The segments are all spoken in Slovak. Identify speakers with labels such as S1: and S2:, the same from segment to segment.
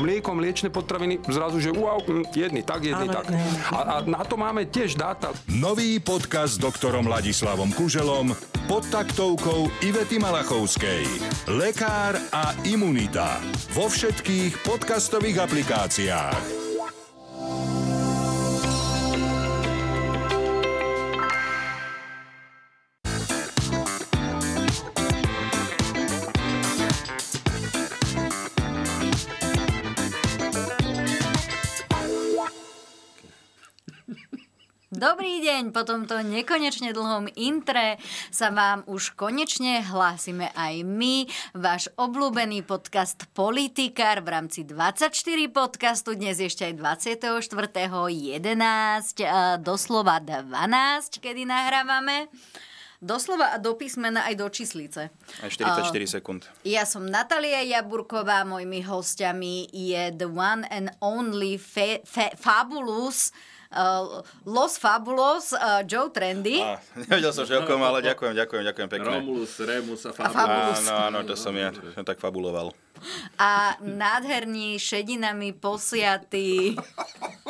S1: mlieko, mliečne potraviny, zrazu, že wow, mm, jedni tak, jedni
S2: Áno,
S1: tak.
S2: áno.
S1: A, a na to máme tiež dáta.
S3: Nový podcast s doktorom Ladislavom Kuželom pod taktovkou Ivety Malachovskej. Lekár a imunita. Vo všetkých podcastových aplikáciách.
S4: Dobrý deň, po tomto nekonečne dlhom intre sa vám už konečne hlásime aj my, váš obľúbený podcast Politikár v rámci 24 podcastu, dnes ešte aj 24.11, e, doslova 12, kedy nahrávame. Doslova a do písmena aj do číslice.
S5: Aj 44 sekúnd.
S4: Ja som Natalia Jaburková, mojimi hostiami je the one and only fe, fe, fabulous, uh, Los Fabulos, uh, Joe Trendy.
S5: A, nevedel som, že okom, ale ďakujem, ďakujem, ďakujem pekne.
S6: Romulus, Remus a
S4: Fabulus.
S6: Fabulus.
S5: Áno, áno, to som ja, to som tak fabuloval.
S4: a nádherný šedinami posiatý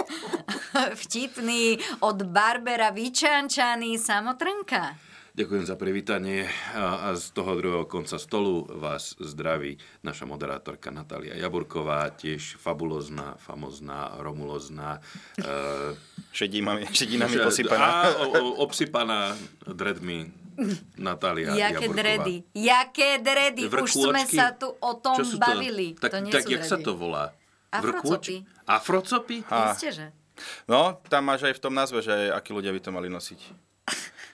S4: vtipný od Barbera vyčančaný samotrnka.
S6: Ďakujem za privítanie a, a z toho druhého konca stolu vás zdraví naša moderátorka Natália Jaburková, tiež fabulozná, famozná, romulozná, e,
S5: Šedinami, šedinami
S6: že-
S5: posypaná.
S6: Á, o, o, obsypaná dreadmi Natália
S4: Jaké
S6: Jaburková.
S4: dredy. Jaké dredy. Už
S6: Vrkôčky.
S4: sme sa tu o tom
S6: Čo sú to?
S4: bavili.
S6: Tak,
S4: to nie
S6: tak
S4: sú
S6: jak
S4: dredy.
S6: sa to volá?
S4: Afrocopy.
S6: Vrkôč- Afrocopy?
S4: Isté, že?
S5: No, tam máš aj v tom názve, že aj akí ľudia by to mali nosiť.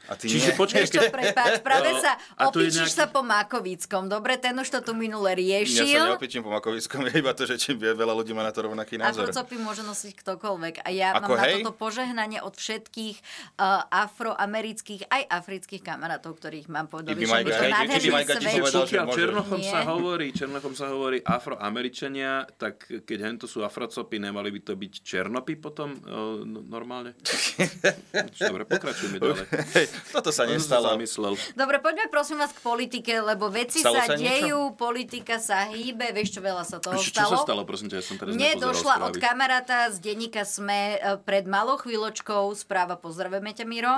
S5: A ty nie.
S6: Čiže
S4: Vieš
S6: počkaj,
S4: čo, prepáč, práve
S6: No,
S4: sa
S6: a tu je
S4: opíčiš
S6: nejaký-
S4: sa po Makovickom. Dobre, ten už to tu minule
S5: Ja sa
S4: riešil.
S5: neopičím po makoviskom, je iba to, že čím vie- veľa ľudí má na to rovnaký názor.
S4: Afrocopy môže nosiť ktokoľvek. A ja
S5: Ako
S4: mám na
S5: hej?
S4: toto požehnanie od všetkých uh, afroamerických aj afrických kamarátov, ktorých mám povedať, že
S5: Ibi
S4: je
S5: Majga,
S4: to
S5: hej, Ibi
S4: nádherný
S5: Majga ti
S4: svet.
S5: povedal, že
S6: Pokiaľ
S5: môže.
S6: Černochom sa
S4: Nie.
S6: hovorí, Černochom sa hovorí afroameričania, tak keď hento sú afrocopy, nemali by to byť černopy potom e, no- normálne? Dobre, pokračujme ďalej.
S5: Hej, toto sa
S6: Som sa
S5: nestalo.
S6: Zamyslel.
S4: Dobre, poďme prosím vás k politike, lebo veci
S5: Stalo
S4: sa,
S5: sa niečo?
S4: dejú, politika sa hýbe, vieš čo veľa sa toho
S6: Čo sa stalo, prosím ťa, ja som teraz
S4: Mne
S6: nepozeral
S4: došla od
S6: správy.
S4: kamaráta z denníka SME e, pred malou chvíľočkou správa, pozdravujeme ťa Miro,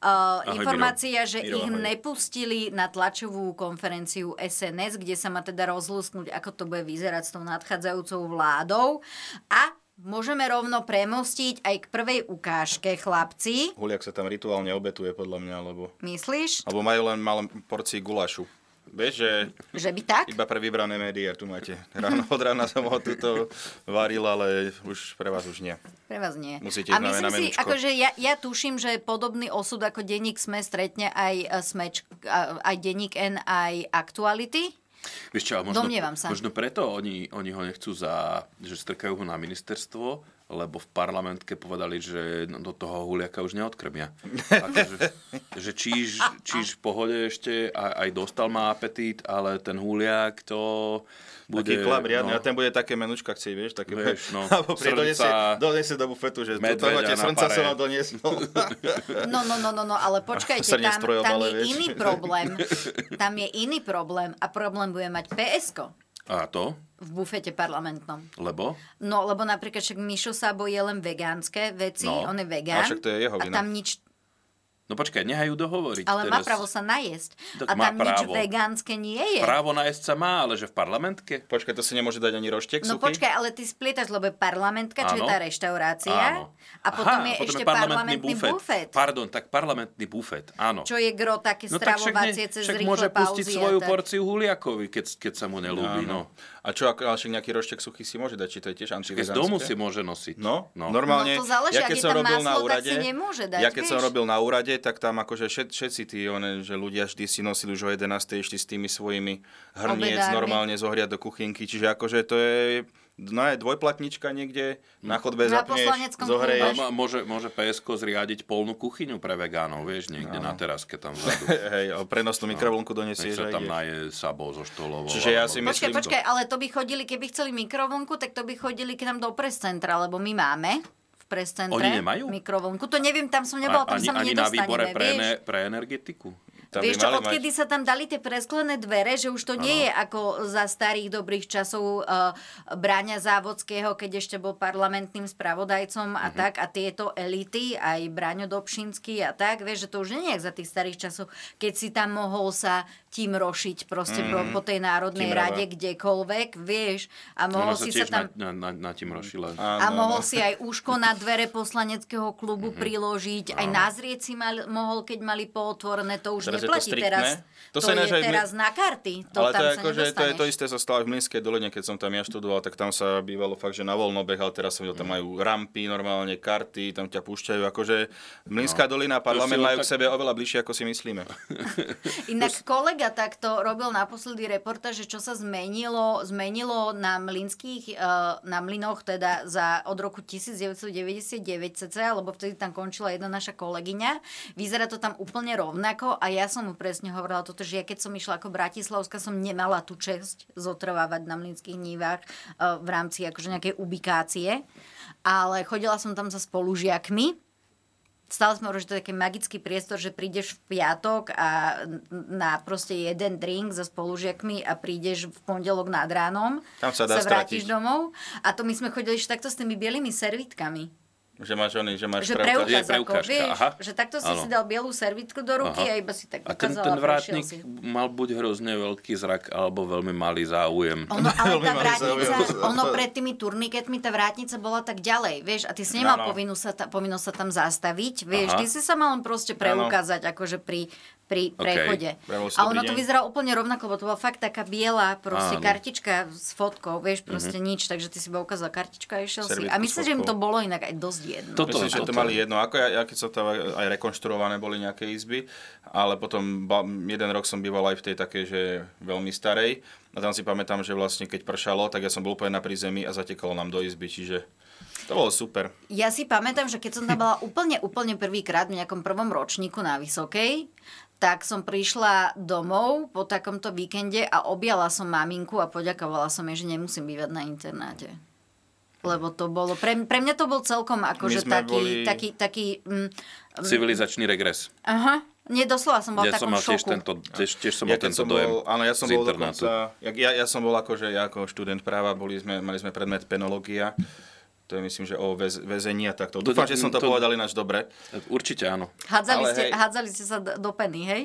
S4: ahoj, informácia, Miro. že
S5: Miro,
S4: ich
S5: ahoj.
S4: nepustili na tlačovú konferenciu SNS, kde sa má teda rozlúsknuť, ako to bude vyzerať s tou nadchádzajúcou vládou. A môžeme rovno premostiť aj k prvej ukážke, chlapci.
S5: Huliak sa tam rituálne obetuje, podľa mňa, lebo...
S4: Myslíš,
S5: Alebo majú len malú porcii gulašu. Vieš, že
S4: že by tak?
S5: Iba pre vybrané médiá tu máte. Ráno od rána som ho tuto varil, ale už pre vás už nie.
S4: Pre vás nie.
S5: Musíte
S4: a
S5: ísť
S4: myslím
S5: na
S4: si,
S5: menúčko.
S4: akože ja, ja tuším, že podobný osud ako denník SME stretne aj, e, smeč, a- aj denník N, aj aktuality.
S6: Vieš čo, a možno,
S4: Domnievam sa.
S6: možno preto oni, oni ho nechcú za... že strkajú ho na ministerstvo, lebo v parlamentke povedali, že do toho huliaka už neodkrmia. Akože, že číž, číž v pohode ešte, a, aj dostal má apetít, ale ten huliak to bude...
S5: Taký chlap riadny, no. a ten bude také menučka chcieť, vieš, také...
S6: Vieš, no,
S5: Alebo pri donese,
S6: srnca,
S5: donese do bufetu, že
S6: medveďa
S5: toto máte
S6: na
S5: srnca
S6: pare.
S5: som vám doniesol.
S4: No, no, no, no, no ale počkajte,
S5: Sa
S4: tam,
S5: nestrojovale,
S4: tam je
S5: vieš.
S4: iný problém. Tam je iný problém a problém bude mať PSK
S6: A to?
S4: v bufete parlamentnom.
S6: Lebo?
S4: No, lebo napríklad však Mišo Sabo je len vegánske veci,
S6: No,
S4: on je vegán.
S5: ale však to je jeho
S4: a
S5: vina.
S4: tam nič
S6: No počkaj, nehajú dohovoriť.
S4: ale má
S6: teraz.
S4: právo sa najesť.
S6: Tak
S4: A
S6: má
S4: tam nič
S6: právo.
S4: vegánske nie je.
S6: Právo na jesť sa má, ale že v parlamentke?
S5: Počkaj, to si nemôže dať ani roštek
S4: No
S5: suchý?
S4: počkaj, ale ty splietaš, lebo je parlamentka, čo je
S6: Áno.
S4: tá reštaurácia. A potom je ešte parlamentný bufet.
S6: Pardon, tak parlamentný bufet, áno.
S4: Čo je gro také stravovacie cez
S6: No však
S4: rýchle
S6: môže
S4: pauzy.
S6: pustiť svoju
S4: a tak.
S6: porciu huliakovi, keď, keď sa mu nelúbi, no.
S5: A čo, ako, ale však nejaký roštek suchý si môže dať, či to je tiež
S6: Keď z
S5: antivegánske?
S6: domu si môže nosiť.
S5: No, no.
S6: no.
S5: normálne,
S4: No to záleží,
S5: ja keď
S4: ak je
S5: som
S4: tam
S5: robil na
S4: maslo, tak
S5: úrade,
S4: si nemôže dať,
S5: ja keď som
S4: vieš.
S5: robil na úrade, tak tam akože všet, všetci tí, one, že ľudia vždy si nosili už o 11. išli s tými svojimi hrniec
S4: Obedármi.
S5: normálne zohriať do kuchynky, čiže akože to je no je dvojplatnička niekde, na chodbe
S4: Na
S5: zapneš,
S4: poslaneckom
S6: A
S5: zohreješ.
S4: klube.
S6: ma- môže, môže PSK zriadiť polnú kuchyňu pre vegánov, vieš, niekde na teraske tam vzadu.
S5: Hej, o prenosnú mikrovlnku
S6: Nech
S5: donesieš.
S6: sa
S5: a
S6: tam
S5: ideš.
S6: naje sabo so štolovou.
S5: Čiže ja
S6: alebo-
S5: si
S4: Počkaj,
S5: myslím,
S4: počkaj, ale to by chodili, keby chceli mikrovlnku, tak to by chodili k nám do prescentra, lebo my máme v prescentre
S6: Oni nemajú?
S4: mikrovlnku. To neviem, tam som nebola, tam
S6: ani,
S4: sa mi
S6: ani na
S4: nedostaneme,
S6: výbore pre,
S4: vieš?
S6: ne, pre energetiku.
S5: Tam by
S4: Vieš čo,
S5: mali
S4: odkedy sa tam dali tie presklené dvere, že už to nie je ako za starých dobrých časov uh, Bráňa Závodského, keď ešte bol parlamentným spravodajcom
S5: Mhm.
S4: a tak, a tieto elity, aj Bráňo Dobšinský a tak, vieš, že to už nie je jak za tých starých časov, keď si tam mohol sa tím rošiť proste
S5: Mhm.
S4: mm-hmm. po, po tej Národnej
S5: Tím rava.
S4: rade, kdekoľvek, vieš, a mohol
S6: Ona
S4: No, si
S6: sa
S4: sa
S6: tiež
S4: tam...
S6: na, na, na, na tým
S5: Áno,
S6: rošila.
S4: A mohol
S5: no. Mhm.
S4: si aj úško na dvere poslaneckého klubu priložiť, aj nazrieť si mal, mohol, keď mali pootvorené, to už
S5: Teraz je to
S4: neplatí
S5: striktné?
S4: teraz. To,
S5: To sa
S4: to je
S5: ináč aj v-
S4: teraz na karty, to
S5: ale
S4: tam
S5: to, je
S4: sa
S5: ako, že to je to
S4: nedostaneš.
S5: isté, sa stalo aj v Mlinskej doline, keď som tam ja študoval, tak tam sa bývalo fakt, že na voľno beh, ale teraz som
S4: Mm.
S5: videl, tam majú rampy, normálne karty, tam ťa púšťajú, akože Mlinská dolina a parlament
S6: len
S5: majú k
S6: No. tak-
S5: sebe oveľa bližšie, ako si myslíme.
S4: Inak kolega takto robil naposledy reportáž, že čo sa zmenilo, zmenilo na mlinských, eh, na mlinoch teda za, od roku 1999 cca, lebo vtedy tam končila jedna naša kolegyňa. Vyzerá to tam úplne rovnako a ja som mu presne hovorila toto, že ja keď som išla ako Bratislavská, som nemala tú čest zotrvávať na mlinských nívach eh, v rámci akože nejakej ubikácie, ale chodila som tam sa spolužiakmi stále sme hovorili, že to je taký magický priestor, že prídeš v piatok a n- na proste jeden drink so spolužiakmi a prídeš v pondelok nad ránom.
S5: Tam sa dá
S4: sa vrátiš
S5: stratiť.
S4: domov. A to my sme chodili ešte takto s tými bielými servitkami.
S5: Že máš oný, že máš
S4: Že
S5: preukaz.
S6: preukáž.
S4: preukaz, ako,
S6: Je preukážka,
S4: vieš,
S6: aha.
S4: že takto si
S6: Áno.
S4: si dal bielú servitku do ruky a
S6: Aha.
S4: iba si tak
S6: A
S4: ukázala,
S6: ten, ten
S4: prešiel
S6: vrátnik
S4: si.
S6: mal buď hrozne veľký zrak, alebo veľmi malý záujem.
S4: Ono, ale
S5: Mm. Veľmi
S4: tá
S5: ma
S4: vrátnica,
S5: zaujalo.
S4: ono pred tými turniketmi, tá vrátnica bola tak ďalej, vieš, a ty si nemal
S5: Áno.
S4: povinnosť sa, ta, povinnosť sa tam zastaviť, vieš,
S6: Aha.
S4: ty si sa mal len proste preukázať, akože pri, pri prechode.
S5: Bral si
S4: A
S5: dobrý
S4: ono to
S5: deň.
S4: vyzeralo úplne rovnako, lebo to bola fakt taká biela proste
S6: Áno.
S4: kartička s fotkou, vieš, proste nič, takže ty si iba ukázal kartička a išiel si.
S5: Servietku
S4: A
S5: Mhm. s
S4: myslím, že im
S5: fotkou.
S4: to bolo inak aj dosť jedno.
S6: Toto,
S5: Myslím, že to
S6: toto.
S5: mali jedno. Ako ja, ja keď som tam aj aj rekonštruované boli nejaké izby, ale potom ba, jeden rok som býval aj v tej takej, že veľmi starej. A tam si pamätám, že vlastne keď pršalo, tak ja som bol úplne na prízemí a zatekalo nám do izby, čiže to bolo super.
S4: Ja si pamätám, že keď som tam bola úplne, úplne prvýkrát v nejakom prvom ročníku na Vysokej, tak som prišla domov po takomto víkende a objala som maminku a poďakovala som jej, že nemusím bývať na internáte. Lebo to bolo, pre, pre mňa to bol celkom akože
S5: sme
S4: taký,
S5: boli-
S4: taký, taký, mm,
S6: Civilizačný regres.
S4: aha, nedoslova som bola v
S6: ja som
S4: takom
S6: mal
S4: šoku.
S6: tiež, tento, tiež, tiež som
S5: Ja
S6: mal
S5: keď
S6: tento
S5: som
S6: dojem
S5: bol, áno, ja som
S6: z
S5: bol
S6: internátu.
S5: dokonca, ja, ja, ja som bol akože, ja ako študent práva, boli sme, mali sme predmet penológia, to je myslím, že o väz, väzení a takto.
S6: To-
S5: Dúfam, že som to,
S6: to-
S5: povedal ináč dobre.
S6: Určite áno.
S4: Hádzali,
S5: Ale
S4: ste,
S5: hej.
S4: hádzali ste sa do, do peny, hej?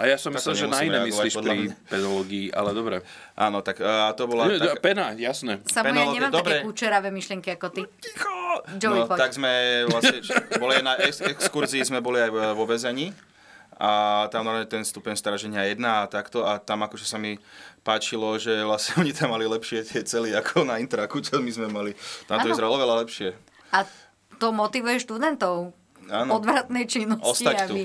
S6: A ja som
S5: Takto
S6: myslel, že na
S5: nemusíme
S6: iné
S5: reagovať,
S6: myslíš
S5: podľa
S6: pri
S5: mňa.
S6: pedológii, ale dobre.
S5: Áno, tak a to bola...
S6: Nie,
S5: tak,
S6: Pena, jasné.
S4: Samo ja
S5: Penológia,
S4: nemám také
S5: dobre.
S4: kúčeravé myšlienky ako ty.
S5: Ticho!
S4: Joey,
S5: no,
S4: poď.
S5: tak sme vlastne, boli aj na ex- exkurzii sme boli aj vo- vo väzení a tam normálne ten stupeň stráženia jedna a takto a tam akože sa mi páčilo, že vlastne oni tam mali lepšie tie cely ako na intraku, čo my sme mali. Tam to
S4: Áno.
S5: vyzeralo oveľa lepšie.
S4: A to motivuje študentov
S5: Áno.
S4: ano. odvratnej činnosti,
S5: Ostať tu.
S4: aby,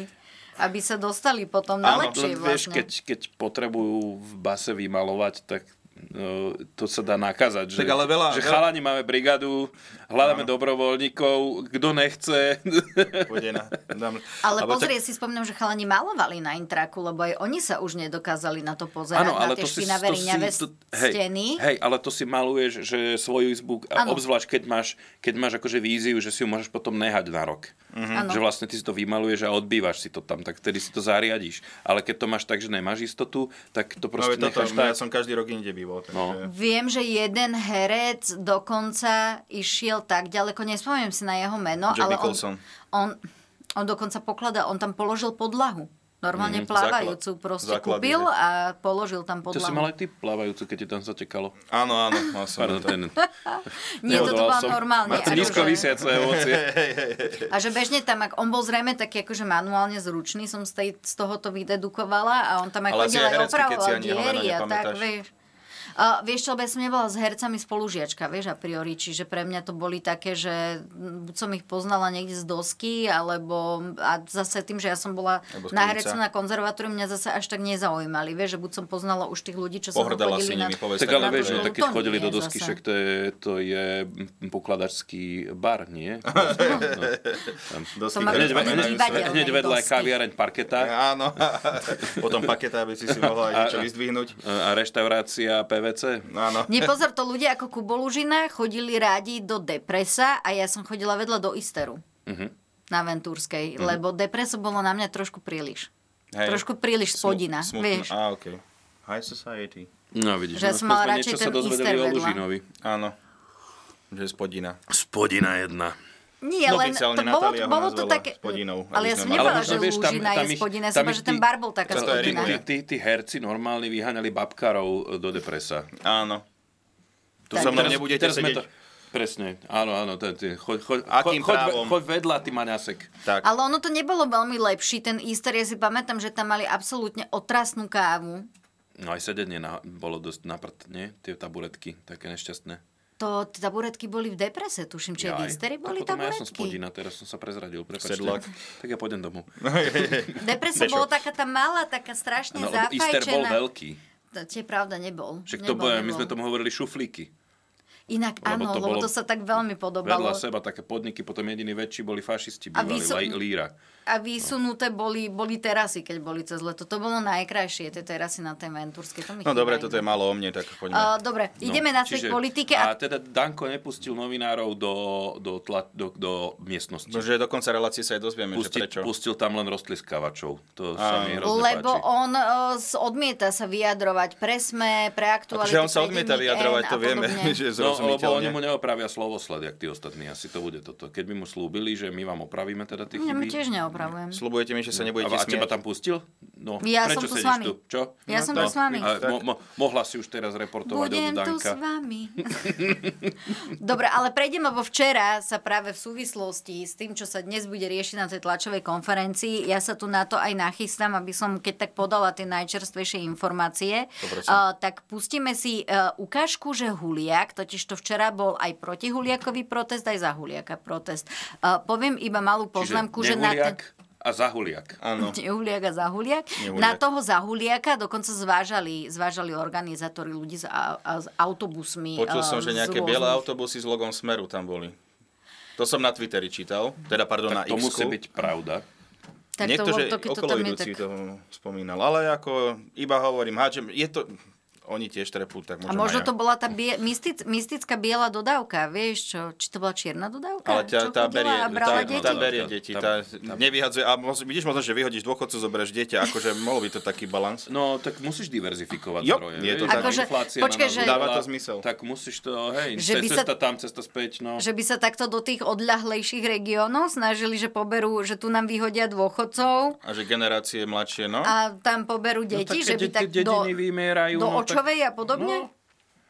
S4: aby sa dostali potom na
S5: Áno,
S4: lepšie
S6: Len vieš,
S4: vlastne.
S6: keď, keď potrebujú v base vymalovať, tak no, to sa dá nakázať. Že,
S5: Tak ale veľa-
S6: že
S5: veľa-
S6: chalani máme brigádu, hľadáme dobrovoľníkov, kto nechce.
S5: Pôjde na, dám,
S4: Ale
S5: lebo
S4: pozrie, si spomínam, že chalani malovali na intraku, lebo aj oni sa už nedokázali na to pozerať,
S6: Áno, ale
S4: na tie
S6: to si...
S4: špinavé
S6: to si-
S4: riňavé
S6: to-
S4: steny.
S6: hej, ale to si maluješ, že svoju izbu, a
S4: Áno.
S6: obzvlášť keď máš, keď máš akože víziu, že si ju môžeš potom nehať na rok.
S4: Mhm. Áno.
S6: Že vlastne ty si to vymaluješ a odbývaš si to tam, tak vtedy si to zariadiš. Ale keď to máš tak, že nemáš istotu, tak to
S5: no,
S6: proste
S5: veď toto, No.
S6: necháš
S5: ja
S6: tak.
S5: som každý rok inde býval. Takže...
S4: Viem, že jeden herec dokonca išiel tak ďaleko, nespomínam si na jeho meno,
S5: Jack
S4: ale
S5: Nicholson.
S4: on, on, on dokonca pokladal, on tam položil podlahu. Normálne
S5: Mhm,
S4: plávajúcu
S5: základ-
S4: proste
S5: základy,
S4: kúpil
S5: že?
S4: a položil tam
S6: To
S4: podlahu.
S6: si mal aj ty plávajúcu, keď ti tam zatekalo.
S5: Áno, áno, mal som.
S6: Pardon, ten...
S4: Nie, toto
S6: neodolal
S4: bola
S6: som.
S4: normálne.
S6: Má to
S4: akože-
S6: nízko vysiace ovocie.
S4: A že bežne tam, ak on bol zrejme taký akože manuálne zručný, som z, tej, z tohoto vydedukovala a on tam aj
S5: Ale
S4: chodil
S5: asi aj
S4: aj
S5: herecky, keď si
S4: opravoval
S5: ani jeho meno
S4: diery a tak,
S5: nepamätáš.
S4: vieš. A vieš čo, lebo ja som nebola s hercami spolužiačka, vieš, a priori, čiže pre mňa to boli také, že mm, buď som ich poznala niekde z dosky, alebo a zase tým, že ja som bola
S5: Alebo z
S4: na
S5: Klinca.
S4: herectve na konzervatóriu, mňa zase až tak nezaujímali, vieš, že buď som poznala už tých ľudí, čo som
S5: Pohrdala si
S4: chodili
S5: nimi, povedz.
S6: Tak ale vieš, no,
S4: No,
S6: tak
S4: to
S6: keď chodili
S4: nie
S6: do dosky,
S4: zase.
S6: však to je, to je m, pokladačský bar, nie? No.
S5: Dosť
S4: To ma- Oni
S5: vykašľané
S6: Hneď, ve- hneď,
S5: na
S4: divadelnej
S5: svet.
S6: hneď vedľa je
S4: dosky.
S6: kaviareň Parketa
S5: Áno, potom paketa, aby si si mohla aj niečo
S6: A- a-
S5: vyzdvihnúť.
S6: a reštaurácia PVC.
S5: No, Áno.
S4: Nepozor to ľudia ako Kubolužina chodili rádi do Depresa a ja som
S5: Mhm.
S4: chodila vedľa do Isteru. Na Ventúrskej, lebo Depreso bolo na mňa trošku príliš.
S5: Hej.
S4: Trošku príliš spodina,
S5: Smu- smutno.
S4: vieš.
S5: Á, okej. High society.
S6: No vidíš,
S4: Že
S6: no,
S4: som mal
S6: aspoň
S4: radšej
S6: niečo sa
S4: ten
S6: dozvedeli
S4: Easter
S6: o
S4: vedľa.
S6: Lužinovi.
S5: Áno. Že spodina.
S6: Spodina jedna.
S4: Nie,
S5: No,
S4: len to
S5: oficiálne
S4: bolo,
S5: Natália ho
S4: bolo to
S5: nazvala
S4: také...
S5: spodinou, aby
S4: ale ja
S5: sme
S4: som
S5: mali-
S4: nebala,
S5: Ale
S4: že
S6: vieš,
S4: lúžina je
S6: ich-
S4: spodina, ja som
S6: tam
S4: bola,
S6: ich
S4: že ten
S6: tí-
S4: bar bol taká
S5: Často je
S6: tí,
S4: spodina.
S5: rýchlo.
S6: tí, tí, tí herci normálne vyháňali babkárov do depresa.
S5: Áno. Tu
S4: Tak.
S5: so mnou nebudete
S6: teraz sme
S5: sedieť.
S6: Presne, áno, áno, to, to, choď, choď,
S5: Akým
S6: choď,
S5: právom?
S6: choď, choď vedľa, ty maňasek.
S5: Tak.
S4: Ale ono to nebolo veľmi lepší, ten Easter, ja si pamätám, že tam mali absolútne otrasnú kávu.
S6: No aj sedenie na, bolo dosť na prd, nie? Tie taburetky, také nešťastné.
S4: To tie taburetky boli v deprese, tuším, či aj v
S6: Jaj.
S4: Easteri boli
S6: tak potom aj ja som
S4: taburetky.
S6: spodina, teraz som sa prezradil, prepáčte.
S5: Sedlák.
S6: Tak ja pôjdem domov.
S4: Depresa
S5: Dešo.
S4: bola taká tá malá, taká strašne
S6: No, lebo Easter bol
S4: zafajčená.
S6: veľký.
S4: To tie pravda nebol.
S6: Však to
S4: Nebol,
S6: bude, my
S4: nebol.
S6: sme tomu hovorili šuflíky.
S4: Inak áno,
S6: lebo to
S4: lebo
S6: bolo
S4: to sa tak veľmi
S6: Vedľa
S4: podobalo.
S6: seba také podniky, potom jediný väčší boli fašisti,
S4: A vy
S6: bývali,
S4: som-
S6: Lej- líra.
S4: A vysunuté boli, boli terasy, keď boli cez leto. To bolo najkrajšie, tie terasy na tej Ventúrskej. To mi chýba
S5: No dobre,
S4: inak.
S5: toto je málo o mne, tak
S4: Uh,
S5: poďme.
S4: dobre,
S6: No,
S4: ideme na tej politike. A...
S6: A teda Danko nepustil novinárov do, do, tla, do, do miestnosti.
S5: No, že do konca relácie sa aj dozvieme, že
S6: Pusti,
S5: prečo.
S6: pustil tam len roztliskávačov. To sa mi hrozne
S4: Lebo
S6: páči.
S4: on uh, odmieta sa vyjadrovať pre SME, pre aktuality.
S5: Akože on sa
S4: pre
S5: odmieta
S4: denník N
S5: vyjadrovať,
S4: a
S5: to vieme,
S4: podobne.
S5: že
S6: No, lebo oni mu
S5: zrozumiteľne.
S6: neopravia slovosled, jak tí ostatní. Asi to bude toto. Keď by mu slúbili, že my vám opravíme teda tie
S4: Ja my
S6: chyby.
S4: tiež neopravujem.
S5: Slubujete mi, že sa
S6: a,
S5: nebudete
S6: a
S5: smieť.
S6: teba tam pustil? No,
S4: Ja som tu
S6: prečo
S4: s
S6: sedíš
S4: vami.
S6: tu? Čo?
S4: Ja
S5: No,
S4: som
S5: tak.
S4: tu s vami.
S6: A, mo, mo, mohla si už teraz reportovať
S4: Budem
S6: od
S4: tu
S6: Danka.
S4: s vami. Dobre, ale prejdem, lebo včera sa práve v súvislosti s tým, čo sa dnes bude riešiť na tej tlačovej konferencii, ja sa tu na to aj nachystám, aby som keď tak podala tie najčerstvejšie informácie. Uh, tak pustíme si uh, ukážku, že Huliak, totiž to včera bol aj proti Huliakový protest, aj za Huliaka protest. Uh, poviem iba malú poznámku, že na ten...
S6: nehuliak a zahuliak.
S5: Áno.
S4: Nehuliak a zahuliak.
S5: Nehuliak.
S4: Na toho zahuliaka dokonca zvážali, zvážali organizátori ľudí s, a, a, s autobusmi.
S5: Počul
S4: a,
S5: som, že
S4: z
S5: nejaké
S4: rôznych-
S5: biele autobusy s logom Smeru tam boli. To som na Twitteri čítal, teda pardon, na
S6: Tak
S5: X.
S6: to musí byť pravda.
S4: Tak
S5: Niekto,
S4: to,
S5: že
S4: bol- to, keď to
S5: okolo
S4: tam je
S5: idúci
S4: tak...
S5: to spomínal, ale ako iba hovorím, hádžem, je to... Oni tiež trepú, tak
S4: A
S5: možno,
S4: možno
S5: aj ja.
S4: to bola tá bie, mystic, mystická biela dodávka, vieš čo? Či to bola čierna dodávka?
S5: Ale tá,
S4: čo
S5: tá,
S4: chodila
S5: berie,
S4: a brala
S5: tá,
S4: deti?
S5: tá berie deti, tá,
S6: Tam- tam-
S5: nevyhadzuje, a možno- vidíš možno, že vyhodíš dôchodcu, zoberieš dieťa, akože mohol by to taký balans.
S6: No, tak musíš diverzifikovať
S5: Jo,
S6: zdroje.
S5: je to
S6: vieš,
S5: tak.
S6: tá
S4: Akože,
S6: inflácia
S4: počkaj,
S6: na nás
S4: že-
S5: Dáva
S6: udala,
S5: to zmysel.
S6: Tak musíš to, hej,
S4: Že by sa-
S6: cesta tam, cesta späť, no.
S4: Že by sa takto do tých odľahlejších regiónov snažili, že poberú, že tu nám vyhodia dôchodcov
S5: A že generácie mladšie, no.
S4: a tam poberú deti,
S6: No tak
S4: že
S6: keď
S4: by
S6: de-
S4: tak do,
S6: dediny vymierajú,
S4: do
S6: no, tak- No.
S4: očovej a
S5: no.
S4: podobne?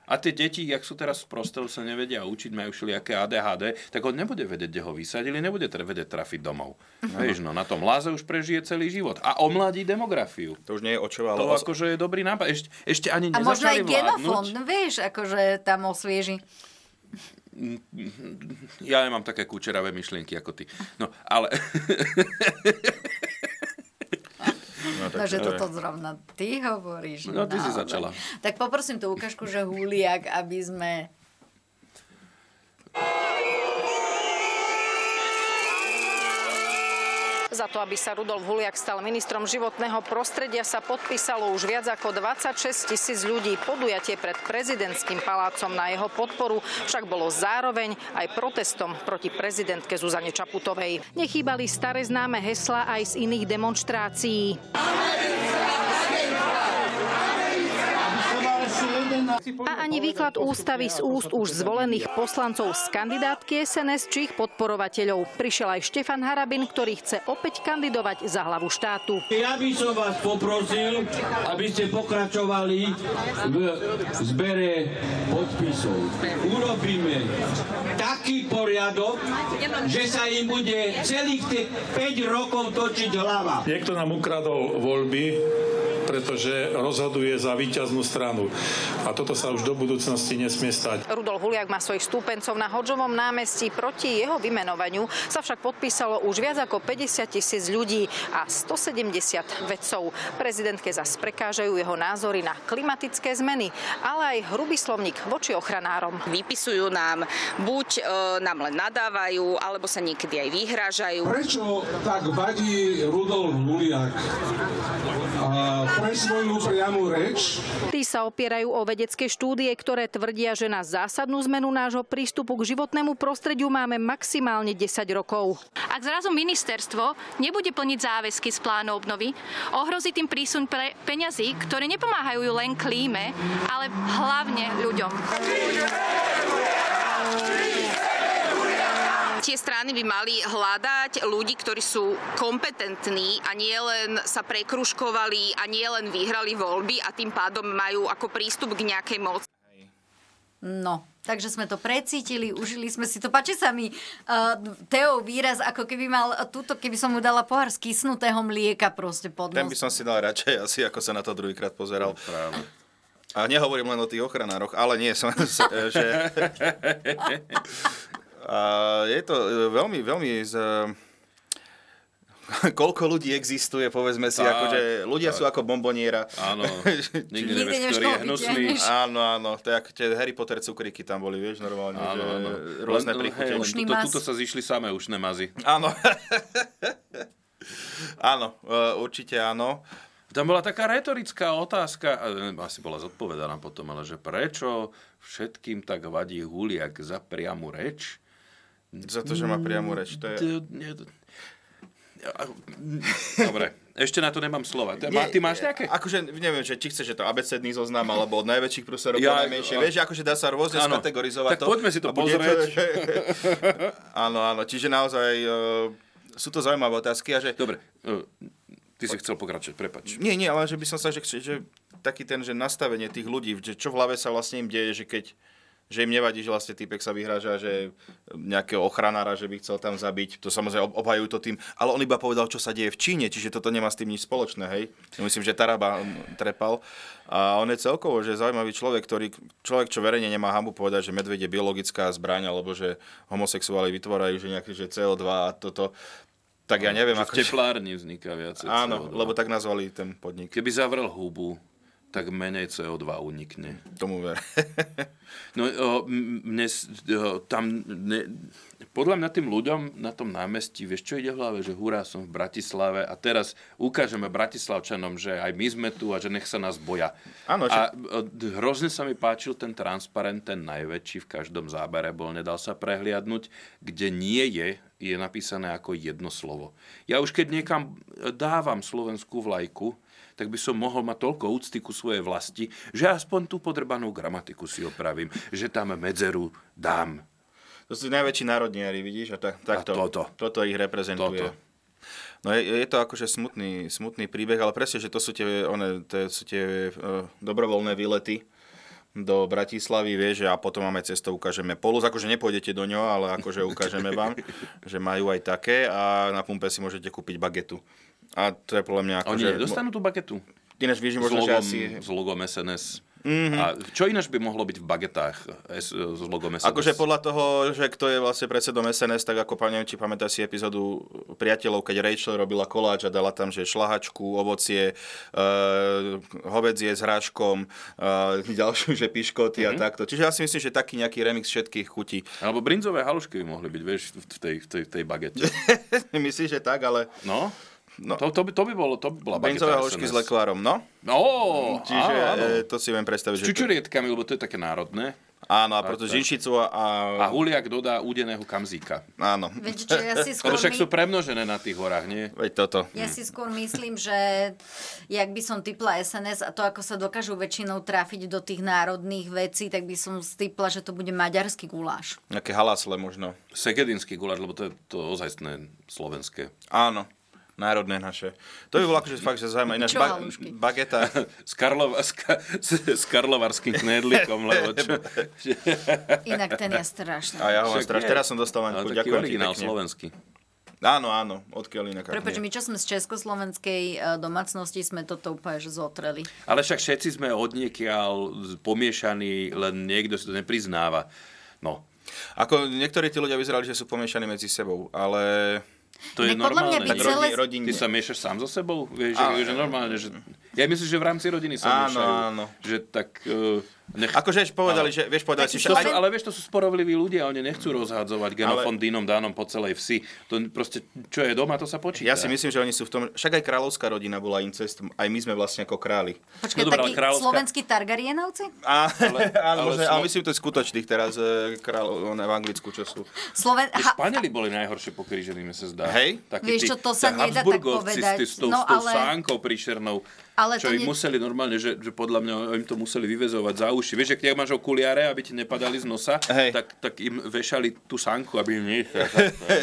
S6: A tie deti, jak sú teraz sprosté, už sa nevedia učiť, majú všelijaké ADHD, tak on nebude vedieť, kde ho vysadili, nebude tre- vedieť trafiť domov.
S4: Mhm.
S6: Vieš, no na tom láze už prežije celý život. A omladí demografiu.
S5: To už nie je očová, ale
S6: To
S5: os-
S6: akože je dobrý nápad. Ešte, ešte ani
S4: A možno aj
S6: nezačali
S4: genofón,
S6: vládnuť.
S4: vieš, akože tam osvieži.
S6: Ja nemám také kúčeravé myšlienky ako ty. No, ale
S5: no, tak,
S4: Takže
S5: to je.
S4: toto zrovna ty hovoríš.
S6: No, ty si
S4: naozaj.
S6: začala.
S4: Tak poprosím tú ukážku, že Huliak, aby sme...
S2: Za to, aby sa Rudolf Huliak stal ministrom životného prostredia, sa podpísalo už viac ako 26 tisíc ľudí. Podujatie pred prezidentským palácom na jeho podporu však bolo zároveň aj protestom proti prezidentke Zuzane Čaputovej. Nechýbali staré známe hesla aj z iných demonstrácií. A ani výklad ústavy z úst už zvolených poslancov z kandidátky SNS či ich podporovateľov. Prišiel aj Štefan Harabin, ktorý chce opäť kandidovať za hlavu štátu.
S7: Ja by som vás poprosil, aby ste pokračovali v zbere podpisov. Urobíme taký poriadok, že sa im bude celých tých 5 rokov točiť hlava.
S8: Niekto nám ukradol voľby, pretože rozhoduje za víťaznú stranu. A toto sa už do budúcnosti nesmie stať.
S2: Rudolf Huliak má svojich stúpencov na Hodžovom námestí. Proti jeho vymenovaniu sa však podpísalo už viac ako 50 tisíc ľudí a 170 vedcov. Prezidentke zas prekážajú jeho názory na klimatické zmeny, ale aj hrubý slovník voči ochranárom.
S9: Vypisujú nám, buď e, nám len nadávajú, alebo sa niekedy aj vyhrážajú.
S10: Prečo tak vadí Rudolf Huliak? A pre máme svoju priamu reč.
S2: Tí sa opierajú o vedecké štúdie, ktoré tvrdia, že na zásadnú zmenu nášho prístupu k životnému prostrediu máme maximálne 10 rokov.
S11: Ak zrazu ministerstvo nebude plniť záväzky z plánu obnovy, ohrozí tým prísun pre peňazí, ktoré nepomáhajú len klíme, ale hlavne ľuďom.
S9: Tie strany by mali hľadať ľudí, ktorí sú kompetentní a nielen sa prekruškovali a nielen vyhrali voľby a tým pádom majú ako prístup k nejakej moci.
S4: No, takže sme to precítili, užili sme si to. Páči sa mi uh, Teo výraz, ako keby mal túto, keby som mu dala pohár skysnutého mlieka proste pod
S5: Ten by
S4: nos.
S5: som si dal radšej asi, ako sa na to druhýkrát pozeral.
S6: Práve.
S5: A nehovorím len o tých ochranároch, ale nie, som, že... A je to e, veľmi, veľmi z... e, Koľko ľudí existuje, povedzme si,
S6: Tak,
S5: akože ľudia sú ako bomboniera.
S6: Áno, nikdy
S4: Nikdy
S6: nevieš,
S4: nevieš,
S6: ktorý je
S4: koho
S6: hnusný.
S4: vytiahneš.
S5: Áno, áno, tak tie Harry Potter cukriky tam boli, vieš, normálne,
S6: Áno,
S5: že
S6: áno.
S5: rôzne
S6: Len-
S5: príchute.
S6: hej, len
S4: Ušný
S6: tuto,
S4: mas.
S6: tuto sa zišli samé ušné mazy.
S5: Áno. áno, e, určite áno.
S6: Tam bola taká retorická otázka, a neviem, asi bola zodpovedaná potom, ale že prečo všetkým tak vadí huliak za priamu reč?
S5: Za to, že má priamu reč, to je...
S6: Ty- nie- Ja- Dobre, ešte na to nemám slova. Ty, má, ty máš nejaké?
S5: Akože neviem, že či chceš, že to abecedný zoznam, alebo od najväčších prúserov
S6: Ja-
S5: po najmenšie. Vieš, že akože dá sa rôzne
S6: Áno.
S5: skategorizovať
S6: Tak
S5: to.
S6: poďme si
S5: a
S6: to
S5: bude
S6: pozrieť.
S5: áno, áno. Čiže naozaj e, sú to zaujímavé otázky a že...
S6: Dobre, e, ty si chcel pokračovať, prepač.
S5: Nie, nie, ale že by som sa, že, že taký ten, že nastavenie tých ľudí, že čo v hlave sa vlastne im deje, že keď že im nevadí, že vlastne týpek sa vyhráža, že nejakého ochranára, že by chcel tam zabiť. To samozrejme ob- obhajujú to tým, ale on iba povedal, čo sa deje v Číne, čiže toto nemá s tým nič spoločné, hej. Ja Myslím, že Taraba mm, trepal. A on je celkovo, že zaujímavý človek, ktorý, človek, čo verejne nemá hambu povedať, že medveď je biologická zbraň, alebo že homosexuáli vytvárajú, že nejaké, že CO2 a toto. Tak ja neviem,
S6: No, Že v
S5: ako...
S6: teplárni vzniká viacej
S5: Áno,
S6: CO2.
S5: lebo tak nazvali ten podnik.
S6: Keby zavrel hubu, tak menej CO2 unikne.
S5: Tomu ver.
S6: No, o, m- mne, s- o, tam, ne, podľa mňa tým ľuďom na tom námestí, vieš, čo ide v hlave, že hurá som v Bratislave a teraz ukážeme Bratislavčanom, že aj my sme tu a že nech sa nás boja.
S5: Áno,
S6: a o, d- hrozne sa mi páčil ten transparent, ten najväčší v každom zábere bol, nedal sa prehliadnúť, kde nie je, je napísané ako jedno slovo. Ja už keď niekam e, dávam slovenskú vlajku, tak by som mohol mať toľko úcty ku svojej vlasti, že aspoň tú podrbanú gramatiku si opravím, že tam medzeru dám.
S5: To sú najväčší národniari, vidíš? A, tak, takto,
S6: toto.
S5: toto ich reprezentuje.
S6: Toto.
S5: No je, je to akože smutný, smutný príbeh, ale presne, že to sú tie, one, to sú tie uh, dobrovoľné výlety do Bratislavy, vieš, že a potom máme cestu, ukážeme polus, akože nepôjdete do ňo, ale akože ukážeme vám, že majú aj také a na pumpe si môžete kúpiť bagetu. A to je podľa mňa
S6: A Oni
S5: akože...
S6: dostanú tú bagetu
S5: Ináč vieš, že
S6: s
S5: možno, že
S6: logom,
S5: asi... Mhm.
S6: s logom SNS. A čo ináč by mohlo byť v bagetách S, s logom SNS?
S5: Akože podľa toho, že kto je vlastne predsedom SNS, tak ako neviem, či pamätáš si epizódu priateľov, keď Rachel robila koláč a dala tam, že šlahačku, ovocie, e, hovedzie s hráškom, e, ďalšiu, že piškoty
S6: Mhm.
S5: mm-hmm. a takto. Čiže ja si myslím, že taký nejaký remix všetkých chutí.
S6: Alebo brinzové halušky by mohli byť, vieš, v tej, v tej, v tej bagete.
S5: Myslíš, že tak, ale...
S6: No,
S5: No.
S6: To, to, by, to by bolo, to by bola bageta
S5: Brincové halušky s
S6: SNS.
S5: lekvárom, no.
S6: No,
S5: Čiže
S6: áno, áno.
S5: e, to si viem predstaviť,
S6: S
S5: že... to-
S6: čučurietkami, lebo to je také národné.
S5: Áno, a preto
S6: tak.
S5: žinšicu a...
S6: A huliak dodá údeného kamzíka.
S5: Áno.
S4: Viete čo, ja si skôr
S6: Lebo však
S4: my-
S6: sú premnožené na tých horách, nie?
S5: Veď toto.
S4: Ja si skôr myslím, že jak by som typla SNS a to, ako sa dokážu väčšinou trafiť do tých národných vecí, tak by som typla, že to bude maďarský guláš.
S5: Nejaké halasle možno.
S6: Segedinský guláš, lebo to je to ozajstné slovenské.
S5: Áno, národné naše. To by bolo akože fakt, že zaujímavé. Ináč
S4: Čo,
S5: ba-
S4: halušky?
S5: bageta.
S6: S, Karlova, s, ka, s, s karlovarským knedlíkom, lebo čo?
S4: Inak ten je strašný.
S5: A ja ho mám
S6: Však
S5: strašne.
S6: je.
S5: Teraz som dostal len
S6: Ale
S5: chuť.
S6: taký
S5: Ďakujem ti
S6: originál
S5: pekne.
S6: slovenský.
S5: Áno, áno. Odkiaľ inak. ak
S4: Prepač, my
S5: nie.
S4: čo sme z československej e, domácnosti, sme toto úplne že zotreli.
S6: Ale však všetci sme od niekiaľ pomiešaní, len niekto si to nepriznáva. No,
S5: Ako niektorí tí ľudia vyzerali, že sú pomiešaní medzi sebou, ale
S6: To je
S4: Inak podľa mňa
S6: normálne.
S4: by
S6: že-
S4: celé-
S5: Rodin- rodinne.
S6: Ty sa miešaš sám so sebou? Vieš,
S5: Áno.
S6: že, že normálne, že... Ja myslím, že v rámci rodiny sa
S5: Áno,
S6: miešajú.
S5: áno.
S6: Že tak... Uh, nech...
S5: Akože vieš, povedali, že, vieš, povedali si,
S6: Vieš,
S5: že
S6: to
S5: aj,
S6: sú, ale vieš, to sú sporovliví ľudia, oni
S5: Mm.
S6: nechcú rozhádzovať genofondínom dánom po celej vsi. To proste, čo je doma, to sa počíta.
S5: ja si myslím, že oni sú v tom, však aj kráľovská rodina bola incest, aj my sme vlastne ako králi.
S4: Počkaj,
S6: No dobrá,
S4: takí
S6: ale kráľovská-
S4: slovenskí Targaryenovci?
S5: A, ale, ale,
S6: ale
S5: možno,
S6: sú-
S5: ale myslím, to je skutočných teraz e, kráľov one v Anglicku, čo sú.
S4: Sloven...
S6: Tie
S4: Ha,
S6: Španieli boli najhoršie pokrížení, mi sa zdá.
S5: Hej?
S6: Takí
S4: Vieš
S6: tí-
S4: čo, to sa
S6: tí
S4: nedá tak
S6: Habsburgovci
S4: povedať.
S6: S, tý- s tou,
S4: No,
S6: s tou
S4: ale-
S6: sánkou príšernou.
S4: Ale
S6: čo
S4: to
S6: im
S4: nie-
S6: museli normálne, že, že podľa mňa im to museli vyvezovať za uši. Vieš, že keď máš okuliare, aby ti nepadali z nosa,
S5: Hej.
S6: tak, tak im vešali tú sánku, aby im nie...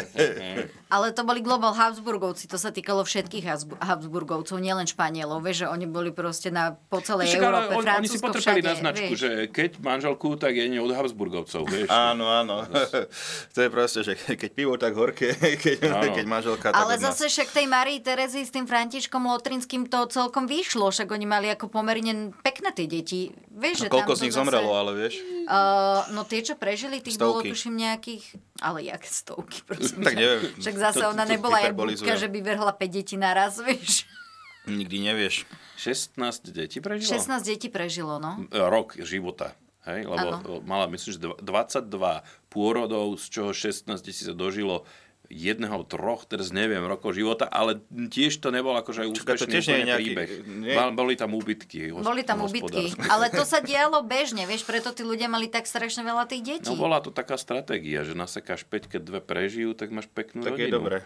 S4: ale to boli Global Habsburgovci, to sa týkalo všetkých Habsbu- Habsburgovcov, nielen Španielov, vieš, že oni boli proste na, po celej
S6: Však, ale
S4: Európe,
S6: on, oni si
S4: Francúzsko, všade,
S6: potrpeli na značku,
S4: vieš.
S6: že keď manželku, tak je nie od Habsburgovcov, vieš.
S5: Áno, áno. to je proste, že keď pivo tak horké, keď,
S6: Áno.
S5: keď manželka tak
S4: Ale
S5: od nás.
S4: zase však tej Marii Terezii s tým Františkom Lotrinským to celkom vyšlo, však oni mali ako pomerne pekné tie deti. Vieš, že
S5: No Koľko
S4: tam
S5: z
S4: to
S5: nich
S4: zase...
S5: zomrelo, ale vieš?
S4: Uh, no tie, čo prežili, tých bolo
S5: Stovky.
S4: tuším nejakých, ale jak stovky, prosím.
S5: Tak
S4: ťa.
S5: neviem.
S4: Však zase
S5: To-
S4: ona
S5: to
S4: nebola aj
S5: hyperbolizujem.
S4: búbka, že by vrhla 5 detí naraz, vieš.
S5: Nikdy nevieš.
S6: 16 detí
S5: No.
S6: prežilo?
S4: 16 detí prežilo, no.
S6: e, rok života. Hej? Lebo
S4: Áno.
S6: mala, myslím, že dva- 22 pôrodov, z čoho 16 tisíc sa dožilo jedného, troch, teraz neviem, rokov života, ale tiež to nebol akože aj
S5: Čaká, to
S6: úspešný
S5: tiež nie je
S6: úplne
S5: nejaký-
S6: príbeh.
S5: nie-
S6: Mal- Boli tam úbytky. hosp-
S4: Boli tam ubytky,
S6: hospodárske.
S4: ale to sa dialo bežne, vieš, preto tí ľudia mali tak strašne veľa tých detí.
S6: No bola to taká stratégia, že nasekáš 5, keď dve prežijú, tak máš peknú
S5: Tak
S6: rodinu.
S5: je dobre.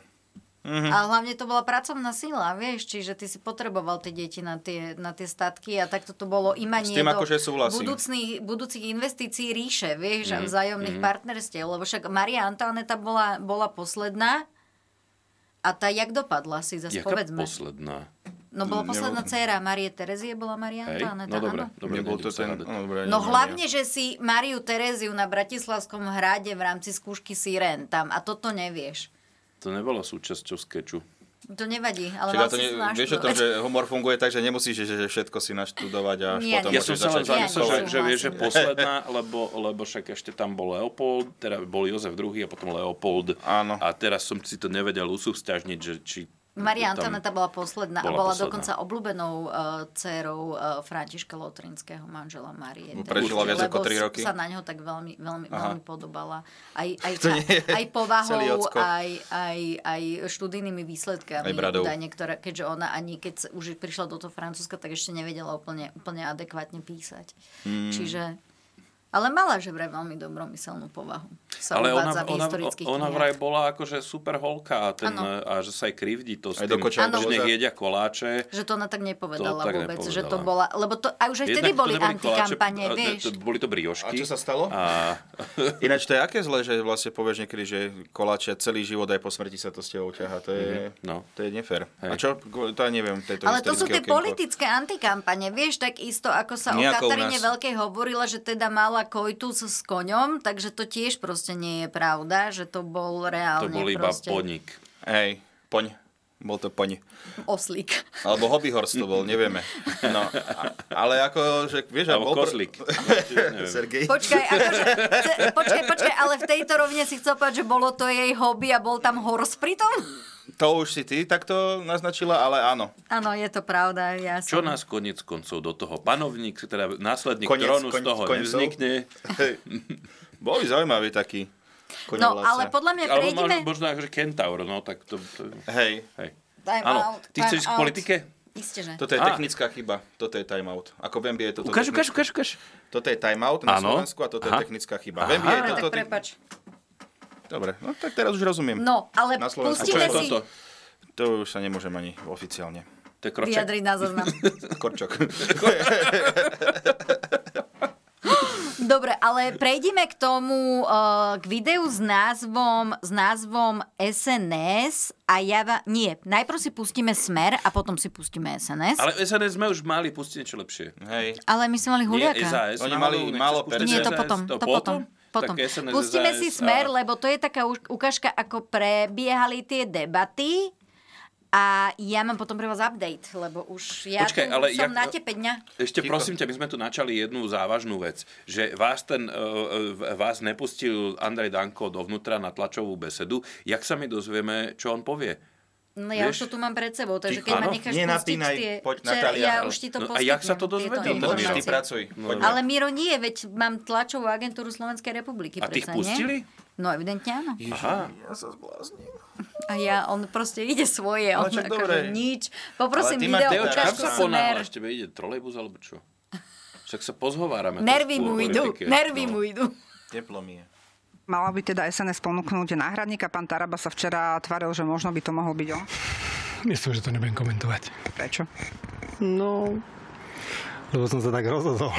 S5: Mhm.
S4: A hlavne to bola pracovná sila, vieš, čiže ty si potreboval tie deti na tie, na tie statky a takto to bolo imanie
S5: S tým
S4: do
S5: akože súhlasím. Mhm,
S4: budúcnych, budúcich investícií ríše, vieš, a vzájomných partnerstiev, lebo však Maria Antoaneta bola, bola posledná a tá jak dopadla si zase
S6: Jaká
S4: povedzme.
S6: posledná?
S4: No
S5: Mm,
S4: bola posledná
S5: Nebol-
S4: dcéra Marie Terezie, bola Maria
S6: Hej?
S4: Antoaneta,
S6: No dobre,
S4: áno.
S6: dobre,
S5: Nebol
S6: nejdem
S5: to
S6: sa
S5: ten...
S6: hádať.
S5: No, dobre,
S4: No
S5: neviem,
S4: hlavne, že si Mariu Tereziu na Bratislavskom hrade v rámci skúšky Siren tam a toto nevieš.
S6: To nebolo súčasťou skeču.
S4: To nevadí, ale
S5: Čaká,
S4: mal
S5: to
S4: si
S5: ne,
S4: si
S5: vieš o tom,
S4: naštudovať.
S5: že humor funguje tak, že nemusíš, že, že všetko si naštudovať a až
S4: Nie,
S5: potom
S4: nie.
S6: Ja som
S5: môžeš
S6: sa len
S4: Ja
S5: začať.
S6: zamyslel, že,
S4: nesúhlasím.
S6: že vieš, že posledná, lebo, lebo však ešte tam bol Leopold, teda bol Jozef II a potom Leopold.
S5: Áno.
S6: A teraz som si to nevedel usúvzťažniť, že či...
S4: Maria
S6: tam-
S4: Antoneta bola posledná a
S6: bola
S4: bola
S6: posledná.
S4: dokonca obľúbenou uh, dcerou uh, Františka Lotrinského manžela Marie.
S5: Prežila
S4: Terezii,
S5: viac ako
S4: lebo
S5: tri
S4: s-
S5: roky?
S4: sa na ňo tak veľmi, veľmi,
S5: Aha.
S4: veľmi podobala. Aj, aj,
S5: To nie je
S4: aj povahou,
S5: celý ocko.
S4: aj, aj, aj študijnými výsledkami.
S5: Aj bradou.
S4: údajne, ktoré, keďže ona ani keď sa- už prišla do toho Francúzska, tak ešte nevedela úplne, úplne adekvátne písať.
S5: Hmm.
S4: Čiže... Ale mala, že vraj veľmi dobromyselnú povahu. Sa
S6: Ale ona,
S4: uvádza v
S6: ona,
S4: historických
S6: ona
S4: knihách.
S6: vraj bola akože super holka a, ten,
S4: Áno.
S6: a že sa aj krivdí to s
S5: Aj do
S6: tým,
S5: koča,
S4: Áno.
S6: že nech jedia koláče.
S4: Že to ona tak nepovedala
S6: To tak
S4: vôbec, že to
S6: nepovedala.
S4: bola, lebo to, a už aj vtedy
S6: Jednak to
S4: boli
S6: neboli
S4: antikampane,
S6: koláče,
S4: vieš.
S6: a- a- Boli to
S5: A
S6: briošky.
S5: čo sa stalo?
S6: A
S5: Ináč to je aké zle, že vlastne povieš niekedy, že koláče celý život aj po smrti sa to s tebou ťaha. To je,
S6: Mhm, no.
S5: to je nefér.
S6: Hej.
S5: A čo? To ja neviem. To je to
S4: Ale to sú
S5: historické
S4: tie
S5: okienko.
S4: politické antikampane, vieš, tak isto ako sa
S5: Nie
S4: o
S5: ako u
S4: Kataríne
S5: nás.
S4: Veľkej hovorila, že teda mala kojtus s koňom, takže to tiež proste nie je pravda, že to bol
S6: to
S4: reálne
S6: bol iba
S4: proste
S6: podnik.
S5: Hej, poň. Bol to poň.
S4: oslík.
S5: Alebo hobbyhorst to bol, nevieme. No, a- ale ako, že vieš... a bol
S6: Alebo
S5: pr-
S6: kozlík.
S5: Sergej.
S4: Počkaj, akože, ce- počkaj, počkaj, ale v tejto rovne si chcel povedať, že bolo to jej hobby a bol tam hors pritom?
S5: To už si ty takto naznačila, ale áno.
S4: Áno, je to pravda, ja som...
S6: Čo nás konec koncov do toho panovník, teda následník
S5: Konec-
S6: trónu z
S5: konec
S6: toho
S5: koncov.
S6: nevznikne.
S5: Hej. Boli zaujímaví takí.
S4: No,
S5: koňovláce.
S4: ale podľa mňa
S6: Alebo
S4: prejdeme...
S6: možno, možno akože kentaur, no tak to... to
S5: Hej,
S6: hej.
S4: Time
S6: Áno,
S4: out,
S6: ty
S4: time
S6: chceš k
S4: out.
S6: politike?
S4: Isté, že.
S5: toto je
S6: Á.
S5: technická chyba. Toto je timeout. Ako v NBA je toto...
S6: Ukáž, ukáž,
S5: technická-
S6: ukáž, ukáž.
S5: Toto je timeout na
S6: Áno.
S5: Slovensku a toto je
S6: Aha.
S5: technická chyba.
S6: Aha.
S5: V NBA je
S4: Dobre, tak
S5: toto...
S4: prepač.
S5: Dobre, no tak teraz už rozumiem.
S4: No, ale
S5: Na Slovensku.
S6: Čo
S4: pustíme
S6: je
S5: Ideme
S4: si
S6: toto?
S5: To už sa nemôžem ani oficiálne.
S6: To je kroček?
S4: vyjadriť na zoznam.
S5: Korčok.
S4: Dobre, ale prejdime k tomu, eh, k videu s názvom, s názvom SNS a ja vám... Nie, najprv si pustíme Smer a potom si pustíme SNS. Ale,
S6: Ale SNS sme už mali pustiť niečo lepšie.
S5: Hej.
S4: my sme mali
S6: Nie,
S4: Huliaka.
S6: SAS.
S5: Oni
S6: náhodou
S5: mali
S6: nechceš
S5: málo
S6: pustiť
S5: percent.
S4: Nie, to
S6: SAS?
S4: potom, to potom. Potom.
S6: Tak SNS,
S4: Pustíme
S6: SAS
S4: si smer,
S6: a-
S4: lebo to je taká už- ukážka, ako prebiehali tie debaty a A ja mám potom pre vás update, lebo už ja tu
S6: Počkaj, ale
S4: som
S6: jak-
S4: na tepe dňa.
S6: Ešte prosím ťa, my sme tu načali jednu závažnú vec, že vás, ten, e, e, vás nepustil Andrej Danko dovnútra na tlačovú besedu. Jak sa my dozvieme, čo on povie?
S4: No ja
S6: Vieš?
S4: už to tu mám pred sebou, takže
S6: Ty-
S4: keď ma
S6: áno?
S4: necháš pustiť
S5: Nenapínaj,
S4: tie...
S5: poď,
S4: Čer-
S5: Natália.
S4: Ja už ti to
S6: No a jak sa to
S4: poskytnem, tieto
S6: dozvedel ten
S5: Poď,
S6: Miro?
S5: ty
S4: informácie.
S5: pracuj.
S6: No,
S5: Poďme.
S4: Ale Miro nie, veď mám tlačovú agentúru Slovenskej republiky.
S6: A tých
S4: predsa, nie?
S6: pustili?
S4: No evidentne áno.
S6: Aha.
S4: A ja, on proste ide svoje,
S5: Ale
S6: No,
S4: on
S5: čo,
S4: akože
S5: dobre.
S4: nič. Poprosím
S5: Ale ty máš
S4: video,
S5: teda-
S4: ukáž
S6: Kam
S5: Čaško
S4: tu
S6: sa
S4: smer.
S6: ponáhľaš? Tebe ide trolejbus alebo čo? Však sa pozhovárame.
S4: Nervy
S6: trošku o
S4: mu idú,
S6: politike.
S4: nervy
S6: No.
S4: mu idú.
S5: Teplo mi je.
S12: Mala by teda SNS ponúknuť náhradníka. Pán Taraba sa včera tváril, že možno by to mohol byť on.
S13: Myslím, že to nebudem komentovať.
S12: Prečo?
S13: No, lebo som sa tak rozhodol.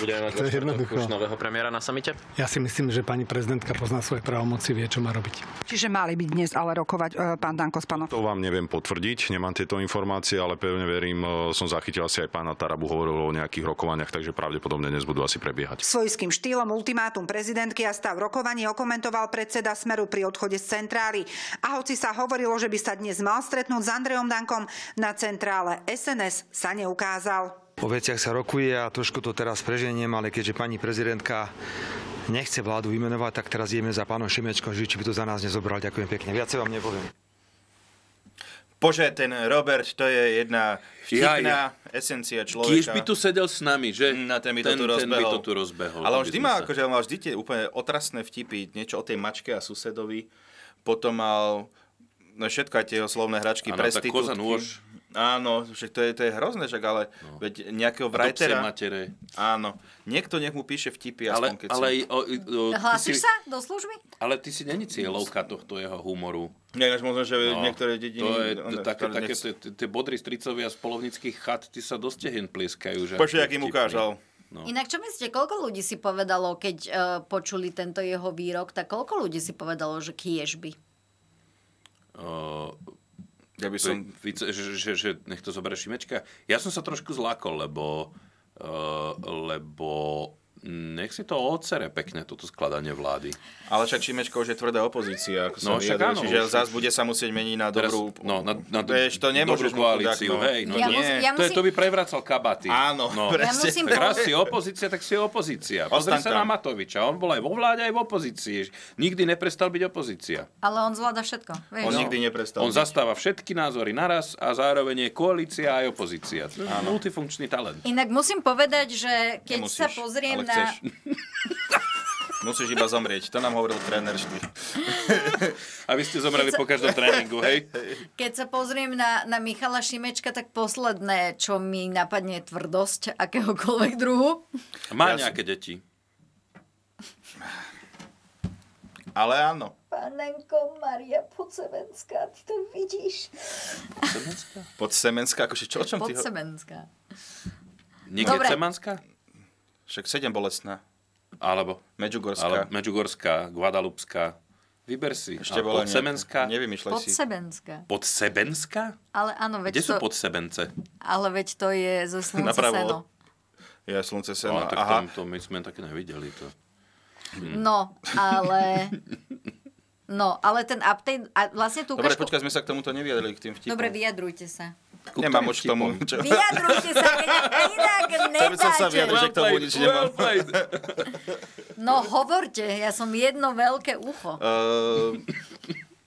S14: Budeme mať
S13: To je
S14: vo štvrtok
S13: jednoducho.
S14: už nového premiéra na samite?
S13: Ja si myslím, že pani prezidentka pozná svoje právomoci, vie, čo má robiť.
S12: Čiže mali by dnes ale rokovať e, pán Danko s pánom.
S15: To vám neviem potvrdiť, nemám tieto informácie, ale pevne verím, e, som zachytil asi aj pána Tarabu, hovoril o nejakých rokovaniach, takže pravdepodobne dnes budú asi prebiehať.
S12: Svojským štýlom ultimátum prezidentky a stav rokovaní okomentoval predseda Smeru pri odchode z centrály. A hoci sa hovorilo, že by sa dnes mal stretnúť s Andrejom Dankom, na centrále SNS sa neukázal.
S16: O veciach sa rokuje a trošku to teraz preženiem, ale keďže pani prezidentka nechce vládu vymenovať, tak teraz ideme za pánom Šimečkom, že či by to za nás nezobral. Ďakujem pekne. Viac vám nepoviem.
S5: Bože, ten Robert, to je jedna vtipná esencia človeka.
S6: Kiež by tu sedel s nami, že?
S5: Hm, Na ten by to,
S6: Ten-
S5: tu,
S6: ten
S5: rozbehol.
S6: by to tu rozbehol,
S5: Ale on
S6: to by
S5: vždy
S6: sme
S5: má,
S6: sa-
S5: akože, on má vždy tie úplne otrasné vtipy, niečo o tej mačke a susedovi. Potom mal no všetko, aj tie jeho slovné hračky,
S6: Áno, tá
S5: prestitútky.
S6: koza nôž.
S5: Áno, však to je, to je hrozné, však ale no. veď nejakého
S6: Adopcie
S5: vrajtera...
S6: matere.
S5: Áno. Niekto nech mu píše vtipy,
S6: Ale,
S5: aspoň keď
S6: ale,
S5: si...
S6: o, o, No, ty
S4: Hlásiš
S6: si-
S4: sa do služby?
S6: Ale ty si není cieľovka tohto jeho humoru. No,
S5: Ináč možno, že niektoré dediny-
S6: To je to,
S5: one-
S6: také,
S5: ktoré
S6: také,
S5: nechcú.
S6: tie- tie- tie bodry stricovia z polovnických chat, ty sa do stehen plieskajú. Že
S5: Počuj,
S6: to je
S5: jak im
S6: vtipný.
S5: ukážal.
S6: No.
S4: Inak čo myslíte, koľko ľudí si povedalo, keď e, počuli tento jeho výrok, tak koľko ľudí si povedalo, že kiež by?
S6: Uh,
S5: ja by
S6: som... Více, že, že, že nech to zoberie Šimečka. Ja som sa trošku zlákol, lebo, uh, lebo nech si to ocere pekne, toto skladanie vlády.
S5: Ale však Šimečko už je tvrdá opozícia, ako sa
S6: No, však
S5: vyjadruje,
S6: áno,
S5: čiže
S6: už-
S5: zás bude sa musieť meniť na
S6: Teraz-
S5: dobrú...
S6: no, na- na do-
S5: Vieš, to nemôžeš
S6: dobrú koalíciu,
S5: mu tak, no.
S6: hej, no
S4: Ja nie. mus- ja
S6: To, je,
S4: musím-
S6: to by prevracal kabaty. Áno, no.
S4: Ja presne. musím
S6: Tak raz
S4: povedať-
S6: si opozícia, tak si opozícia. Pozri
S5: Ostaň
S6: sa
S5: tam.
S6: na Matoviča, on bol aj vo vláde, aj v opozícii. Nikdy neprestal byť opozícia.
S4: Ale on zvláda všetko. Vieš?
S6: No. On zastáva všetky názory naraz a zároveň je koalícia aj opozícia. To je multifunkčný talent.
S4: Inak musím povedať, že keď
S5: Nemusíš,
S4: sa pozriem
S5: ale
S4: na...
S5: chceš. Musíš iba zomrieť, to nám hovoril tréner vždy.
S6: Aby ste zomreli po každom tréningu, hej?
S4: Keď sa pozriem na, na Michala Šimečka, tak posledné, čo mi napadne, je tvrdosť akéhokoľvek druhu.
S6: Má
S5: Ja
S6: nejaké deti.
S5: Ale áno.
S4: Panenko Maria Podsebenská, ty to vidíš?
S5: Pod Semenska, akože čo, o čom ty ho...
S4: Podsebenská.
S6: Niekde
S4: Dobre.
S6: Cemanská?
S5: Však sedem bolesná.
S6: Alebo?
S5: Medžugorská.
S6: Ale Medžugorská, Guadalupská. Vyber si.
S5: Ešte
S6: Ale
S5: bola nejaká.
S6: Podsebenská.
S5: Nevymýšľaj
S4: Podsebenská.
S6: Podsebenská?
S4: Ale áno, veď
S6: Kde sú
S4: to,
S6: podsebence?
S4: ale veď to je zo slunce
S6: Napravo.
S4: seno.
S5: Ja slunce sem.
S6: No, tak
S5: aha.
S6: To, to my sme také nevideli. To.
S5: Hmm.
S4: No, ale... No, ale ten update... A vlastne tú
S5: Dobre,
S4: ukážku...
S5: počkaj, sme sa k tomuto neviedli, k tým vtipom.
S4: Dobre, vyjadrujte sa.
S5: Nemám už k tomu. Čo...
S4: Vyjadrujte sa, keď inak
S5: Aby som sa vyjadril, že
S4: nedáte.
S5: k tomu nič nemám.
S4: No, hovorte, ja som jedno veľké ucho.
S5: Ehm,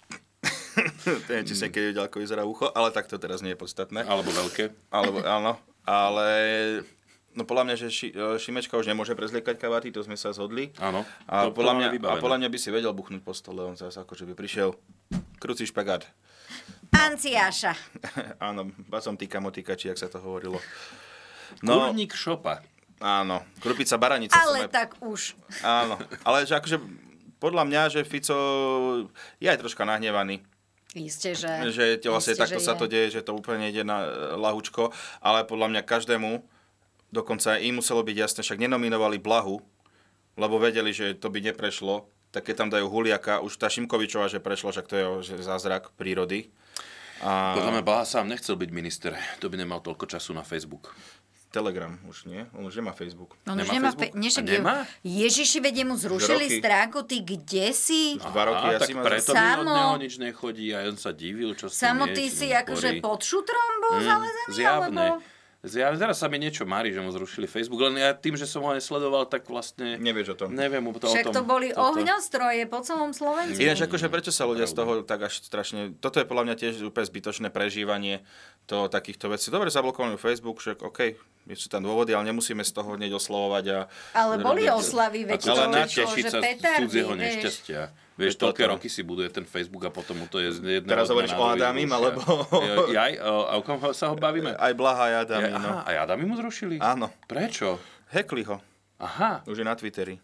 S5: to neviem, či
S6: Hmm.
S5: si niekedy videl, ako vyzerá ucho, ale tak to teraz nie je podstatné.
S6: Alebo veľké.
S5: Alebo, áno. Ale no podľa mňa, že ši, e, Šimečka už nemôže prezliekať kavaty, to sme sa zhodli.
S6: Áno.
S5: A,
S6: To- to
S5: podľa
S6: máme
S5: mňa, a
S6: vybavené.
S5: podľa mňa by si vedel buchnúť po stole, on zase akože by prišiel. Kruci špagát.
S4: Anciáša.
S5: áno, basom týka motika, či jak sa to hovorilo. No,
S6: Kurník šopa.
S5: Áno, krupica baranica. som
S4: Ale
S5: aj-
S4: tak už.
S5: Áno, ale že akože podľa mňa, že Fico je aj troška nahnevaný.
S4: Isté, že...
S5: že to vlastne
S4: isté,
S5: takto
S4: že
S5: sa
S4: je.
S5: to deje, že to úplne ide na e, lahučko, ale podľa mňa každému, dokonca aj im muselo byť jasné, však nenominovali Blahu, lebo vedeli, že to by neprešlo, tak keď tam dajú Huliaka, už tá Šimkovičová, že prešlo, však to je že zázrak prírody. A...
S6: Podľa mňa Blaha sám nechcel byť minister. To by nemal toľko času na Facebook.
S5: Telegram už nie, on už nemá Facebook.
S4: On už nemá, fe-
S5: A
S4: nešak
S5: nemá?
S4: Ježiši, vedie mu zrušili
S5: roky.
S4: stránku, ty kde si?
S5: Už dva roky
S6: Á,
S5: asi
S6: tak
S5: ma-
S6: preto mi
S4: Samo-
S6: od neho nič nechodí a on sa divil, čo s
S4: Samo
S6: tým je,
S4: ty
S6: čo
S4: si
S6: mi
S4: akože
S6: hovorí.
S4: pod šutrom bol
S6: Mm,
S4: zalezený,
S6: Zjavné.
S4: alebo...
S6: Zjavne, teraz sa mi niečo marí, že mu zrušili Facebook, len ja tým, že som ho nesledoval, tak vlastne...
S5: Nevieš o tom.
S6: Neviem o to- o tom.
S4: Však to boli
S6: toto.
S4: ohňostroje po celom Slovensku.
S5: Ináč akože prečo sa ľudia z toho tak až strašne... Toto je podľa mňa tiež úplne zbytočné prežívanie to, takýchto vecí. Dobre, zablokovaný Facebook, že OK, sú tam dôvody, ale nemusíme z toho hneď oslovovať. A
S4: Ale boli
S5: robiť-
S4: oslavy, veď
S5: Ale
S4: to
S5: na-
S4: išlo,
S6: Tešiť
S4: že
S6: sa z
S4: petardy,
S6: cudzieho
S4: vieš.
S6: nešťastia. Vieš,
S5: Je to
S6: toľké
S5: to.
S6: roky si buduje ten Facebook a potom mu to je z jedného
S5: Teraz
S6: dňa
S5: hovoríš
S6: na
S5: o
S6: druhý
S5: Adamim,
S6: zrušia.
S5: alebo-
S6: Jo, Aj, o, a o kom ho- sa ho bavíme?
S5: Aj Blaha, aj Adami.
S6: Ja- aha, aj Adami mu zrušili?
S5: Áno.
S6: Prečo?
S5: Hekli ho.
S6: Aha.
S5: Už je na Twitteri.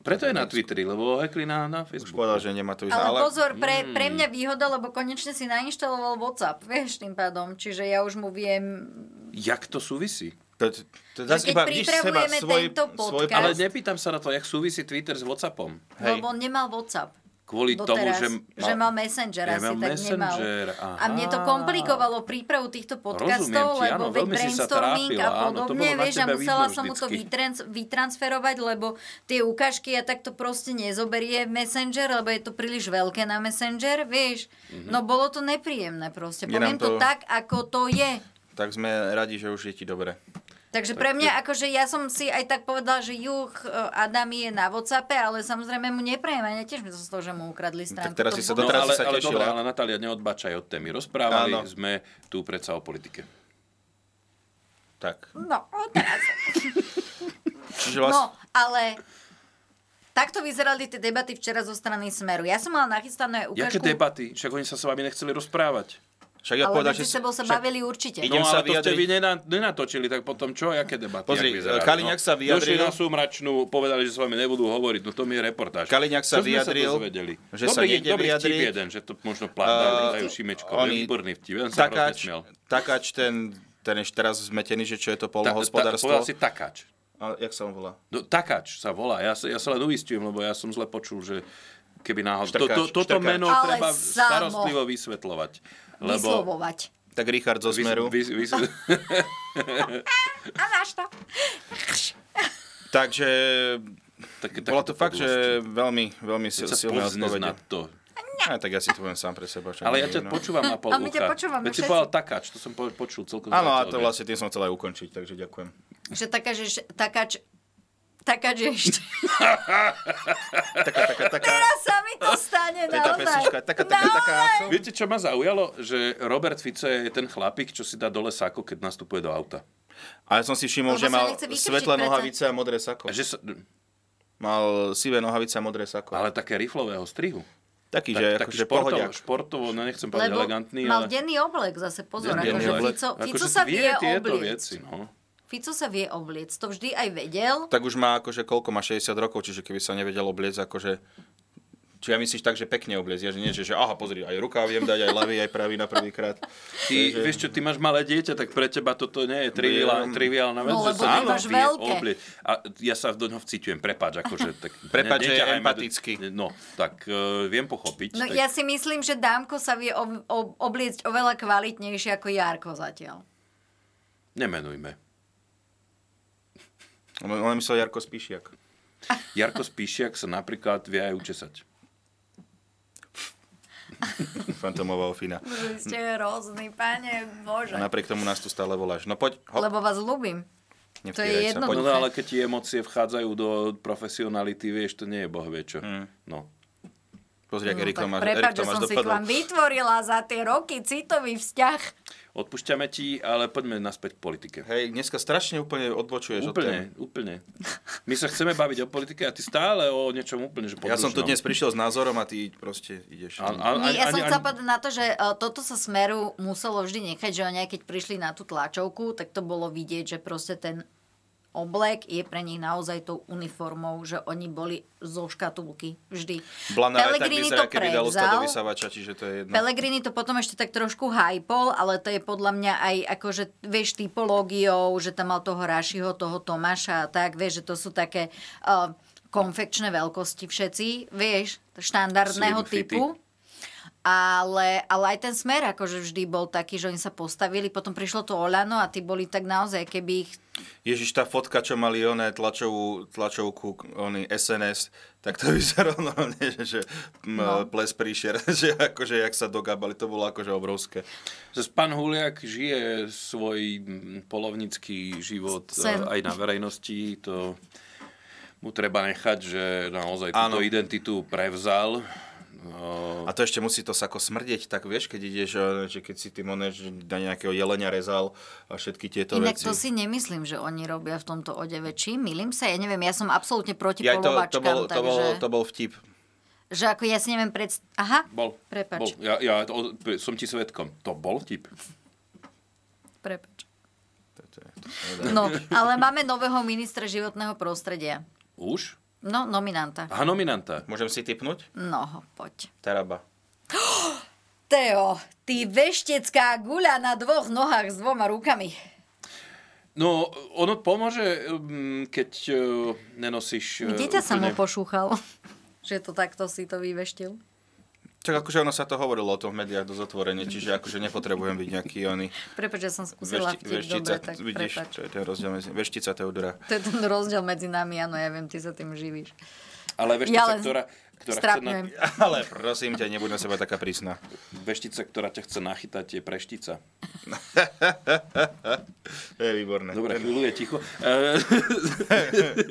S6: Preto je na Twitteri, lebo ho hackli na, na
S5: Už
S6: Facebooku.
S5: povedal, že nemá to ísť.
S4: Ale pozor, pre, pre
S5: Hmm.
S4: mňa výhoda, lebo konečne si nainštaloval WhatsApp, vieš, tým pádom. Čiže ja už mu viem...
S6: Jak to súvisí?
S5: To, to, to
S4: Že keď pripravujeme tento podcast,
S6: Ale nepýtam sa na to, jak súvisí Twitter s Whatsappom.
S4: lebo on nemal WhatsApp.
S6: Kvôli tomu,
S4: doteraz,
S6: že...
S4: že mal Messenger
S6: Ja
S4: asi,
S6: mám
S4: tak
S6: Messenger,
S4: nemal.
S6: aha.
S4: A mne to komplikovalo prípravu týchto podcastov,
S6: Rozumiem ti,
S4: lebo
S6: áno,
S4: veď
S6: veľmi si sa
S4: brainstorming
S6: trápila,
S4: a
S6: áno, to
S4: podobne,
S6: bolo na
S4: vieš, a
S6: tebe
S4: musela
S6: vidno
S4: som mu to
S6: vždycky.
S4: vytrans- vytransferovať, lebo tie ukážky ja takto proste nezoberie Messenger, lebo je to príliš veľké na Messenger, vieš.
S6: Mhm.
S4: No bolo to nepríjemné proste.
S5: Je
S4: Poviem
S5: nám
S4: to...
S5: to-
S4: tak, ako to je.
S5: Tak sme radi, že už je ti dobre.
S4: Takže pre mňa, akože ja som si aj tak povedala, že juh e, Adami je na Whatsappe, ale samozrejme mu neprejem a netiež mi to z toho, že mu ukradli stránku. To
S5: teraz si sa
S4: bolo-
S5: doteraz
S6: No, ale,
S5: si sa
S6: ale
S5: tešila.
S6: dobre, ale Natália, neodbačaj od témy. Rozprávali
S5: Áno.
S6: sme tu predsa o politike.
S5: Tak.
S4: No, teraz.
S5: Čiže
S4: no,
S5: vlastne...
S4: ale takto vyzerali tie debaty včera zo strany Smeru. Ja som mala nachystané
S6: Jaké
S4: ukážku,
S6: debaty? Však oni sa s vami nechceli rozprávať.
S5: Však
S4: ale medzi sebou sa bavili určite.
S6: Idem no,
S5: sa
S6: ale to ste
S5: vyjadriť-
S6: vy nena- nenatočili, tak potom čo, aké debaty?
S5: Pozri,
S6: jak vyzerali,
S5: Kaliňák sa vyjadril-
S6: Došli na súmračnú, povedali, že s vami nebudú hovoriť, no to mi je reportáž.
S5: Kaliňák sa
S6: čo sme
S5: vyjadril,
S6: sa dozvedeli?
S5: že
S6: dobrý,
S5: sa
S6: deň,
S5: nejde
S6: dobrý vtip
S5: vyjadriť. Uh,
S6: jeden, že to možno plán, dajú Šimečko, výborný vtip, on sa
S5: takáč,
S6: hrozne smial.
S5: takáč ten, ten je teraz zmetený, že čo je to polnohospodárstvo.
S6: povedal si takáč.
S5: A jak sa on volá?
S6: No, takáč sa volá, ja sa, ja sa len uistujem, lebo ja som zle počul, že keby náhodou... To,
S5: Štrkač,
S6: to, toto
S5: štrkač.
S6: meno
S4: Ale
S6: treba
S4: samo.
S6: starostlivo vysvetľovať. Lebo...
S4: Vyslovovať.
S5: Tak Richard zo Smeru.
S6: Vys, vys, vys,
S4: A máš to.
S5: Takže
S6: tak,
S5: bolo to fakt, že veľmi, veľmi sil,
S6: sa
S5: silné
S6: povznes
S5: odpovede.
S6: nad to.
S5: Aj, tak ja si to budem sám pre seba. čo
S6: Ale ja
S5: nie,
S6: ťa
S5: no.
S6: počúvam na pol
S4: A my ťa
S6: ucha.
S4: počúvame
S6: Veď si
S4: všetci.
S6: povedal takáč, to som po- počul celkom.
S5: Áno, a
S6: zaujímavé.
S5: to vlastne tým som chcel aj ukončiť, takže ďakujem.
S4: Že taká, že š- taká, č- taká, že ešte.
S5: Taká, taká, taká.
S4: Teraz sa mi to stane
S5: To je tá
S4: naozaj.
S5: pesnička, taká, taká, taká.
S6: Viete, čo ma zaujalo? Že Robert Fico je ten chlapík, čo si dá dole sako, keď nastupuje do auta.
S5: Ale som si všimol,
S4: Lebo
S5: že
S4: sa
S5: mal
S4: nechce vykrčiť
S5: svetlé
S4: predsa.
S5: nohavice a modré sako.
S6: A Že sa,
S5: Mal sivé nohavice a modré sako.
S6: ale také riflového strihu.
S5: Taký,
S6: Tak,
S5: že
S6: taký
S5: akože
S6: športovo,
S5: pohodiak.
S6: športovo, no nechcem povedať
S4: Lebo
S6: elegantný,
S4: mal
S6: ale...
S4: denný oblek zase, pozor.
S6: Denný
S4: Akože
S6: oblek.
S4: Fico, Fico
S6: Akože
S4: sa vie
S6: vie tieto
S4: obliec.
S6: veci, no.
S4: Fico sa vie obliec, to vždy aj vedel.
S5: Tak už má akože koľko, má 60 rokov, čiže keby sa nevedel obliecť, akože... Či ja myslíš tak, že pekne obliecť, ja, že nie, že, že aha, pozri, aj rukáv viem dať, aj ľavý, aj pravý na prvýkrát.
S6: Ty,
S5: Takže-
S6: vieš čo, ty máš malé dieťa, tak pre teba toto nie je triviál,
S5: Viem.
S6: triviálna vec.
S4: No,
S6: že
S4: lebo
S6: sa
S4: ty máš
S6: vie
S4: veľké.
S6: oblieť. A ja sa do ňoho vcitujem, prepáč, akože... Tak,
S5: Prepáč, že je
S6: neťahaj ma do-
S5: empatický.
S6: No, tak e, viem pochopiť.
S4: No
S6: tak...
S4: ja si myslím, že Dámko sa vie ob, ob, obliecť oveľa kvalitnejšie ako Jarko zatiaľ.
S6: Nemenujme.
S5: On on myslel Jarko Spíšiak.
S6: Jarko Spíšiak sa napríklad vie aj učesať.
S5: Fantomová ofina.
S4: Vy ste hrozný, pane Bože.
S5: A napriek tomu nás tu stále voláš. No poď, ho,
S4: Lebo vás ľúbim. to je
S5: nevtieraj sa,
S4: jedno.
S5: poď.
S6: No, no ale keď ti emócie vchádzajú do profesionality, vieš, to nie je boh vie čo.
S5: Mm.
S6: No.
S5: Pozri, ak Erik
S4: No, tak
S5: to máš, Erik
S4: prepáč, že
S5: to máš
S4: som si k
S5: dopadol.
S4: vám vytvorila za tie roky citový vzťah.
S6: Odpúšťame ti, ale poďme naspäť k politike.
S5: Hej, dneska strašne úplne odbočuješ
S6: Úplne,
S5: od
S6: úplne. My sa chceme baviť o politike a ty stále o niečom úplne, že
S5: tém. Ja som
S4: no.
S5: tu
S6: podružnom.
S5: dnes prišiel s názorom a ty proste ideš.
S6: A- a-
S4: Nie, ja som
S6: ani-
S4: chcela
S6: ani-
S4: povedať na to, že e, toto sa Smeru muselo vždy nechať, že oni aj keď prišli na tú tlačovku, tak to bolo vidieť, že proste ten oblek je pre nich naozaj tou uniformou, že oni boli zo škatulky vždy.
S5: Blanare tak
S4: Pellegrini
S5: vyzerá,
S4: to
S5: keby dal ústa do
S4: prevzal.
S5: vysavača, čiže to je jedno.
S4: Pellegrini to potom ešte tak trošku hypol, ale to je podľa mňa aj akože, vieš, typológiou, že tam mal toho Rašiho, toho Tomáša a tak, vieš, že to sú také eh, uh, konfekčné veľkosti všetci, vieš, štandardného
S6: Slim fity.
S4: typu. ale, ale aj ten smer akože vždy bol taký, že oni sa postavili, potom prišlo to Olano a tí boli tak naozaj, keby ich...
S5: Ježiš, tá fotka, čo mali oné tlačovú, tlačovku, oný SNS, tak to vyzeralo normálne, že, že no. ples príšer, že akože, jak sa dogabali, to bolo akože obrovské.
S6: Zas pán Huliak žije svoj mm, polovnícky život
S4: Sen.
S6: Sem. aj na verejnosti, to mu treba nechať, že naozaj túto
S5: Áno.
S6: identitu prevzal. No,
S5: A to ešte musí to sako smrdeť, tak vieš, keď ideš, e, že keď si tým oné, že na nejakého jelenia rezal a všetky tieto
S4: Inak
S5: veci.
S4: to si nemyslím, že oni robia v tomto odeve. Či milím sa, ja neviem, ja som absolútne proti ja,
S5: Ja, to, to, bol, to, bol,
S4: takže...
S5: to bol vtip.
S4: Že ako ja si neviem predstaviť... Aha,
S6: Bol.
S4: Prepač.
S6: Bol. Ja, ja to, som ti svetkom. To bol tip.
S4: prepač. No, ale máme nového ministra životného prostredia.
S6: Už?
S4: No, nominanta.
S6: Aha, nominanta.
S5: Môžem si typnúť?
S4: No, poď.
S5: Taraba.
S4: Teo, ty veštecká guľa na dvoch nohách s dvoma rukami.
S5: E,
S6: No, ono pomôže, mm, keď eh, nenosíš... eh,
S4: Dieťa sa mu
S6: úplne-
S4: pošúchal, že to takto si to vyveštil.
S5: Tak akože ono sa to hovorilo o tom v médiách dosť otvorene, čiže akože nepotrebujem byť nejaký oný
S4: Prepač, že som skúsila
S5: vešti-
S4: vtip, dobre, tak
S5: vidíš,
S4: prepač.
S5: to je ten rozdiel medzi, veštica Teodora.
S4: To je ten rozdiel medzi nami, áno, ja viem, ty sa tým živíš.
S6: Ale veštica,
S4: Ja
S6: ja
S4: len
S6: ktorá, ktorá
S4: strapňujem.
S6: chce... Na...
S5: Ale prosím ťa, nebuď na seba taká prísna.
S6: Veštica, ktorá ťa chce nachytať, je preštica.
S5: to je výborné.
S6: Dobre, chvíľu je ticho. Eh, eh,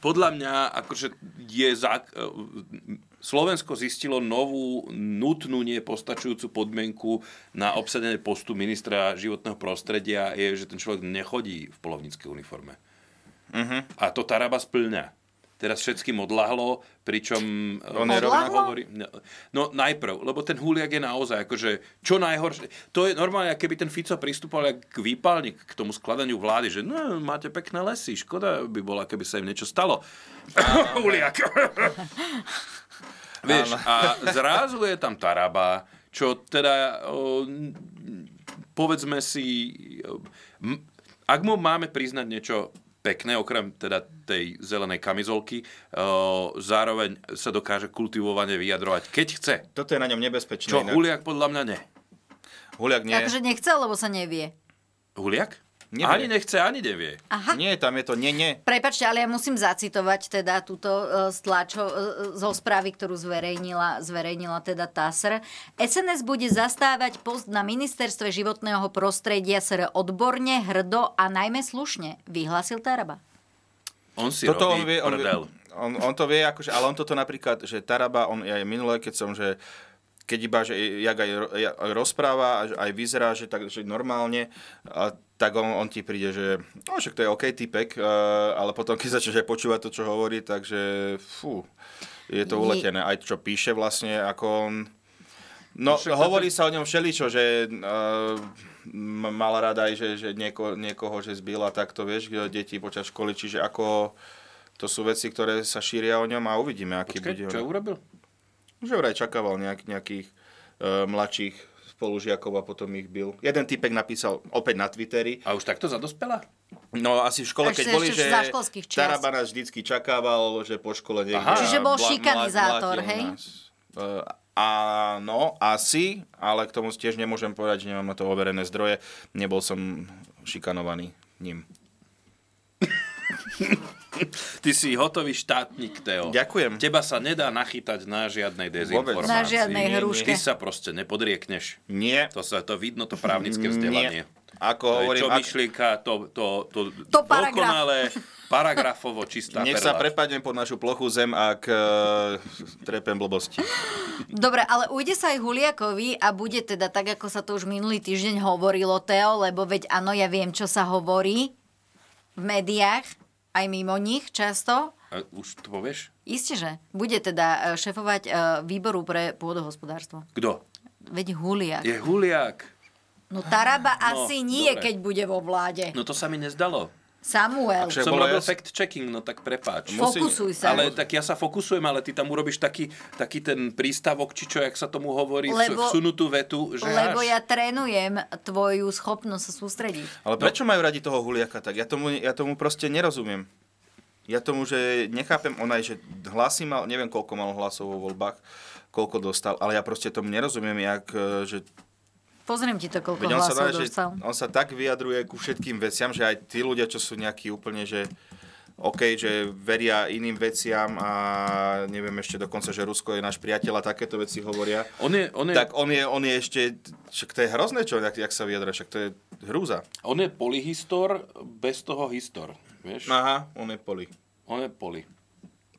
S6: Podľa mňa, akože je zák... eh, Slovensko zistilo novú, nutnú, nepostačujúcu podmienku na obsadenie postu ministra životného prostredia je, že ten človek nechodí v polovníckej uniforme.
S5: Uh-huh.
S6: A to Taraba splňa. Teraz všetkým odlahlo, pričom... eh,
S5: On je rovnako-
S6: hovorí... No, no najprv, lebo ten Huliak je naozaj akože čo najhoršie. To je normálne, ako keby ten Fico pristupoval jak k výpalni, k tomu skladaniu vlády, že no, máte pekné lesy, škoda by bola, keby sa im niečo stalo. Huliak. Vieš,
S5: Áno.
S6: a zrazu je tam Taraba, čo teda, o, n- povedzme si, o, m- ak mu máme priznať niečo pekné, okrem teda tej zelenej kamizolky, o, zároveň sa dokáže kultivovane vyjadrovať, keď chce.
S5: Toto je na ňom nebezpečné.
S6: Čo
S5: inak.
S6: Huliak podľa mňa nie.
S5: Huliak nie.
S4: Takže nechcel, Akože lebo sa nevie.
S6: Huliak?
S5: Nevie.
S6: Ani nechce, ani nevie.
S4: Aha.
S5: Nie, tam je to nie, nie.
S4: Prepačte, ale ja musím zacitovať teda túto e, stlačo, e, e, zo správy, ktorú zverejnila, zverejnila teda TASR. SNS bude zastávať post na ministerstve životného prostredia SR odborne, hrdo a najmä slušne, vyhlasil Taraba.
S6: On si
S5: Toto on
S6: robí
S5: vie, on, vie-
S6: prdel.
S5: on, on to vie, akože, ale on toto napríklad, že Taraba, on ja aj minulé, keď som, že keď iba, že jak aj, ro- ja- aj rozpráva, a že aj vyzerá, že, tak, že normálne, a tak on, on ti príde, že no, však to je OK typek, e, ale potom, keď začneš aj počúvať to, čo hovorí, takže fú, je
S4: Je-
S5: to uletené. Aj čo píše vlastne, ako on... No,
S6: Však to-
S5: hovorí sa o ňom všeličo, že uh, mala rada aj, že, že nieko, niekoho, že zbila takto, vieš, kde deti počas školy, čiže ako... To sú veci, ktoré sa šíria o ňom a uvidíme, aký
S6: Počkaj,
S5: bude.
S6: čo
S5: on.
S6: urobil?
S5: Že vraj čakával nejak, nejakých uh, mladších spolužiakov a potom ich bil. Jeden typek napísal opäť na Twitteri.
S6: A už takto zadospela?
S5: No asi v škole,
S4: Ešte-
S5: keď boli,
S4: ešte
S5: že
S4: za školských čias.
S5: Taraba nás vždycky čakával, že po škole niekde...
S4: Aha. Čiže bol
S5: bla- mla-
S4: šikanizátor,
S5: mlátil
S4: hej?
S5: nás. Uh, áno, asi, ale k tomu tiež nemôžem povedať, že nemám na to overené zdroje. Nebol som šikanovaný ním.
S6: Ty si hotový štátnik, Teo.
S5: Ďakujem.
S6: Teba sa nedá nachytať na žiadnej dezinformácii.
S4: Na žiadnej
S6: Nie, nie.
S4: hruške.
S6: Ty sa proste nepodriekneš.
S5: Nie.
S6: To, sa, to vidno, to právnické vzdelanie.
S5: Ako
S6: To je
S5: hovorím,
S6: čo
S5: ak-
S6: myšlienka, to, to, to,
S4: To paragraf.
S6: dokonale, paragrafovo čistá
S5: Nech sa
S6: perla.
S5: prepadnem pod našu plochu zem, ak e, trepem blbosti.
S4: Dobre, ale ujde sa aj Huliakovi a bude teda tak, ako sa to už minulý týždeň hovorilo, Teo, lebo veď áno, ja viem, čo sa hovorí v médiách, aj mimo nich často.
S6: A už to povieš?
S4: Isté, že bude teda e, šefovať e, výboru pre pôdohospodárstvo.
S6: Kto?
S4: Veď Huliak.
S6: Je Huliak.
S4: No Taraba
S6: No,
S4: asi nie,
S6: dobre.
S4: keď bude vo vláde.
S6: No to sa mi nezdalo.
S4: Samuel.
S5: Akže-
S6: Som
S5: bolo
S6: robil
S5: jas-
S6: fact-checking, no tak prepáč.
S4: Musí- Fokusuj sa.
S6: Ale tak ja sa fokusujem, ale ty tam urobíš taký, taký ten prístavok, či čo, jak sa tomu hovorí,
S4: Lebo-
S6: lebo, vsunutú vetu, že
S4: Lebo ja
S6: až.
S4: trénujem tvoju schopnosť sa sústrediť.
S5: Ale prečo majú radi toho huliaka? Tak ja tomu, ja tomu proste nerozumiem. Ja tomu, že nechápem, on aj, že hlasy mal, neviem koľko mal hlasov vo voľbách, koľko dostal, ale ja proste tomu nerozumiem, jak, e, že
S4: Pozriem ti to, koľko
S5: Veď on sa,
S4: hlasov
S5: dá, že No,
S4: dostal.
S5: on sa tak vyjadruje ku všetkým veciam, že aj tí ľudia, čo sú nejakí úplne, že OK, že veria iným veciam a neviem ešte dokonca, že Rusko je náš priateľ a takéto veci hovoria.
S6: On je, on je...
S5: Tak on je, on je ešte, však to je hrozné, čo, jak, jak sa vyjadra, však to je hrúza.
S6: On je polyhistor bez toho histor, vieš?
S5: Aha, on je poli.
S6: On je poli.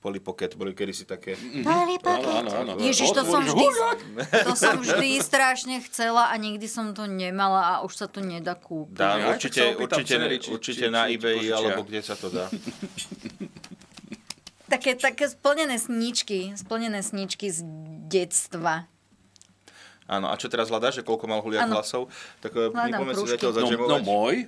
S5: Poli pocket, boli kedysi také.
S6: Mm,
S4: Poli pocket. No, Ježiš,
S5: no,
S6: No,
S4: to som vždy, to som vždy strašne chcela a nikdy som to nemala a už sa to nedá kúpiť.
S5: Dá,
S6: mm, Ja tak sa
S5: určite,
S6: opýtam
S5: určite,
S6: ceny, či-
S5: určite
S6: či-
S5: na
S6: či- či
S5: eBay
S6: požičia.
S5: alebo kde sa to dá.
S4: Také, také splnené sníčky, splnené sníčky z detstva.
S5: Áno, a čo teraz hľadáš, že koľko mal Huliak
S4: Áno.
S5: hlasov? Tak eh,
S4: Hľadám
S5: mi poďme si
S4: krúžky.
S5: zatiaľ
S6: No,
S5: zažemovať.
S6: no môj, uh,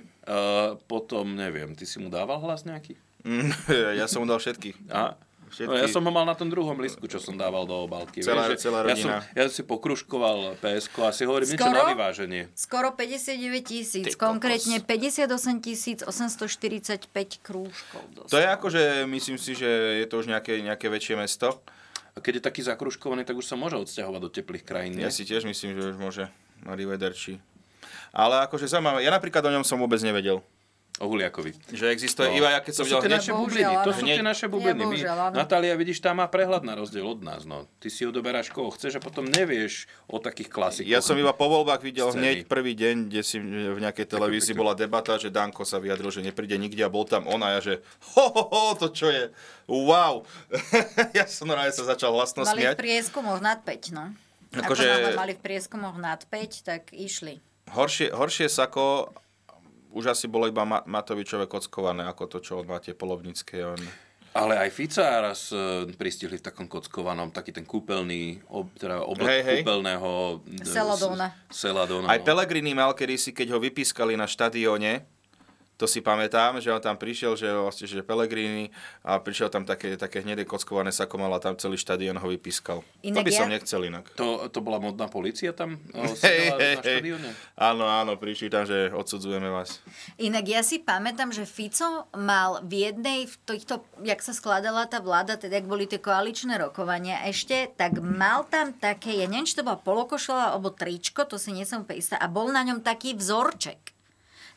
S6: potom neviem, ty si mu dával hlas nejaký?
S5: Mm, ja som mu dal všetky.
S6: A?
S5: Všetky.
S6: No, ja som ho mal na tom druhom listku, čo som dával do obálky.
S5: Celá-
S6: vieš, že
S5: celá
S6: ja, som,
S5: rodina.
S6: ja si pokruškoval PSK a si hovorím niečo
S4: Skoro?
S6: na vyváženie.
S4: Skoro 59 tisíc,
S5: Ty kokos.
S4: konkrétne 58 tisíc 845 krúžkov.
S5: To je akože, myslím si, že je to už nejaké, nejaké väčšie mesto.
S6: A keď je taký zakruškovaný, tak už sa môže odsťahovať do teplých krajín.
S5: Ja si tiež myslím, že už môže. Arrivederci. Ale akože zaujímavé, ja napríklad o ňom som vôbec nevedel.
S6: O Huliakovi.
S5: Že existuje,
S6: No.
S5: iba ja keď som
S6: to sú tie
S4: teda
S5: videl hneď-
S6: naše bubliny, to sú
S5: hneď-
S6: tie naše bubliny. My,
S4: bohužiaľ, áno.
S6: Natália, vidíš, tá má prehľad na rozdiel od nás. No. Ty si odoberáš koho chceš a potom nevieš o takých klasikoch.
S5: Ja som iba po voľbách videl
S6: Scény.
S5: hneď prvý deň, kde si v nejakej televízii bola debata, že Danko sa vyjadril, že nepríde nikde a bol tam on a ja, že ho, ho, ho, to čo je, wow. ja som rád, sa začal hlasno
S4: Mali v
S5: smiať.
S4: prieskumoch nad 5, no. Ako
S5: Akože-
S4: náhle mali v prieskumoch nad 5, tak išli.
S5: Horšie, horšie sako už asi bolo iba Ma- Matovičové kockované, ako to, čo on máte polovnícke. On...
S6: Ale aj Fica raz e, pristihli v takom kockovanom, taký ten kúpeľný, ob, teda oblak
S5: Hej,
S6: hey,
S5: hej.
S6: hey. kúpeľného... e,
S4: Seladóna.
S6: s- Seladóna,
S5: Aj
S6: no.
S5: Pellegrini mal kedysi, keď ho vypískali na štadióne, to si pamätám, že on tam prišiel, že vlastne, že Pellegrini a prišiel tam také, také hnedé kockované sako mal a tam celý štadión ho vypískal. to
S4: Inak
S5: by
S4: ja-
S5: som nechcel inak.
S6: To, to bola modná policia tam? e,
S5: Hej,
S6: sedela
S5: hej,
S6: na
S5: hej.
S6: štadióne?
S5: Áno, áno, prišli tam, že odsudzujeme vás.
S4: Inak ja si pamätám, že Fico mal v jednej, v týchto, jak sa skladala tá vláda, teda ak boli tie koaličné rokovania ešte, tak mal tam také, ja neviem, či to bola polokošela alebo tričko, to si nie som úplne istá, a bol na ňom taký vzorček.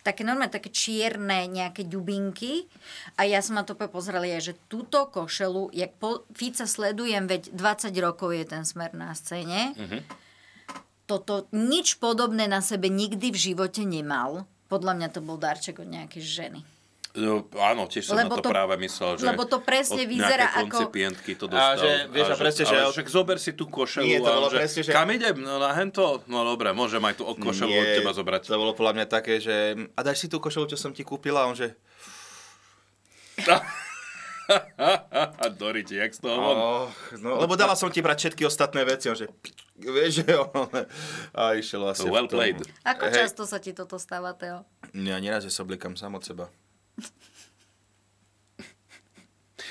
S4: Také normálne, také čierne nejaké ďubinky. A ja som na to úplne pozrela, ja, že túto košelu, jak po, Fica sledujem, veď 20 rokov je ten smer na scéne, toto nič podobné na sebe nikdy v živote nemal. Podľa mňa to bol darček od nejakej ženy.
S6: No, áno, tiež som
S4: Lebo
S6: na to,
S4: to-
S6: práve myslel, že
S4: lebo to presne
S6: od
S4: vyzerá
S6: nejakej
S4: ako-
S6: koncipientky
S5: A
S6: to dostal.
S5: že, vieš, a presne, že
S6: ale
S5: od-
S6: však zober si tú košelu
S5: Nie, to
S6: a
S5: bolo
S6: že,
S5: presne, že-
S6: kam idem? No na hento? No dobre, môžem aj tú košelu od teba zobrať.
S5: To bolo podľa mňa také, že a dáš si tú košelu, čo som ti kúpila? A on že...
S6: A Dorite, jak z toho von?
S5: Oh, no, lebo dala som ti brať všetky ostatné veci. A on že... "Pič", Vieš, že on... A išiel asi... v
S6: Well
S5: tom.
S6: played.
S4: Ako
S5: Hej.
S4: často sa ti toto stáva, Teo?
S5: Ja nieraz, že sa oblikam sám od seba.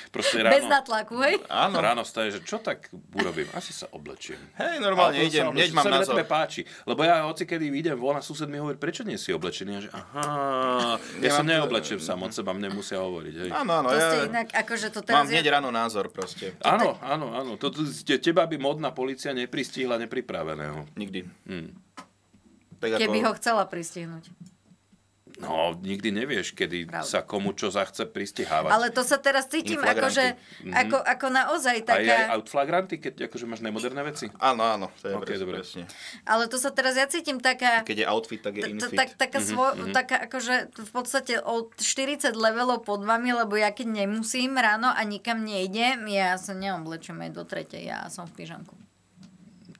S6: Proste
S4: Bez
S6: ráno,
S4: natlaku, hej?
S5: Áno.
S6: ráno vstaje, že čo tak urobím? Asi sa oblečiem.
S5: Hej, normálne
S6: Ale potom
S5: idem,
S6: sa
S5: hneď
S6: oblečím,
S5: mám
S6: sa mi na
S5: názor.
S6: tebe páči. Lebo ja hoci, kedy idem von a sused mi hovorí, prečo nie si oblečený? A že aha, ja,
S5: Nemám
S6: sa
S5: to-
S6: neoblečem sám od seba, mne musia hovoriť. Hej.
S5: Áno, áno,
S4: No, to ste
S5: ja
S4: inak, akože to
S5: mám
S4: teraz
S5: hneď
S4: je...
S5: ráno názor proste.
S6: Áno, áno, áno. To, to, te- teba by modná policia nepristihla nepripraveného.
S5: Nikdy.
S6: Hm.
S5: Tak
S4: Keby ho chcela pristihnúť.
S6: No, nikdy nevieš, kedy
S4: Pravda.
S6: sa komu čo zachce pristihávať.
S4: Ale to sa teraz cítim,
S6: In flagranti.
S4: akože,
S6: Mhm.
S4: ako, ako naozaj
S6: Aj, aj
S4: taká...
S6: outflagranty, keď akože máš nemoderné veci?
S5: Áno, áno, to je
S6: Ok,
S5: okay,
S6: dobre.
S5: presne.
S4: Ale to sa teraz ja cítim taká...
S5: Keď je outfit, tak je Mhm,
S4: t- t-
S5: infit.
S4: Tak, taká, svo, taká akože v podstate od 40 levelov pod vami, lebo ja keď nemusím ráno a nikam nejdem, ja sa neoblečujem aj do tretej, ja som v pyžamku.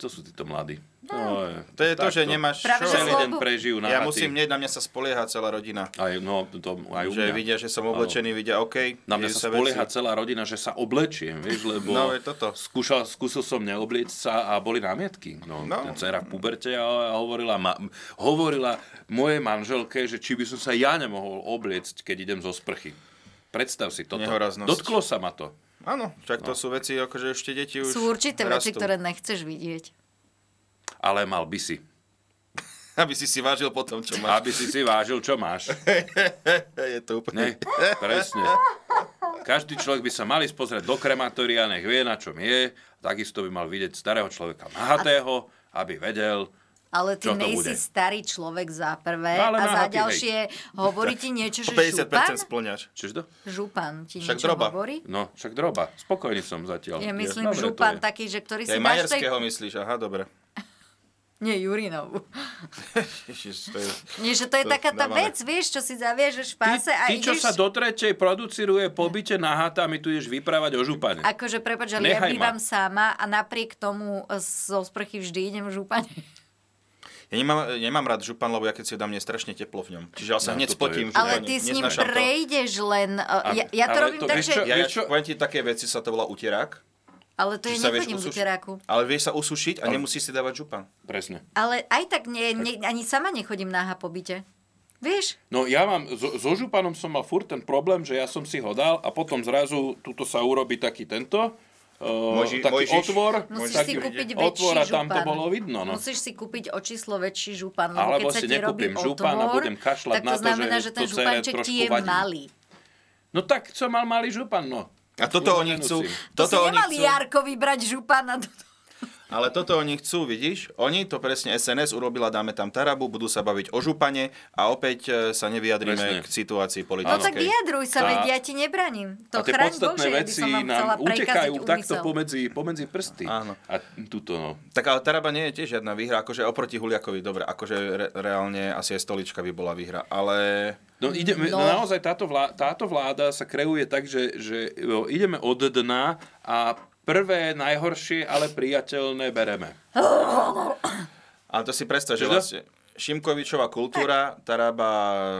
S6: To sú títo mladí. No. je,
S5: To je to,
S6: takto.
S5: že nemáš
S4: Práve, že
S5: celý
S6: Celý
S4: slovo-
S5: deň.
S6: deň prežijú na
S5: Ja
S6: haty.
S5: musím, hneď na mňa sa spolieha celá rodina.
S6: Aj, no, to aj u
S5: Že
S6: mňa.
S5: vidia, že som
S6: Áno.
S5: oblečený, vidia OK.
S6: Na mňa
S5: dejú
S6: sa
S5: veci.
S6: spolieha celá rodina, že sa oblečiem, vieš, lebo
S5: No, je toto.
S6: Skúšal, skúsil som neoblieť sa a boli námietky. No,
S5: No.
S6: no. Dcera v puberte a, a hovorila, ma, hovorila mojej manželke, že či by som sa ja nemohol obliecť, keď idem zo sprchy. Predstav si toto.
S5: Nehoraznosť.
S6: Dotklo sa ma to.
S5: Áno, však
S6: No.
S5: to sú veci, akože ešte deti už
S4: Sú určité veci,
S5: rastú.
S4: ktoré nechceš vidieť.
S6: Ale mal by si.
S5: Aby si si vážil potom, čo máš.
S6: Aby si si vážil, čo máš.
S5: Je to úplne...
S6: Ne, presne. Každý človek by sa mali spozrieť do krematória, nech vie, na čom je. Takisto by mal vidieť starého človeka nahatého, aby vedel,
S4: Ale ty
S6: Čo to
S4: nejsi
S6: bude?
S4: starý človek za prvé
S6: No, ale
S4: a
S6: má
S4: za
S6: happy,
S4: ďalšie hovorí ti niečo, že župan?
S6: splňaš. Čiže to?
S4: Župan ti
S6: Však
S4: niečo
S6: droba.
S4: hovorí?
S6: No, však droba. Spokojný som zatiaľ.
S4: Ja
S6: Je,
S4: myslím
S6: dobre to
S4: župan
S6: je.
S4: taký, že ktorý si dáš
S5: Aj
S4: tej...
S5: Majerského myslíš, aha, dobre.
S4: Nie, Jurinovú.
S5: Ježiš, to je...
S4: Nie, že to je
S6: To
S4: taká tá
S6: dávame.
S4: vec, vieš, čo si zaviežeš v páse a
S6: Ty, čo
S4: ideš...
S6: sa do tretej produciruje pobyte na hata a mi tu ideš vyprávať o župane.
S4: Akože, prepáč, ale ja
S6: Nechaj ma.
S4: bývam sama a napriek tomu e, zo sprchy vždy idem v župane.
S5: Ja nemám, nemám rád župan, lebo ja keď si ho dám, mne je strašne teplo v ňom. Čiže ja sa
S6: No,
S5: hneď
S6: toto je-
S5: spotím. v
S4: Ale
S5: župane.
S4: ty s ním
S5: Neznášam to.
S4: prejdeš len... e, Ja,
S5: Ale-
S4: ja to
S5: ale
S4: robím tak, že...
S5: Ja, ja poviem ti také veci, sa to volá utierák.
S4: Ale to je
S5: že sa vieš
S4: nechodím v
S5: usušiť.
S4: uteráku.
S5: Ale vieš sa usušiť a nemusíš si dávať župan.
S6: Presne.
S4: Ale aj tak nie, nie, ani sama nechodím náha po byte. Vieš?
S6: No ja mám, so, so županom som mal furt ten problém, že ja som si ho dal a potom zrazu tuto sa urobí taký tento, uh,
S5: Moži-
S6: taký
S5: Mojžiš.
S6: otvor,
S4: Musíš si
S6: taký
S4: kúpiť väčší
S6: otvor a tam
S4: župan.
S6: to bolo vidno. No.
S4: Musíš si kúpiť o číslo väčší župan, lebo
S6: Alebo
S4: keď sa
S6: si
S4: ti robí
S6: nekúpim župan a
S4: otvor,
S6: budem kašľať
S4: tak
S6: na
S4: to
S6: to,
S4: znamená,
S6: že
S4: že ten
S6: to cere
S4: županček ti
S6: trošku
S4: je
S6: vadí.
S4: malý.
S6: no tak som mal malý župan, no.
S5: A toto oni chcú.
S4: To si
S5: Toto oni
S4: nemali
S5: chcú.
S4: Jarkovi brať župana. no, do-
S5: Ale toto oni chcú, vidíš? Oni to presne SNS urobila, dáme tam tarabu, budú sa baviť o župane a opäť e, sa nevyjadríme
S6: Presne.
S5: k situácii
S4: No
S5: politickej.
S4: tak vyjadruj sa,
S5: Tá-
S4: veď ja ti nebraním.
S6: a
S4: To
S6: tie
S4: chráň
S6: podstatné
S4: No, Bože, ja by
S6: veci
S4: som vám chcela
S6: nám
S4: prekázať
S6: utekajú takto
S4: úmysel.
S6: pomedzi, pomedzi prsty. Áno. A tuto, no.
S5: Tak ale Taraba nie je tiež žiadna výhra, akože oproti Huliakovi, dobre, akože re- reálne asi aj stolička by bola výhra, ale...
S6: No, ide, no. naozaj táto, vlá, táto vláda sa kreuje tak, že, že jo, ideme od dna a prvé najhoršie, ale priateľné bereme.
S5: Ale to si predstav, že
S6: Čo?
S5: vlastne Šimkovičová kultúra, Taraba e,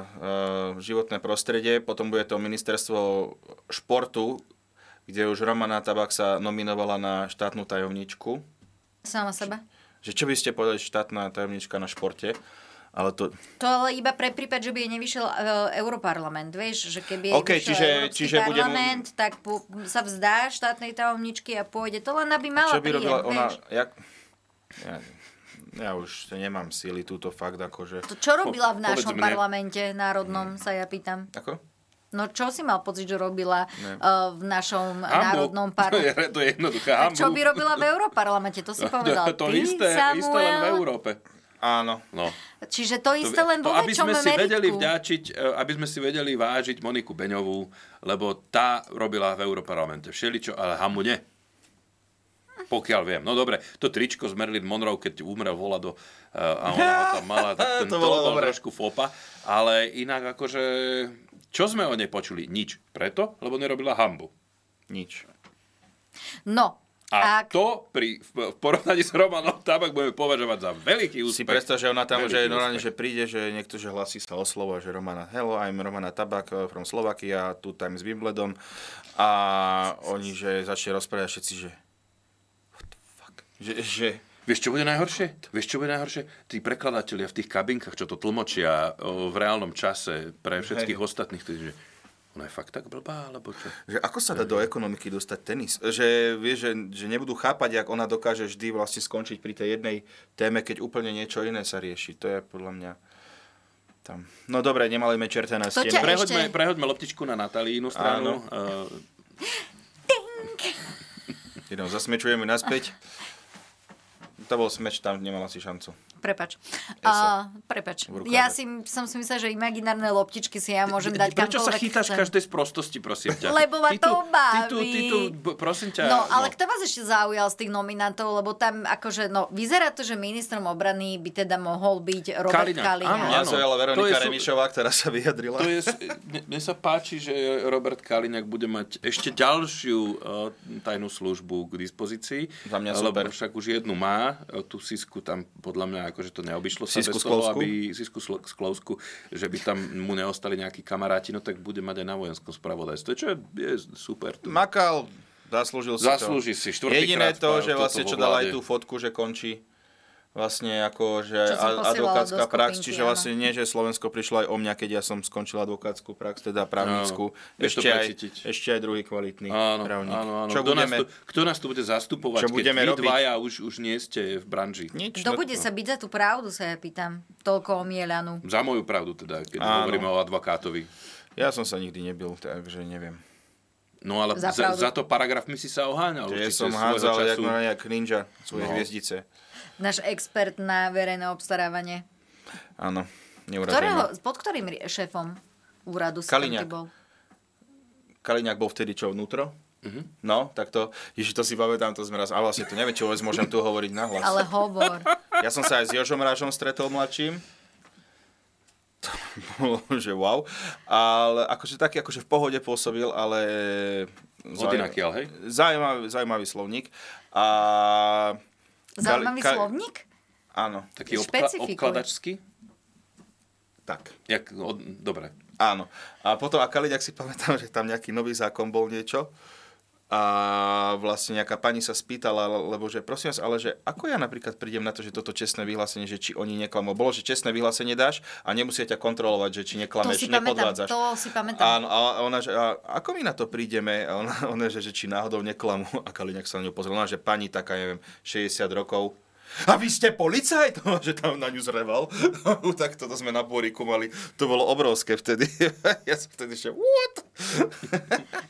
S5: životné prostredie, potom bude to ministerstvo športu, kde už Romana Tabak sa nominovala na štátnu tajomničku.
S4: Sama seba.
S5: Že čo by ste povedali štátna tajomnička na športe? Ale to...
S4: To ale iba pre prípad, že by jej nevyšiel e, Europarlament. Vieš, že keby jej
S5: OK,
S4: vyšiel
S5: čiže-
S4: Európsky
S5: čiže bude-
S4: parlament, tak po, sa vzdá štátnej tajomničky a pôjde. To len aby mala
S5: čo by
S4: príjem,
S5: robila ona...
S4: vieš.
S5: Jak... Ja, ja už nemám síly túto fakt, akože...
S4: To čo robila v
S5: Po-
S4: našom
S5: povedz mne.
S4: parlamente národnom, sa ja pýtam.
S5: Ako?
S4: No čo si mal pocit, že robila
S5: Ne.
S4: uh, v našom
S6: Hambu.
S4: národnom
S6: To je,
S4: parlamente?
S6: to je jednoduché.
S4: Tak
S6: hambu.
S4: čo by robila v Europarlamente? To si povedal
S6: to, to
S4: ty,
S6: isté,
S4: Samuel.
S6: isté len v Európe.
S5: Áno.
S6: No.
S4: Čiže to isté
S6: to,
S4: len vo
S6: to, aby
S4: väčšom
S6: sme si
S4: meritku.
S6: vedeli vďačiť, e, aby sme si vedeli vážiť Moniku Beňovú, lebo tá robila v Európarlamente všeličo, ale hamu ne. Pokiaľ viem. No dobre, to tričko z Marilyn Monroe, keď umrel vola do... e, a ona ho tam mala, tak ten,
S5: To
S6: to,
S5: bolo
S6: bol
S5: dobré.
S6: trošku fopa. Ale inak akože... Čo sme o nej počuli? Nič. Preto, lebo nerobila hambu.
S5: Nič.
S4: No,
S6: A to pri, v v porovnaní s Romanom Tabak budeme považovať za veľký
S5: Si
S6: úspech.
S5: predstav, že ona tam,
S6: Veľký
S5: že je normálne,
S6: úspech.
S5: že príde, že niekto, že hlasí sa o slovo, že Romana, hello, I'm Romana Tabak eh, from Slovakia, tu tam s Wimbledon. A oni, že začne rozprávať všetci, že Že, že...
S6: Vieš, čo bude najhoršie? Vieš, čo bude najhoršie? Tí prekladatelia v tých kabinkách, čo to tlmočia o, v reálnom čase pre všetkých ostatných, to je, že ona je fakt tak blbá, alebo čo?
S5: že ako sa dá do ekonomiky dostať tenis? Že, vieš, že, že nebudú chápať, jak ona dokáže vždy vlastne skončiť pri tej jednej téme, keď úplne niečo iné sa rieši. To je podľa mňa tam. No dobre, nemali sme čerta na
S4: To
S5: stenu.
S4: ťa
S6: Prehoďme,
S4: ešte-
S6: prehoďme loptičku na Natalínu stranu. Uh,
S5: Idem, zasmečujeme naspäť. To bol smeč, tam nemala si šancu.
S4: Prepač.
S5: Ja sa-
S4: A, prepač.
S5: v rukave.
S4: Ja si, som si myslela, že imaginárne loptičky si ja môžem dať
S6: prečo sa
S4: kamkoľvek
S6: chytáš
S4: chcem.
S6: každej z prostosti, prosím ťa?
S4: Lebo ma
S6: Ty
S4: to
S6: tu- Ty tu,
S4: baví.
S6: ty tu, b- prosím ťa.
S4: No, ale kto vás ešte zaujal z tých nominantov, lebo tam akože, no, vyzerá to, že ministrom obrany by teda mohol byť Robert
S6: Kaliňák,
S4: Kaliňák.
S6: áno,
S5: Ja som jela
S6: To je
S5: Veronika
S6: sú-
S5: Remišová, ktorá sa vyjadrila.
S6: To je, mne, mne sa páči, že Robert Kaliňák bude mať ešte ďalšiu uh, tajnú službu k dispozícii.
S5: Za mňa
S6: lebo
S5: super.
S6: však už jednu má, e, tú sisku tam podľa mňa akože to neobyšlo sa
S5: Sisku
S6: bez toho,
S5: Sklovsku?
S6: aby sisku Slo- sklovsku, že by tam mu neostali nejakí kamaráti, no tak bude mať aj na vojenskom spravodajstve, čo je, je super. To-
S5: Makal, zaslúžil si
S6: Zaslúži
S5: to.
S6: si, štvrtýkrát
S5: Jediné to,
S6: spravil
S5: že
S6: toto
S5: vlastne,
S6: vo
S5: čo dal aj
S6: vláde.
S5: tú fotku, že končí vlastne ako, že
S4: Čo som
S5: a-
S4: posielala
S5: advokátska
S4: do
S5: prax,
S4: skupinky,
S5: čiže
S4: áno.
S5: vlastne nie, že Slovensko prišlo aj o mňa, keď ja som skončil advokátsku prax, teda právnickú,
S6: Áno, vieš to
S5: ešte, aj,
S6: precítiť.
S5: ešte aj druhý kvalitný
S6: Áno,
S5: právnik.
S6: áno, áno.
S5: Čo
S6: kto, budeme,
S5: budeme...
S6: nás tu, kto nás tu bude zastupovať,
S5: Čo budeme
S6: keď vy
S5: robiť?
S6: dvaja už, už nie ste v branži?
S5: Nič. no-
S4: Kto bude sa byť za tú pravdu, sa ja pýtam. Toľko o Mielanu.
S6: Za moju pravdu teda, keď
S5: Áno.
S6: hovoríme o advokátovi.
S5: Ja som sa nikdy nebil, takže neviem.
S6: No ale za,
S4: Za
S6: za,
S4: pravdu.
S6: to paragrafmi si sa oháňal.
S5: Tie
S6: určite
S5: som
S6: svojho
S5: hádzal
S6: času.
S5: jak, no, jak ninja, svoje
S6: No.
S5: hviezdice.
S4: Náš expert na verejné obstarávanie.
S5: Áno,
S4: Ktorého,
S5: neurazujeme.
S4: pod ktorým rie- šéfom úradu si tam ty
S5: Kaliňák.
S4: bol?
S5: Kaliňák bol vtedy čo, vnútro?
S6: Mhm.
S5: No, tak to, ježi, to si pamätám, to sme raz, a vlastne to neviem, či vôbec môžem tu hovoriť na hlas.
S4: Ale hovor.
S5: Ja som sa aj s Jožom Rážom stretol mladším. To bolo, že wow. Ale akože taký, akože v pohode pôsobil, ale...
S6: Od inakiaľ, hej?
S5: Zaujímavý, zaujímavý slovník. A...
S4: Zaujímavý
S5: Kali- ka-
S4: slovník?
S5: Áno.
S6: Taký obkla,
S4: Špecifikuj.
S6: obkladačský?
S5: Tak.
S6: Jak, od, dobre.
S5: Áno. A potom, a Kaliďak si pamätám, že tam nejaký nový zákon bol niečo. A vlastne nejaká pani sa spýtala, lebo že prosím vás, ale že ako ja napríklad prídem na to, že toto čestné vyhlásenie, že či oni neklamú. Bolo, že čestné vyhlásenie dáš a nemusia ťa kontrolovať, že či
S4: To
S5: neklameš,
S4: si
S5: či
S4: pamätám,
S5: nepodvádzaš.
S4: to si pamätám.
S5: Áno, a ona, že a ako my na to prídeme? A ona, ona že, že či náhodou neklamú. A Kaliňák sa na ňu pozrel. Ona, že pani taká, neviem, 60 rokov. A vy ste policajt? Ona, že tam na ňu zreval. tak toto sme na boriku mali. To bolo obrovské vtedy. ja som vtedy ešte, what?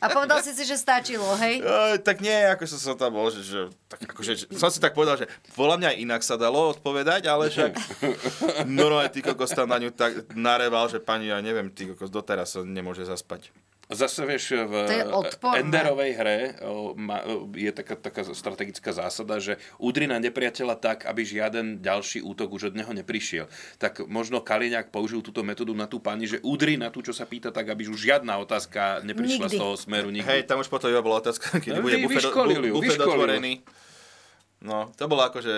S4: A povedal si si, že stačilo, hej?
S5: E, tak nie, ako som sa tam bol, že, že, tak akože, že, som si tak povedal, že podľa mňa inak sa dalo odpovedať, ale však normálne ty kokos tam na ňu tak nareval, že pani, ja neviem, ty kokos doteraz sa nemôže zaspať.
S6: Zase vieš, v
S4: To je odporné.
S6: Enderovej hre o, ma- o, je taká, taká strategická zásada, že udri na nepriateľa tak, aby žiaden ďalší útok už od neho neprišiel. Tak možno Kaliňák použil túto metódu na tú pani, že udri na tú, čo sa pýta, tak aby už žiadna otázka neprišla
S4: Nikdy.
S6: z toho smeru nikdy.
S5: Hej, tam už potom iba bola otázka, kedy
S6: No,
S5: bude
S6: vy-
S5: bufet,
S6: vyškolil ju,
S5: bu- bufet
S6: vyškolil ju.
S5: otvorený. No, to bolo akože,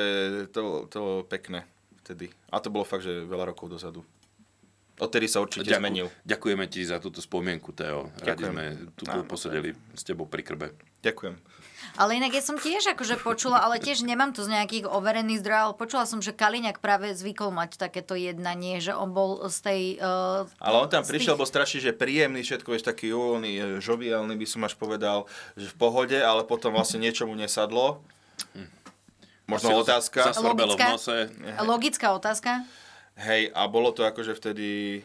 S5: to, bolo- to bolo pekné vtedy. A to bolo fakt, že veľa rokov dozadu. Odtedy sa určite
S6: Ďaku-
S5: zmenil.
S6: Ďakujeme ti za túto spomienku, Teo. Radi
S5: Ďakujem.
S6: sme tu
S5: Áno,
S6: posedeli s tebou pri krbe.
S5: Ďakujem.
S4: Ale inak ja som tiež akože počula, ale tiež nemám to z nejakých overených zdrojov, ale počula som, že Kaliňák práve zvykol mať takéto jednanie, že on bol z tej... Uh,
S5: Ale on tam
S4: z
S5: prišiel,
S4: tých-
S5: bol strašne, že príjemný, všetko vieš, taký uvoľný, e, žoviálny by som až povedal, že v pohode, ale potom vlastne niečo mu nesadlo. Možno
S6: Asi ho
S5: otázka.
S6: zas- zasvrbelo v
S4: Logická.
S6: nose.
S4: Logická otázka.
S5: Hej, a bolo to akože vtedy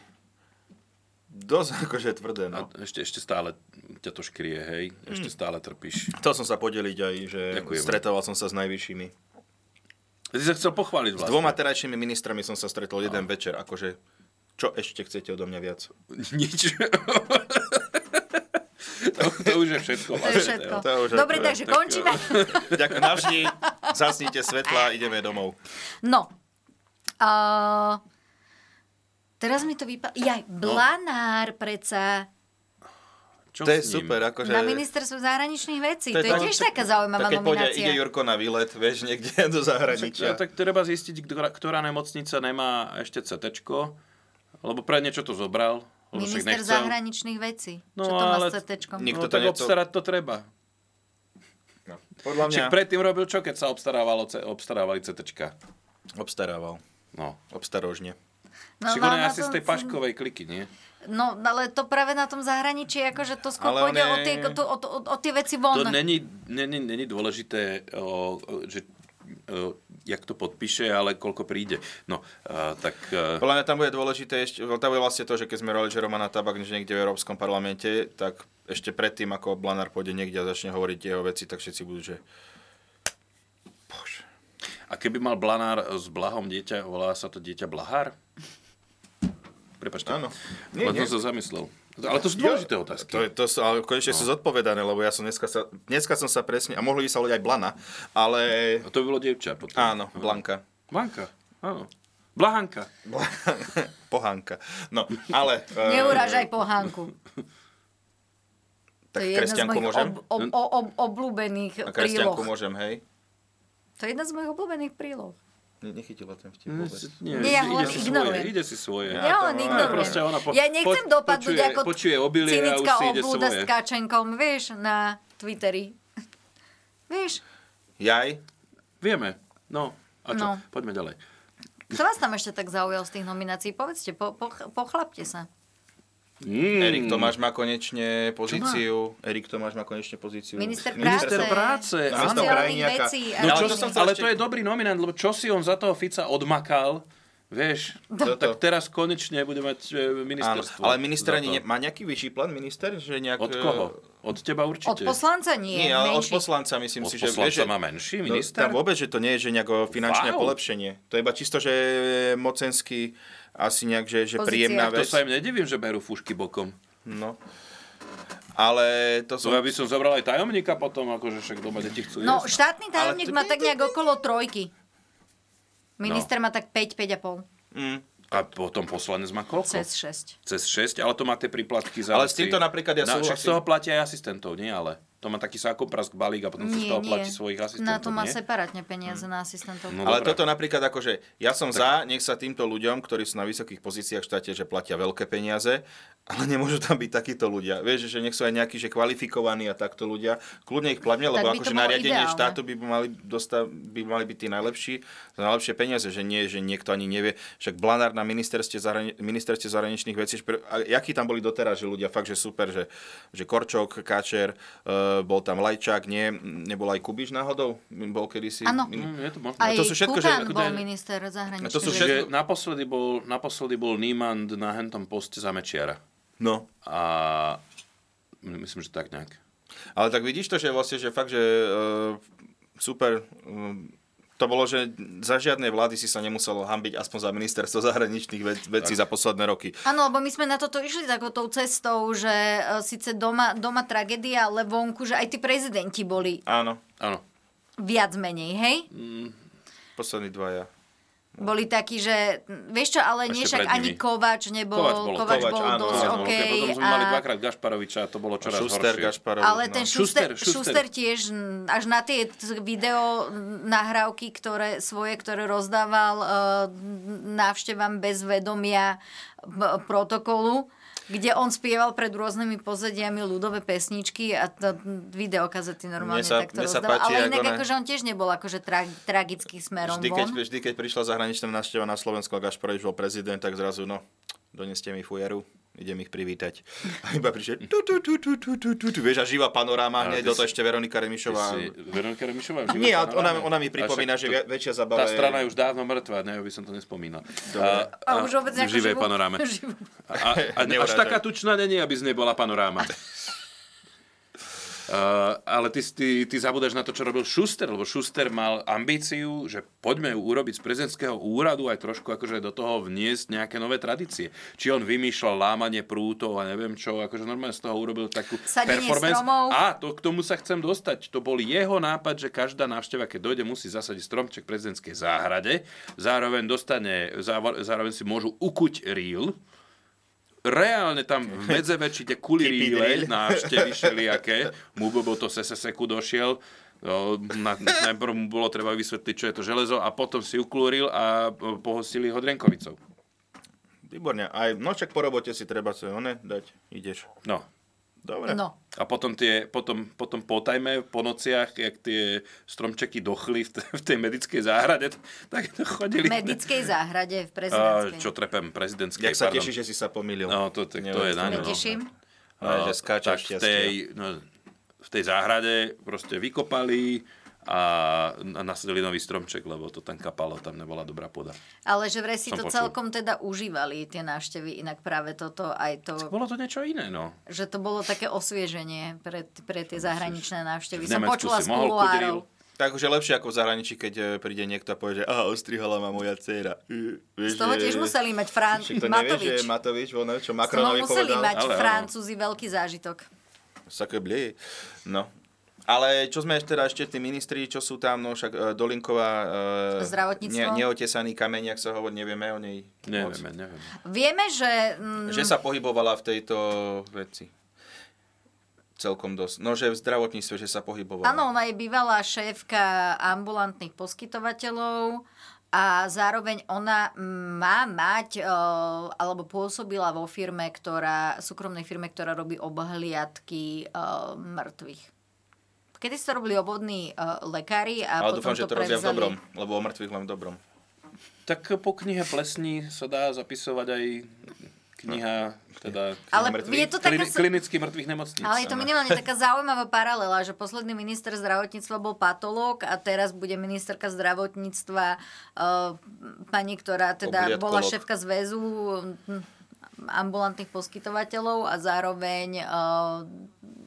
S5: dosť akože tvrdé, no.
S6: A ešte, ešte stále ťa to škrie, hej? Ešte stále trpíš.
S5: Chcel som sa podeliť aj, že
S6: Ďakujeme.
S5: stretával som sa s najvyššími.
S6: Vlastne. Ty sa chcel pochváliť
S5: S
S6: vlastne.
S5: dvoma terajšími ministrami som sa stretol jeden večer, akože čo ešte chcete odo mňa viac?
S6: Nič. to, to už je Vlastne, všetko.
S4: To je všetko.
S5: To je už
S4: Dobre,
S5: akurát.
S4: takže končíme.
S5: Ďakujem navždy, zasnite svetla, ideme domov.
S4: No. Uh, teraz mi to vypadlo.
S5: No.
S4: Jaj, Blanár predsa
S5: to je super, akože...
S4: na ministerstvu zahraničných vecí. To je,
S5: tak-
S4: tiež taká zaujímavá
S5: tak, keď pôjde,
S4: nominácia.
S5: ide Jurko na výlet, vieš, niekde do zahraničia.
S6: Tak, tak treba zistiť, ktorá, ktorá nemocnica nemá ešte CT, lebo pre niečo to zobral. Lebo však
S4: Minister
S6: nechcel.
S4: zahraničných vecí. Čo
S6: No,
S4: to má
S6: ale
S4: s CTčkom?
S5: Nikto to
S6: no, tak
S5: nechcel.
S6: obstarať to treba.
S5: Podľa mňa
S6: Však predtým robil čo, keď sa obstarávalo, ce- obstarávali CTčka.
S5: obstarával.
S6: No.
S5: Obstarožne.
S4: No,
S6: Však
S4: no,
S6: on je
S4: na
S6: asi z
S4: tom-
S6: tej paškovej kliky, nie?
S4: No, ale to práve na tom zahraničí, akože to skôr
S6: Ale
S4: pôjde
S6: on
S4: o,
S6: je-
S4: tie, o, to- o, to- o tie veci von.
S6: To není, není, není dôležité, o, o, že o, jak to podpíše, ale koľko príde. No, a, tak... a,
S5: Podľa mňa tam bude dôležité ešte, tam bude vlastne to, že keď sme rolili, že Romana Tabak že niekde v Európskom parlamente, tak ešte predtým, ako Blanár pôjde niekde a začne hovoriť jeho veci, tak všetci budú, že
S6: A keby mal Blanár s Blahom dieťa, volá sa to dieťa Blahár? Prepačte.
S5: Áno. Nie,
S6: Nie, Len
S5: nie.
S6: som sa zamyslel. Ale to sú dôležité otázky.
S5: To, je- to sú, ale konečne sú zodpovedané, lebo ja som dneska sa, dneska som sa presne, a mohli by sa volať aj Blana, ale...
S6: A to by bolo dievča potom.
S5: Áno, Blanka.
S6: Blanka, áno. Blahanka.
S5: Pohánka. No, ale... e,
S4: Neurážaj pohánku. to
S5: Tak
S4: je jedna z
S5: kresťanku
S4: mojich
S5: môžem?
S4: ob, ob, ob, ob, obľúbených príloh.
S5: A kresťanku môžem, hej?
S4: To je jedna z mojich obľúbených príloh.
S5: Ne- Nechytila ten vtip
S6: Mm.
S5: vôbec.
S4: Nie, ja ho len ignorujem.
S6: Svoje, ide si svoje.
S4: Ja ho len ignorujem.
S6: Proste ona po,
S4: ja nechcem
S6: po-
S4: dopadnúť
S6: počuje,
S4: ako
S6: počuje obilie a už
S4: cynická
S6: si ide
S4: obľúda s
S6: svoje.
S4: kačenkom, vieš, na Twitteri. vieš,
S5: Jaj?
S6: Vieme. No, a čo?
S4: No.
S6: Poďme ďalej.
S4: kto vás tam ešte tak zaujal z tých nominácií? Povedzte, po, po, pochlapte sa.
S6: Mm.
S5: Erik Tomáš má konečne pozíciu. Erik Tomáš má konečne pozíciu.
S4: Minister
S6: Minister práce,
S4: práce,
S6: áno.
S4: sociálnych vecí. a
S6: No, čo
S4: rodiny.
S6: som chcel, ale to je dobrý nominant, lebo čo si on za toho Fica odmakal, Vieš, to, tak teraz konečne bude mať e, ministerstvo.
S5: Áno, ale minister
S6: za
S5: ani
S6: to.
S5: ne, má nejaký vyšší plán, minister? Že nejak, e,
S6: Od koho? Od teba určite.
S4: Od poslanca nie.
S5: Nie, ale od
S4: menší.
S5: poslanca myslím
S6: Od
S5: si, že...
S6: poslanca
S5: vieš, že-
S6: má menší
S5: No,
S6: minister?
S5: Tam vôbec, že to nie je že nejako finančné
S6: Wow.
S5: polepšenie. To je iba čisto, že mocenský asi nejak, že, že
S6: Pozícia.
S5: príjemná
S6: To
S5: vec.
S6: sa im nedivím, že berú fúšky bokom.
S5: No. Ale to
S6: som... Ja by som zobral aj tajomníka potom, akože však doma deti chcú
S4: No,
S6: jesť.
S4: štátny tajomník má tak nejak okolo trojky.
S6: No.
S4: Minister má tak 5, 5,5.
S5: Mm.
S6: A potom poslanec má koľko?
S4: Cez 6.
S6: Cez 6, ale to má tie príplatky za...
S5: Ale s týmto napríklad ja
S6: no, však
S5: súhlasím.
S6: z toho platia aj asistentov, nie ale. To má taký sákoprask balík a potom si z toho platí svojich asistentov,
S4: Na to má
S6: nie?
S4: separátne peniaze na asistentov.
S6: No
S5: ale
S6: dobré.
S5: toto napríklad akože, ja som tak. za, nech sa týmto ľuďom, ktorí sú na vysokých pozíciách v štáte, že platia veľké peniaze, ale nemôžu tam byť takíto ľudia. Vieš, že nech sú aj nejakí že kvalifikovaní a takto ľudia. Kľudne ich platne, lebo
S4: Tak by to
S5: akože
S4: bolo
S5: nariadenie
S4: ideálne.
S5: štátu by mali, dosta, by mali byť tí najlepší za najlepšie peniaze, že nie, že niekto ani nevie. Však Blanár na ministerstve, zahrani- ministerstve zahraničných vecí, špr- a jakí tam boli doteraz, že ľudia, fakt, že super, že, že Korčok, Káčer, e, bol tam Lajčák, nie, nebol aj Kubiš náhodou, bol kedysi.
S4: Áno.
S5: Mm,
S6: je to možné.
S4: Aj
S5: to sú všetko, že...
S4: Kukan bol minister zahraničných
S5: To sú
S4: vecí.
S5: všetko-
S6: Že naposledy bol, naposledy bol Niemand na hentom poste za Mečiara.
S5: No.
S6: A myslím, že tak nejak.
S5: Ale tak vidíš to, že vlastne, že fakt, že e, super, e, to bolo, že za žiadnej vlády si sa nemuselo hambiť aspoň za ministerstvo zahraničných vec- vecí za posledné roky.
S4: Áno, lebo my sme na toto išli takoutou cestou, že e, síce doma, doma tragédia, ale vonku, že aj tí prezidenti boli
S5: Áno.
S6: Áno.
S4: viac menej, hej?
S6: No.
S5: Poslední dvaja.
S4: Boli takí, že m, vieš čo, ale
S6: Ešte
S4: nie však
S6: pred nimi.
S4: ani Kovač nebol,
S6: Kovač bol,
S4: Kovač
S6: Kovač,
S4: bol
S6: áno,
S4: dosť
S6: áno,
S4: OK.
S6: okej, potom sme
S4: a-
S6: mali dvakrát Gašparoviča a to bolo čoraz
S5: Schuster, no.
S6: horšie.
S5: Gašparov,
S4: Ale ten Schuster,
S6: Schuster, Schuster.
S4: Schuster tiež m, až na tie t- video m, nahrávky, ktoré, svoje, ktoré rozdával uh, návštevám bez vedomia m, protokolu, kde on spieval pred rôznymi pozadiami ľudové pesničky a to, m, videokazety normálne
S5: Mne sa-
S4: takto
S5: mne sa
S4: rozdával.
S5: páči,
S4: Ale inak
S5: ako ne-
S4: akože on tiež nebol akože tra- tragický smerom
S5: Vždy keď,
S4: von.
S5: vždy, keď prišla zahraničná návšteva na Slovensko a Gašparovič bol prezident, tak zrazu, no, doneste mi fujaru, idem ich privítať. A iba prišiel, tu, tu, tu, tu, tu, tu, tu, tu, vieš, a živá panoráma,
S6: Ale
S5: hneď
S6: ty
S5: do toho
S6: si-
S5: ešte Veronika
S6: Ty
S5: Remišová.
S6: si Veronika Remišová? v živote
S5: Nie,
S6: na
S5: ona,
S6: ráne?
S5: ona mi
S6: A
S5: pripomína, že
S6: však to-
S5: via- väčšia zabava
S6: Tá strana je už dávno mŕtva, ne, by som to nespomínal. A,
S4: A už vôbec akože
S6: v
S4: nejakú
S6: živej
S4: živú-
S6: panoráme.
S4: živú-
S6: A, a, až
S5: Neurážaj.
S6: taká tučná není, aby z nej bola panoráma. Uh, ale ty, ty, ty zabudáš na to, čo robil Schuster, lebo Schuster mal ambíciu, že poďme ju urobiť z prezidentského úradu aj trošku akože do toho vniesť nejaké nové tradície. Či on vymýšľal lámanie prútov a neviem čo, akože normálne z toho urobil takú
S4: Sadenie
S6: performance.
S4: stromov.
S6: A to, k tomu sa chcem dostať. To bol jeho nápad, že každá návšteva, keď dojde, musí zasadiť stromček v prezidentskej záhrade. Zároveň, dostane, závo- zároveň si môžu ukuť reel, reálne tam v medzeveči tie kuli
S5: Keep it
S6: ríle,
S5: real.
S6: návštevy šelijaké, mu bobo to SSEku došiel, o, na, najprv mu bolo treba vysvetliť, čo je to železo a potom si uklúril a o, pohostili ho drenkovicou.
S5: Výborne, aj no však po robote si treba sa one dať, ideš.
S6: No.
S5: Dobre.
S4: No.
S6: A potom, tie, potom, potom po tajme, po nociach, jak tie stromčeky dochli v, t- v tej medickej záhrade, t- tak
S4: V
S6: to chodili.
S4: medickej záhrade v
S6: a,
S4: prezidentskej.
S6: čo trepem, prezidentskej,
S5: Jak sa
S6: pardon.
S5: teší, že si sa pomýlil.
S6: No, to, tak, to
S5: Neviem, čo
S6: je
S5: to
S6: na ňo.
S5: je.
S4: Teším.
S5: Aj, že skáče
S6: tak v
S5: No, šťastie.
S6: tej, no, v tej záhrade proste vykopali a a nasadili nový stromček, lebo to tam kapalo, tam nebola dobrá pôda.
S4: Ale že vraj si
S6: Som
S4: to
S6: počul.
S4: celkom teda užívali, tie návštevy, inak práve toto aj to...
S6: Bolo to niečo iné, no.
S4: Že to bolo také osvieženie pre, pre tie zahraničné návštevy.
S6: V
S4: Som
S6: Nemecku
S4: počula z
S6: si mohol
S4: kuluárov.
S5: Takže lepšie ako v zahraničí, keď e, príde niekto a povie, že aha, ostrihala ma moja dcéra. E,
S4: Z
S5: Vieš,
S4: toho
S5: že-
S4: tiež museli mať Fran...
S5: Však to nevie, že
S4: Matovič.
S5: je Matovič, on,
S4: Z
S5: čo
S4: toho
S5: Macronovi
S4: museli
S5: povedal.
S4: mať Francúzi veľký zážitok.
S5: Saké blieje. No. Ale čo sme ešte teda ešte tí ministri, čo sú tam, no však e, Dolinková... e,
S4: Zdravotníctvo?
S5: Ne, neotesaný kameň, ak sa hovorí, nevieme o nej. moc.
S6: Nevieme, nevieme.
S4: Vieme, že... mm,
S5: Že sa pohybovala v tejto veci. Celkom dosť. No, že v zdravotníctve, že sa pohybovala.
S4: Áno, ona je bývalá šéfka ambulantných poskytovateľov a zároveň ona má mať, e, alebo pôsobila vo firme, ktorá, súkromnej firme, ktorá robí obhliadky e, mŕtvych. Kedy si to robili obvodní e, lekári a
S5: Ale
S4: potom
S5: dúfam, že to robia v
S4: prevzali...
S5: dobrom, lebo o mŕtvych len v dobrom.
S6: Tak po knihe Plesní sa dá zapisovať aj kniha, teda kniha
S4: Ale
S6: mŕtvych,
S4: je to taká
S6: klini-
S4: sa-
S6: klinicky mŕtvych nemocníc.
S4: Ale je to
S6: áno.
S4: minimálne taká zaujímavá paralela, že posledný minister zdravotníctva bol patológ a teraz bude ministerka zdravotníctva eh, pani, ktorá teda
S6: Obliadkolog.
S4: bola šéfka zväzu hm, ambulantných poskytovateľov a zároveň eh,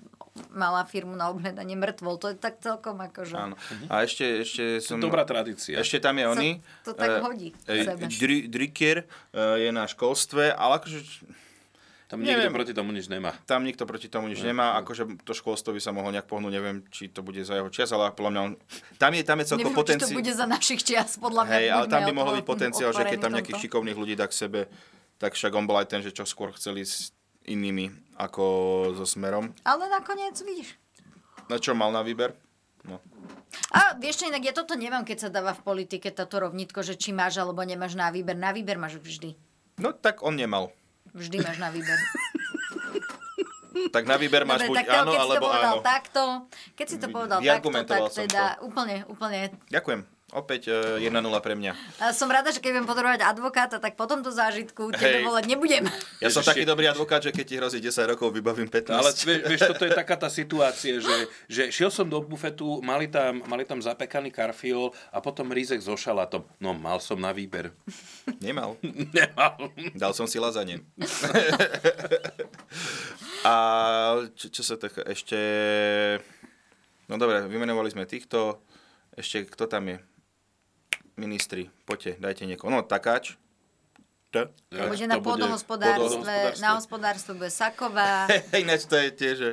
S4: mala firmu na obhľadanie mŕtvol. To je tak celkom akože...
S5: Áno. A ešte, ešte som...
S6: Mhm. dobrá tradícia.
S5: Ešte tam je
S4: Sa
S5: oný.
S4: to tak
S5: eh,
S4: hodí k
S5: eh,
S4: sebe.
S5: Dri- Drikier eh, je na školstve, ale akože...
S6: Tam nikto proti tomu nič nemá.
S5: Tam nikto proti tomu nič nemá, akože to školstvo by sa mohlo nejak pohnúť, neviem, či to bude za jeho čas, ale podľa mňa on... Tam je, tam je celko
S4: Neviem, či
S5: potenciál...
S4: to bude za našich čias, podľa mňa.
S5: Hej, ale tam by
S4: buďme
S5: mohol byť
S4: otvorení-
S5: potenciál, že keď tam
S4: otvorení
S5: nejakých
S4: tomto.
S5: šikovných ľudí dá k sebe, tak však on bol aj ten, že čo skôr chceli s inými ako so Smerom.
S4: Ale nakoniec, vidíš,
S5: Na čo mal na výber? No.
S4: A vieš čo, inak ja toto nemám, keď sa dáva v politike táto rovnitko, že či máš alebo nemáš na výber. Na výber máš vždy.
S5: no tak on nemal.
S4: Vždy máš na výber.
S5: Tak na výber máš
S4: Dobre,
S5: buď
S4: tak to,
S5: áno,
S4: keď si to
S5: alebo
S4: povedal
S5: áno.
S4: takto, keď si to povedal takto, tak
S5: Vyargumentoval som
S4: teda úplne, úplne.
S5: Ďakujem. Opäť e, 1-0 pre mňa.
S4: A Som rada, že keď budem podporovať advokáta, tak po tomto zážitku tebe
S5: Hej.
S4: volať nebudem.
S5: Ja som
S6: Ježiši.
S5: taký dobrý advokát, že keď ti hrozí 10 rokov, vybavím 15.
S6: Ale vieš, vieš, toto je taká tá situácia, že, že šiel som do bufetu, mali tam, mali tam zapekaný karfiol a potom rízek so šalátom. No, mal som na výber.
S5: Nemal.
S6: Nemal.
S5: Dal som si lazanie. A čo, čo sa tak ešte... No dobre, vymenovali sme týchto. Ešte kto tam je? Ministri, poďte, dajte niekoho. No, takáč. T?
S4: Bude na pôdohospodárstve, na hospodárstve bude Saková,
S5: Ináč to je tiež, že...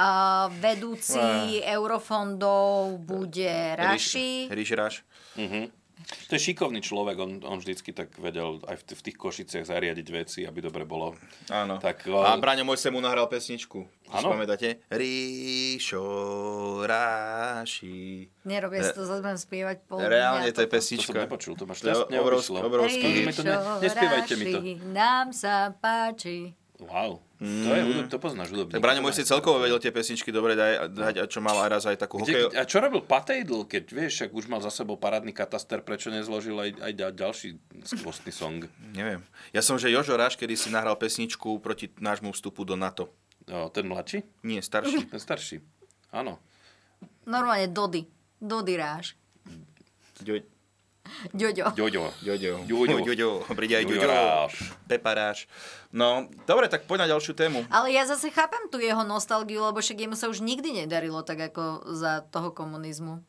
S4: a vedúci eurofondov bude Raši.
S5: Ríš, Raš.
S6: Mhm. To je šikovný človek, on, on vždycky tak vedel aj v, t- v tých košiciach zariadiť veci, aby dobre bolo.
S5: Áno.
S6: Tak,
S5: A
S6: o-
S5: Braňo Mojse mu nahral pesničku. Áno.
S6: Áno.
S5: pamätáte? Ríšo, Ráši.
S4: Nerobia si to, zase budem spievať pol dňa.
S5: Reálne to je pesnička.
S6: To som nepočul, to máš
S5: To je
S6: teraz
S5: obrovský,
S6: neobyšlo.
S5: obrovský
S6: Ej,
S5: hit.
S6: to ne- nespievajte mi to.
S4: Raši, Nám sa páči.
S6: Wow, to, je, hudob- to poznáš hudobníka.
S5: Tak Braňo Mojsi celkovo vedel tie pesničky dobre daj, dať a čo mal aj raz aj takú hokej...
S6: Kde, a čo robil Patejdl, keď vieš, ak už mal za sebou parádny kataster, prečo nezložil aj, aj ďal- ďalší skvostný song?
S5: Neviem. Ja som, že Jožo Ráš kedy si nahral pesničku proti nášmu vstupu do NATO.
S6: No, ten mladší?
S5: Nie, starší.
S6: Ten starší. Áno.
S4: Normálne Dody. Dody Ráš.
S5: Ďo-
S4: Ďoďo.
S6: Ďoďo.
S5: Ďoďo.
S6: Ďoďo.
S5: Ďoďo. Príde aj
S6: Ďoďo
S5: Ďoďo.
S6: Ráš.
S5: Pepa Ráš. No, dobre, tak poď na ďalšiu tému.
S4: Ale ja zase chápam tu jeho nostalgiu, lebo však jemu sa už nikdy nedarilo tak ako za toho komunizmu.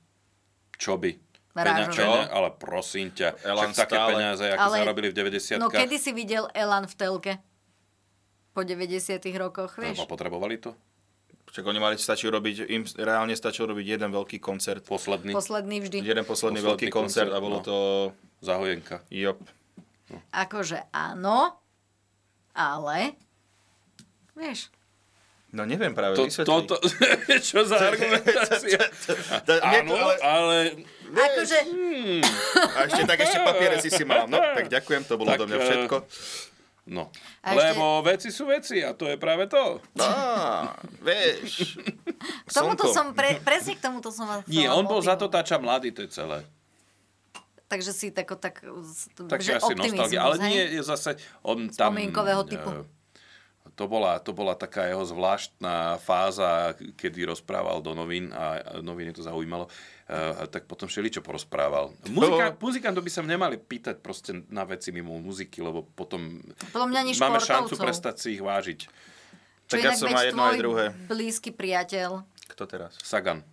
S6: Čo by?
S4: Rážové.
S6: Peňa, čo? Ale prosím
S5: Elan
S6: ťa, Elan však také
S5: stále.
S6: peniaze, ako
S4: Ale-
S6: zarobili v 90
S4: No kedy si videl Elan v telke? Po 90
S5: No,
S4: rokoch, vieš?
S6: potrebovali to?
S5: Čak oni mali, stačí robiť, im reálne stačil robiť jeden veľký koncert.
S6: Posledný.
S4: Posledný vždy.
S5: Jeden posledný,
S6: Posledný
S5: veľký koncert,
S6: koncert,
S5: a bolo
S6: no.
S5: to...
S6: Zahojenka.
S5: Jop.
S4: Akože áno, ale... Vieš,
S5: No neviem práve,
S6: To, toto, čo za argumentácia? Áno, ale...
S4: akože...
S5: A ešte tak ešte papiere si si mal. No, tak ďakujem, to bolo
S6: Tak,
S5: do mňa
S6: eh,
S5: všetko.
S6: No.
S4: A ešte-
S6: Lebo veci sú veci a to je práve to.
S5: Á, No, vieš.
S4: K tomuto
S6: Slnko.
S4: som, pre, presne k tomuto som vás
S6: Nie,
S4: chcela
S6: on bol za
S4: motivovať.
S6: to táča mladý, to je celé.
S4: Takže si tako, tak, uh,
S6: Tak
S4: že
S6: asi
S4: optimizmus,
S6: nostalgia. Ale
S4: hej?
S6: nie, je zase on tam...
S4: Spomienkového
S6: e,
S4: typu.
S6: To bola, to bola taká jeho zvláštna fáza, kedy rozprával do novín a noviny to zaujímalo, e, a tak potom všeličo porozprával. Muzika, muzikantov by sa nemali pýtať proste na veci mimo muziky, lebo potom
S4: Podľa mňa ani
S6: máme šancu
S4: športovcov.
S6: prestať si ich vážiť.
S4: Čo
S5: Tak ja
S4: inak
S5: som
S4: veď
S5: aj jedno, aj
S4: tvoj
S5: druhé.
S4: blízky priateľ.
S5: Kto teraz?
S6: Sagan.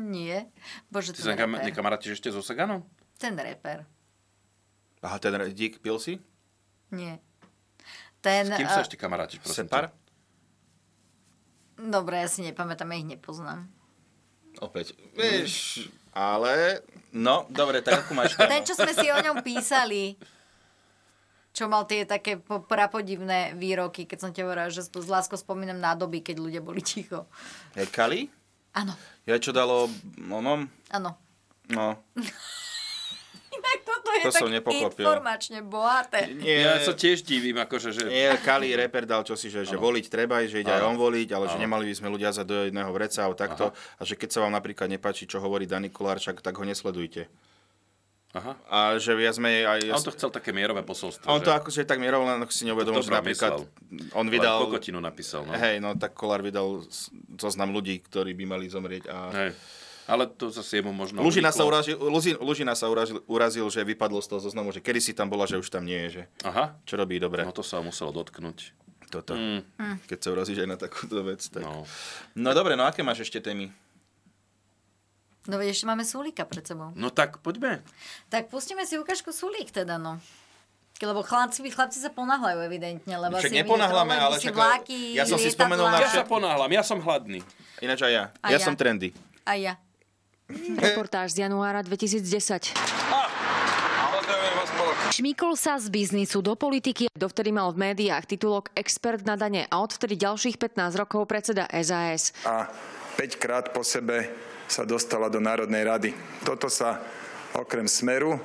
S4: Nie. Bože,
S6: Ty sa
S4: ten
S6: nekam-
S4: reper.
S6: nekamarátiš ešte so Saganom?
S4: Ten reper.
S5: Aha, ten dík pil si?
S4: Nie. Ten...
S6: S kým sa
S4: eh,
S6: ešte kamarátiš, prosím?
S5: Separ?
S4: Dobre, ja si nepamätám, ja ich nepoznám.
S5: Opäť. Vieš, ale... No, dobre, tak akú máš tému?
S4: Ten, čo sme si o ňom písali, čo mal tie také po- prapodivné výroky, keď som ti hovorila, že sp- s láskou spomínam na doby, keď ľudia boli ticho.
S5: Je Kali?
S4: Áno,
S5: Ja čo dalo onom?
S4: áno.
S5: No,
S4: Inak toto je
S5: To
S4: tak
S5: som nepochopil.
S4: informačne bohaté.
S5: nie,
S6: Ja sa tiež divím, akože, že...
S5: nie, Kali reper dal čo si, že, že voliť treba, že ide aj on voliť, ale že nemali by sme ľudia za do jedného vreca a takto. A že keď sa vám napríklad nepáči, čo hovorí Dani Kolárčak, tak ho nesledujte. Aha. A že viac menej aj...
S6: On to chcel také mierové posolstvo.
S5: On to
S6: že?
S5: akože tak mieroval, len si neuvedomil, že
S6: Dobrá
S5: napríklad
S6: myslel.
S5: on
S6: Len
S5: vydal...
S6: kokotinu napísal, no.
S5: Hej, no tak Kolár vydal s- zoznam ľudí, ktorí by mali zomrieť a...
S6: Hej. Ale to zase jemu možno...
S5: Lužina sa,
S6: uniklo.
S5: urazil, Luzi- Lužina sa urazil, urazil, že vypadlo z toho zoznamu, že kedy si tam bola, že už tam nie je. Že...
S6: Aha.
S5: Čo robí dobre.
S6: No to sa ho muselo dotknúť.
S5: Toto.
S6: Mm.
S5: Mm. Keď sa urazíš aj na takúto vec, tak... No. no dobre, no aké máš ešte témy?
S4: No veď ešte máme Sulíka pred sebou.
S6: No tak poďme.
S4: Tak pustíme si ukážku Sulík teda, no. Lebo chlapci, chlapci sa ponáhľajú evidentne, lebo
S5: Však
S4: si
S5: neponáhľame,
S4: vidíte
S5: ale
S4: trolejbusy,
S5: však-
S4: vláky,
S5: ja som si spomenul na
S4: lietadlá.
S5: všet-
S6: Ponáhľam, ja som hladný.
S5: Ináč aj ja.
S4: A
S5: ja,
S4: ja.
S5: som trendy.
S4: A ja.
S17: Reportáž z januára 2010. Šmikol sa z biznisu do politiky. Dovtedy mal v médiách titulok Expert na dane a odvtedy ďalších 15 rokov predseda SAS.
S18: a 5 krát po sebe sa dostala do Národnej rady. Toto sa okrem Smeru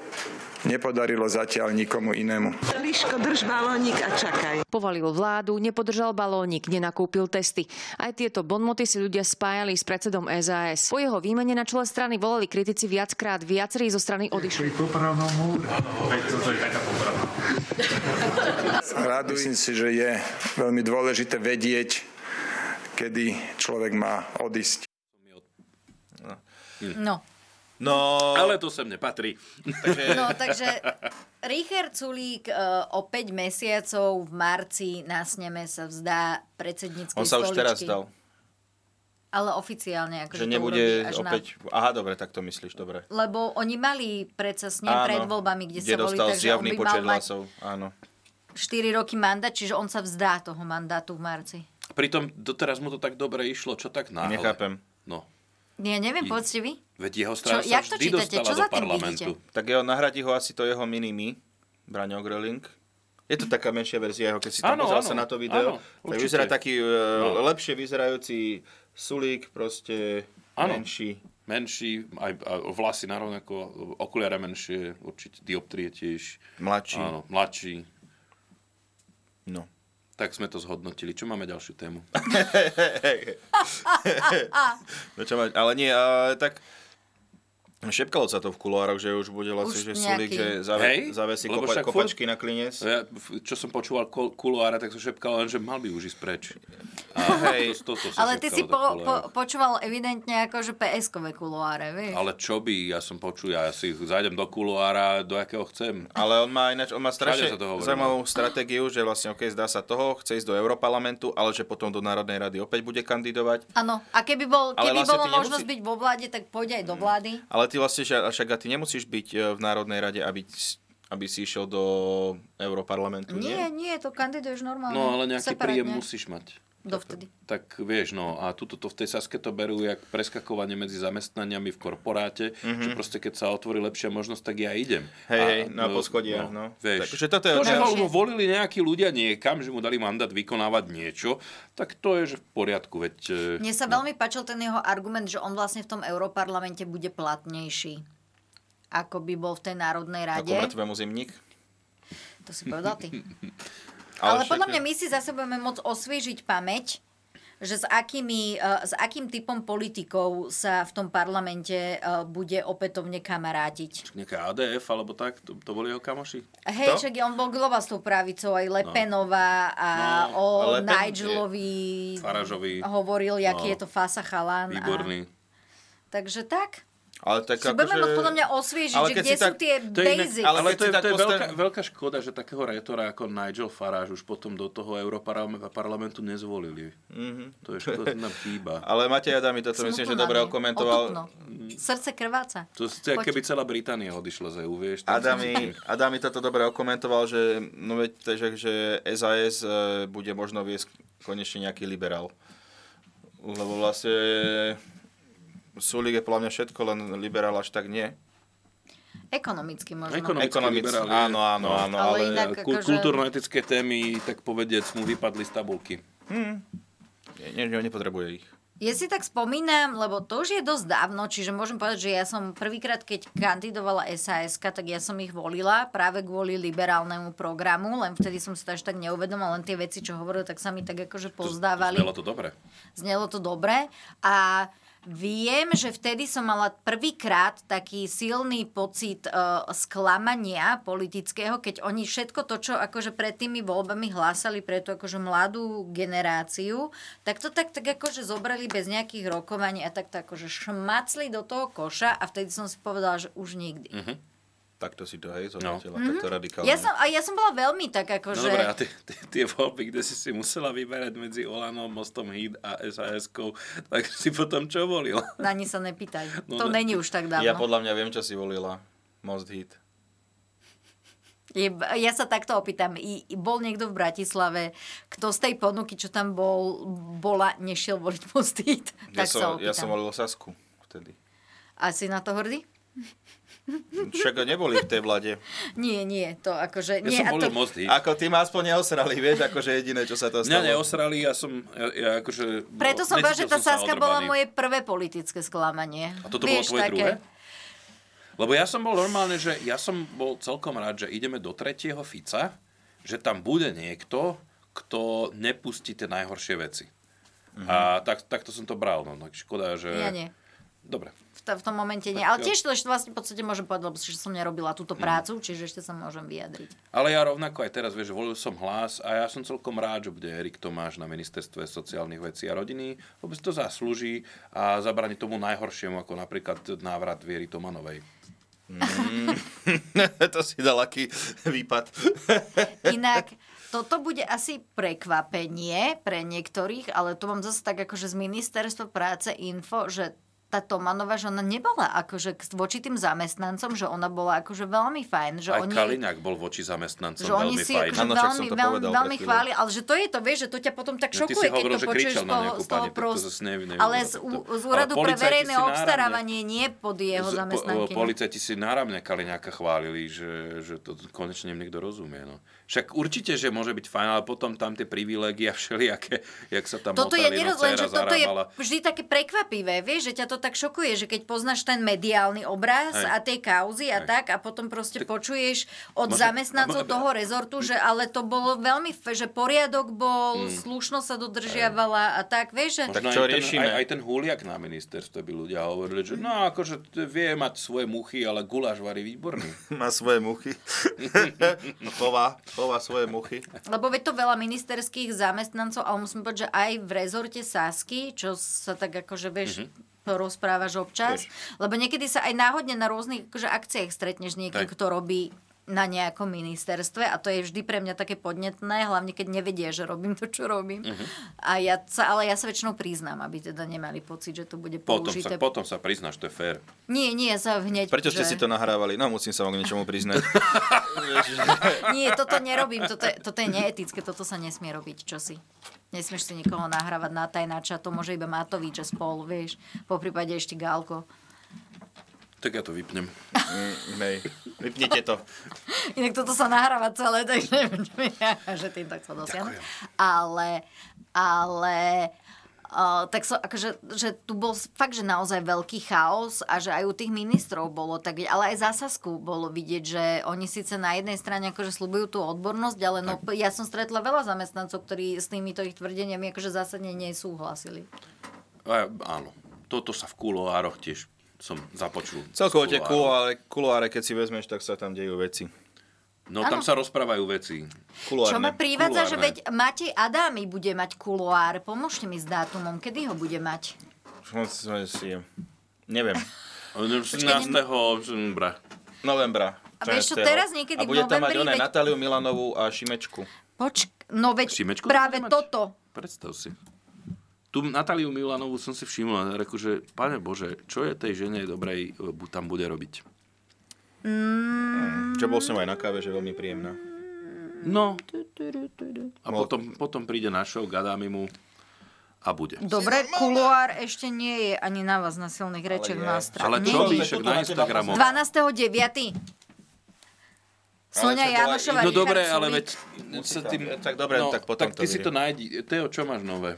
S18: nepodarilo zatiaľ nikomu inému.
S19: Liško, drž balónik a čakaj.
S17: Povalil vládu, nepodržal balónik, nenakúpil testy. Aj tieto bonmoty si ľudia spájali s predsedom SAS. Po jeho výmene na čele strany volali kritici viackrát, viacerí zo strany odišli.
S18: Rádu myslím si, že je veľmi dôležité vedieť, kedy človek má odísť.
S5: Hm.
S4: No.
S5: No...
S6: Ale to sem nepatrí.
S5: Takže...
S4: No, takže Richard Sulík e, o 5 mesiacov v marci na sneme sa vzdá predsedníckej
S5: On sa už
S4: stoličky.
S5: teraz dal.
S4: Ale oficiálne. Akože
S5: Že
S4: to urobí
S5: nebude
S4: až
S5: opäť... Aha, dobre, tak to myslíš, dobre.
S4: Na... Lebo oni mali predsa snem
S5: Áno,
S4: pred voľbami, kde, sa boli,
S5: dostal
S4: takže on
S5: zjavný
S4: by mal
S5: počet
S4: mať
S5: hlasov, áno.
S4: 4 roky mandát, čiže on sa vzdá toho mandátu v marci.
S6: Pritom doteraz mu to tak dobre išlo, čo tak náhle.
S5: Nechápem.
S6: No.
S4: Ja neviem,
S6: I-
S4: povedzte vy.
S6: Veď jeho
S4: strana Čo, sa jak to vždy čítate? dostala Čo do za tým parlamentu. vidíte?
S5: Tak jeho, nahradí ho asi to jeho mini-mi, Braňo Greling. Je to taká menšia verzia jeho, keď si tam
S6: Áno,
S5: pozrel
S6: áno,
S5: sa na to video.
S6: áno,
S5: tak
S6: určite.
S5: vyzerá taký e,
S6: No.
S5: lepšie vyzerajúci sulík, proste
S6: Áno.
S5: menší.
S6: Menší, aj, aj vlasy na rovnako, okuliare menšie, určite dioptrie tiež.
S5: Mladší.
S6: Áno, mladší.
S5: No.
S6: Tak sme to zhodnotili. Čo máme ďalšiu tému?
S5: no čo mať, ale nie, ale tak... Šepkalo sa to v kuloároch, že už bude vlastne,
S6: Už
S5: že Sulík,
S6: nejaký.
S5: že zave,
S6: Hej,
S5: zavesí
S6: lebo
S5: kopa,
S6: však furt-
S5: kopačky na klinec.
S6: Ja, f- čo som počúval kol- kuloára, tak som šepkal len, že mal by už ísť preč. A
S5: hej.
S6: to, to, to sa
S4: Ale ty
S6: šepkalo
S4: si
S6: do
S4: po, po,
S6: kuloárov.
S4: počúval evidentne ako, že PS-kové kuloáre, vieš?
S6: Ale čo by, ja som počul, ja si zajdem do kuloára, do jakého chcem.
S5: Ale on má ináč, on má strašne
S6: Všade sa to hovorí, no.
S5: zaujímavú stratégiu, že vlastne, ok, zdá sa toho, chce ísť do Európarlamentu, ale že potom do Národnej rady opäť bude kandidovať.
S4: Áno, a keby, bol,
S5: Ale
S4: keby bolo
S5: vlastne ty nemusí-
S4: možnosť byť vo vláde, tak poď
S6: Mm.
S4: aj do vlády.
S5: Ale ty vlastne, že, však a ty nemusíš byť e, v Národnej rade, aby, s- aby si išiel do Európarlamentu, nie?
S4: Nie, nie, to kandiduješ normálne.
S6: No ale nejaký
S4: separátne.
S6: príjem musíš mať.
S4: Dovtedy.
S6: Tak vieš, no a tuto to v tej Saske to berú jak preskakovanie medzi zamestnaniami v korporáte,
S5: Mhm.
S6: že proste keď sa otvorí lepšia možnosť, tak ja idem.
S5: Hej, hej, na poschodia, no.
S6: Vieš,
S5: Takže toto je
S6: to, že
S5: odňažšie.
S6: ho volili nejakí ľudia niekam, že mu dali mandát vykonávať niečo, tak to je že v poriadku, veď... e,
S4: Mne sa veľmi páčil ten jeho argument, že on vlastne v tom Európarlamente bude platnejší ako by bol v tej Národnej rade.
S5: Ako mŕtvemu zimník.
S4: To si povedal ty. Ale,
S5: však
S4: podľa
S5: je-
S4: mňa my si zase budeme môcť osviežiť pamäť, že s, akými, eh, s akým typom politikov sa v tom parlamente eh, bude opätovne kamarátiť.
S6: Nejaká ADF alebo tak, to, to boli jeho kamoši?
S4: Hej,
S6: To?
S4: však on bol global s tou pravicou, aj Lepenová a
S6: No,
S4: o
S6: ale Lepen je-
S4: Nigelovi
S6: Faražovi.
S4: hovoril, jaký
S6: No.
S4: je to fasa chalan.
S6: Výborný.
S4: A, takže tak.
S5: Ale tak akože-
S4: Si budeme môcť podľa mňa osviežiť,
S5: ale
S4: že
S5: keď
S4: kde
S5: si
S4: sú
S5: tak-
S4: tie
S6: To je inak,
S4: basics.
S6: ale, ale to je,
S5: tak
S6: to je
S5: postav-
S6: veľká, veľká škoda, že takého retora ako Nigel Farage už potom do toho Európarlamentu nezvolili.
S5: Mhm.
S6: To je škoda, nám chýba.
S5: Ale Matej Adam mi toto myslím, že
S4: Smutno na
S5: dobre
S4: mne. Otupno.
S5: okomentoval.
S4: Srdce krváca.
S6: To je,
S4: Poď.
S6: keby celá Británia odišla z EU, vieš. tam
S5: Adami,
S6: sa-
S5: Adami toto dobre okomentoval, že, no veď, takže, že SAS e, bude možno viesť konečne nejaký liberál. Lebo vlastne Sulík je podľa mňa všetko, len liberál až tak nie.
S4: Ekonomicky možno.
S5: Ekonomický
S6: liberál je-
S5: áno, áno, áno, Ale ale- inak akože-
S6: kul- e, kultúrno-etické témy, tak povediac, mu vypadli z tabulky.
S5: Hm. Nie, nie, nepotrebuje ich.
S4: Ja si tak spomínam, lebo to už je dosť dávno, čiže môžem povedať, že ja som prvýkrát, keď kandidovala sas tak ja som ich volila práve kvôli liberálnemu programu, len vtedy som si to až tak neuvedomila, len tie veci, čo hovoril, tak sa mi tak akože pozdávali.
S6: Znelo to dobre.
S4: Znelo to dobre a Viem, že vtedy som mala prvýkrát taký silný pocit e, sklamania politického, keď oni všetko to, čo akože pred tými voľbami hlásali pre tú akože mladú generáciu, tak to tak, tak akože zobrali bez nejakých rokovaní a tak to akože šmacli do toho koša a vtedy som si povedala, že už nikdy.
S5: Mhm. Takto si to hej, zhodnotila, no. takto
S4: Mhm.
S5: radikálne.
S4: Ja som, a ja som bola veľmi tak
S6: No
S4: akože...
S6: dobré, a tie, tie, tie voľby, kde si si musela vyberať medzi Olanom, Mostom Híd a SAS-kou, tak si potom čo volila?
S4: Na ne sa nepýtaj.
S6: No,
S4: to
S6: no.
S4: není už tak dávno.
S5: Ja podľa mňa viem, čo si volila. Most hit.
S4: Je, ja sa takto opýtam. I, i bol niekto v Bratislave, kto z tej ponuky, čo tam bol, bola, nešiel voliť Mostít?
S5: Ja,
S4: tak sa
S5: som,
S4: opýtam.
S5: ja som volil Sasku vtedy.
S4: A si na to hrdý?
S5: Však neboli v tej vlade.
S4: Nie, nie, to akože...
S6: Ja
S4: nie,
S6: som
S4: a to,
S6: volil Most Hit.
S5: Ako ty ma aspoň neosrali, vieš, akože jediné, čo sa to
S6: Mňa
S5: stalo.
S6: neosrali, ja som, ja, ja akože...
S4: Preto som povedala, že
S6: necítil
S4: tá
S6: sa
S4: Saska bola
S6: odrbaný.
S4: moje prvé politické sklamanie.
S6: A toto bolo tvoje druhé? Lebo ja som bol normálne, že ja som bol celkom rád, že ideme do tretieho Fica, že tam bude niekto, kto nepustí tie najhoršie veci. A tak, takto som to bral, no, tak škoda, že...
S4: Ja nie.
S6: Dobre.
S4: V, to, v tom momente nie.
S6: Tak,
S4: Ale
S6: jo. Mhm.
S4: tiež to ešte vlastne v podstate môžem povedať, lebo že som nerobila túto prácu, čiže ešte sa môžem vyjadriť.
S6: Ale ja rovnako aj teraz, vieš, volil som hlas a ja som celkom rád, že bude Erik Tomáš na ministerstve sociálnych vecí a rodiny, lebo si to zaslúži a zabrani tomu najhoršiemu, ako napríklad návrat Viery Tomanovej.
S5: to si dal aký výpad.
S4: Inak toto bude asi prekvapenie pre niektorých, ale to mám zase tak akože z ministerstva práce info, že tá Tomanová, že ona nebola akože k- voči tým zamestnancom, že ona bola akože veľmi fajn, že
S6: Že aj
S4: oni...
S6: oni... Kaliňák bol voči zamestnancom
S4: že oni
S6: veľmi
S4: si
S6: fajn.
S4: akože veľmi, veľmi, veľmi chváli, ale že to je to, vieš, že to ťa potom tak
S6: Ja, No ty
S4: šokuje,
S6: si hovoril,
S4: keď to
S6: že
S4: počuješ z
S6: kričal na
S4: toho,
S6: nejakú
S4: z toho
S6: pani, tak to
S4: prost...
S6: zase neviem, neviem,
S4: ale
S6: to-
S4: z,
S6: to-
S4: ú- z
S6: ale
S4: úradu pre
S6: policajti
S4: verejné
S6: si náramne-
S4: obstarávanie nie pod jeho
S6: Z- po-
S4: zamestnanky.
S6: Policajti si náramne Kaliňáka chválili, že, že to konečne im niekto rozumie. No. Však určite, že môže byť fajn, ale potom tam tie privilégia všelijaké, jak sa tam
S4: Toto je
S6: motali, no,
S4: neroz, len,
S6: dcéra
S4: že toto je
S6: zarábala.
S4: vždy také prekvapivé, vieš, že ťa to tak šokuje, že keď poznáš ten mediálny obraz
S6: Hej.
S4: a tie kauzy a
S6: Hej.
S4: tak a potom proste počuješ od
S6: Možno-
S4: zamestnancov
S6: a-
S4: toho rezortu,
S6: Hm.
S4: že ale to bolo veľmi, f- že poriadok bol,
S6: Mm.
S4: slušno sa dodržiavala a tak, vieš, že...
S6: Možno aj ten- Aj, aj ten huliak na ministerstve by ľudia hovorili, že no akože t- vie mať svoje muchy, ale guláš varí výborný.
S5: Má svoje muchy. chová, chová svoje muchy.
S4: Lebo veď to veľa ministerských zamestnancov, ale musím povedať, že aj v rezorte Sasky, čo sa tak akože,
S6: Mhm.
S4: vieš, mm-hmm. rozprávaš občas, lebo niekedy sa aj náhodne na rôznych akože, akciách stretneš niekým,
S6: Tak.
S4: kto robí na nejakom ministerstve a to je vždy pre mňa také podnetné, hlavne keď nevedia, že robím to, čo robím.
S6: Mhm.
S4: A ja sa, ale ja sa väčšinou priznám, aby teda nemali pocit, že to bude
S6: Potom sa,
S4: použité.
S6: potom sa priznáš, to je fér.
S4: Nie, nie, ja sa hneď...
S5: Prečo ste
S4: že-
S5: si to nahrávali? No, musím sa vám k niečomu priznať.
S4: Nie, toto nerobím, toto je, toto je neetické, toto sa nesmie robiť, čo si. Nesmieš si nikoho nahrávať na tajnáča, to môže iba Matovič a spol, vieš. Po prípade ešte Gálko.
S6: Tak ja to vypnem.
S5: Nej, vypnite to.
S4: Inak toto sa nahráva celé, takže že tým tak sa dosiahnuť. Ale, ale Uh, tak so, akože, že tu bol fakt, že naozaj veľký chaos a že aj u tých ministrov bolo tak, ale aj za Sasku bolo vidieť, že oni síce na jednej strane akože slúbujú tú odbornosť, ale no, ja som stretla veľa zamestnancov, ktorí s týmito ich tvrdeniami akože zásadne nesúhlasili.
S6: A, áno, toto sa v kuloároch tiež som započul.
S5: Celkovo
S6: Z
S5: tie kuloáre, kuloáre, keď si vezmeš, tak sa tam dejú veci.
S6: No
S4: Áno.
S6: tam sa rozprávajú veci.
S4: Čo ma privádza, že veď Matej Adámy bude mať kuloár. Pomôžte mi s dátumom, kedy ho bude mať?
S5: Neviem.
S6: 18. novembra.
S5: Novembra.
S4: A vieš čo,
S5: 14..
S4: teraz niekedy
S5: A bude
S4: v
S5: tam mať
S4: novembri,
S5: oné
S4: veď-
S5: Natáliu Milanovú a Šimečku.
S4: Počk, no veď
S6: Šimečku
S4: práve
S6: bude mať?
S4: toto.
S6: Predstav si. Tu Natáliu Milanovú som si všimla a reku, že pane Bože, čo je tej žene dobrej, e, bu- tam bude robiť?
S5: Čo bol som aj na káve, že veľmi príjemná.
S6: No. A potom, potom príde na show, gadáme mu a bude.
S4: Dobre, kuloár ešte nie je ani na vás na silných rečiach na strane.
S6: Ale čo píšek na Instagramoch?
S4: 12.9. Sonia Janošová,
S6: No
S4: Richard
S6: dobre, ale
S4: Sulik.
S6: veď... Sa tým, no,
S5: tak dobre, tak potom
S6: tak ty
S5: to
S6: si
S5: vyrie.
S6: to nájdi. Teo, čo máš nové?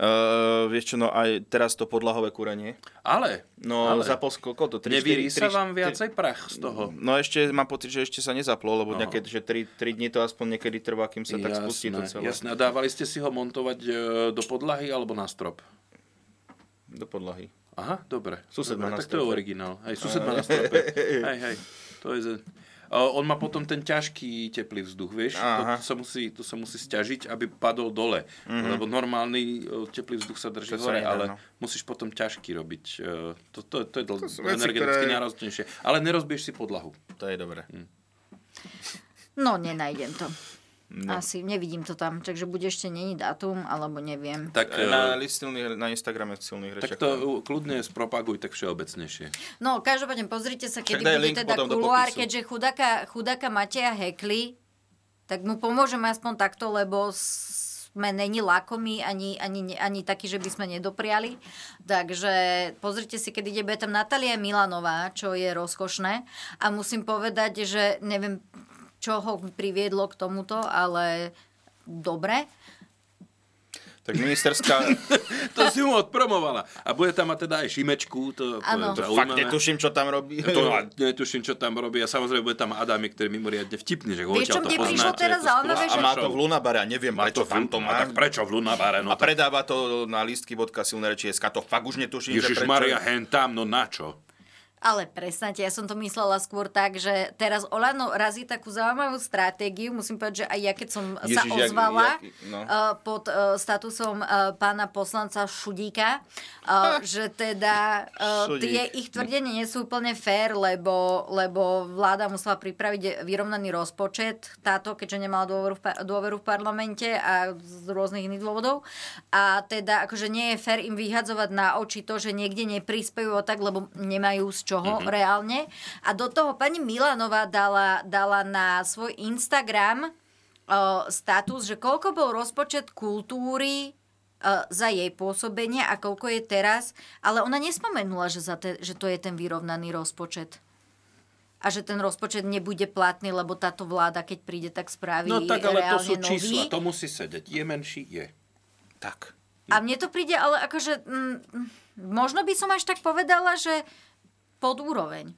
S5: Uh, vieš čo, no aj teraz to podlahové kúrenie.
S6: Ale,
S5: No
S6: ale.
S5: za pos, koľko to? 3,
S6: Nevyrí sa vám viacej prach z toho?
S5: No ešte mám pocit, že ešte sa nezaplo, lebo
S6: Aha.
S5: nejaké, že 3, 3 dní to aspoň niekedy trvá, kým sa tak spustí to celé.
S6: Jasné, a dávali ste si ho montovať e, do podlahy alebo na strop?
S5: Do podlahy.
S6: Aha, dobre.
S5: Sused
S6: dobre,
S5: má na
S6: tak to je
S5: strope.
S6: originál. Hej, sused má na strope. hej, hej. To je... z- A on má potom ten ťažký teplý vzduch, vieš?
S5: Aha.
S6: To, sa musí, to sa musí stiažiť, aby padol dole.
S5: Mhm.
S6: Lebo normálny e, teplý vzduch sa drží
S5: To sa
S6: hore,
S5: nedá,
S6: ale
S5: no.
S6: musíš potom ťažký robiť. E, To, to, to je dl-
S5: sú veci,
S6: energeticky
S5: ktoré-
S6: náročnejšie. Ale nerozbiješ si podlahu.
S5: To je dobré.
S6: Hm.
S4: No, nenájdem to.
S5: No.
S4: Asi nevidím to tam, takže bude ešte není dátum, alebo neviem.
S6: Tak,
S5: E, na, list silných, na Instagrame silných
S6: Tak
S5: rečiach.
S6: to e, kľudne spropaguj tak všeobecnejšie.
S4: No, každopádne pozrite sa, kedy
S6: Však daj
S4: bude
S6: link
S4: teda
S6: potom do
S4: kuluár,
S6: popisu.
S4: keďže chudáka, chudáka Mateja hekli, tak mu pomôžeme aspoň takto, lebo sme není lakomí ani, ani, ani takí, že by sme nedopriali. Takže pozrite si, keď ide bude tam Natália Milanová, čo je rozkošné. A musím povedať, že neviem, čo ho priviedlo k tomuto, ale dobre.
S5: Tak ministerská...
S6: to si mu odpromovala. A bude tam mať teda aj Šimečku. To,
S4: Áno.
S6: to, je
S5: To fakt
S6: zaujímavé.
S5: netuším, čo tam robí.
S6: To ja netuším, čo tam robí. A samozrejme bude tam Adami, ktorý je mimoriadne vtipný, že ho
S4: Vieš, čo
S6: odtiaľ to
S4: mne
S6: poznáte.
S4: prišlo teraz zaujímavé,
S5: A
S4: že...
S5: má to v Lunabare, a neviem, prečo
S6: to v-
S5: tam to
S6: a
S5: má.
S6: tak prečo v Lunabare? No
S5: a
S6: tak-
S5: predáva to na lístky vodka silné reči SK. To fakt už netuším, že
S6: Ježiš
S5: prečo.
S6: Maria, hen tam, no na čo?
S4: Ale presnate, ja som to myslela skôr tak, že teraz Olano razí takú zaujímavú stratégiu. Musím povedať, že aj ja, keď som sa
S20: Ježiš, jak-
S4: ozvala
S20: jak-
S4: no.
S20: no.
S4: pod eh, statusom eh, pána poslanca Šudíka, eh, že teda eh,
S20: Šudík.
S4: tie ich tvrdenie nie sú úplne fér, lebo, lebo vláda musela pripraviť vyrovnaný rozpočet, táto, keďže nemala dôveru v, pa- dôveru v parlamente a z rôznych iných dôvodov. A teda akože nie je fér im vyhadzovať na oči to, že niekde neprispejú a tak, lebo nemajú z čoho
S20: Mhm.
S4: reálne. A do toho pani Milanová dala, dala na svoj Instagram o, status, že koľko bol rozpočet kultúry e, za jej pôsobenie a koľko je teraz, ale ona nespomenula, že, za te, že to je ten vyrovnaný rozpočet. A že ten rozpočet nebude platný, lebo táto vláda, keď príde, tak spraví
S6: No tak, ale to
S4: reálne
S6: sú
S4: nový.
S6: čísla, to musí sedieť. Je menší, je.
S5: Tak.
S4: A mne to príde, ale akože... Mm, mm, možno by som až tak povedala, že pod úroveň.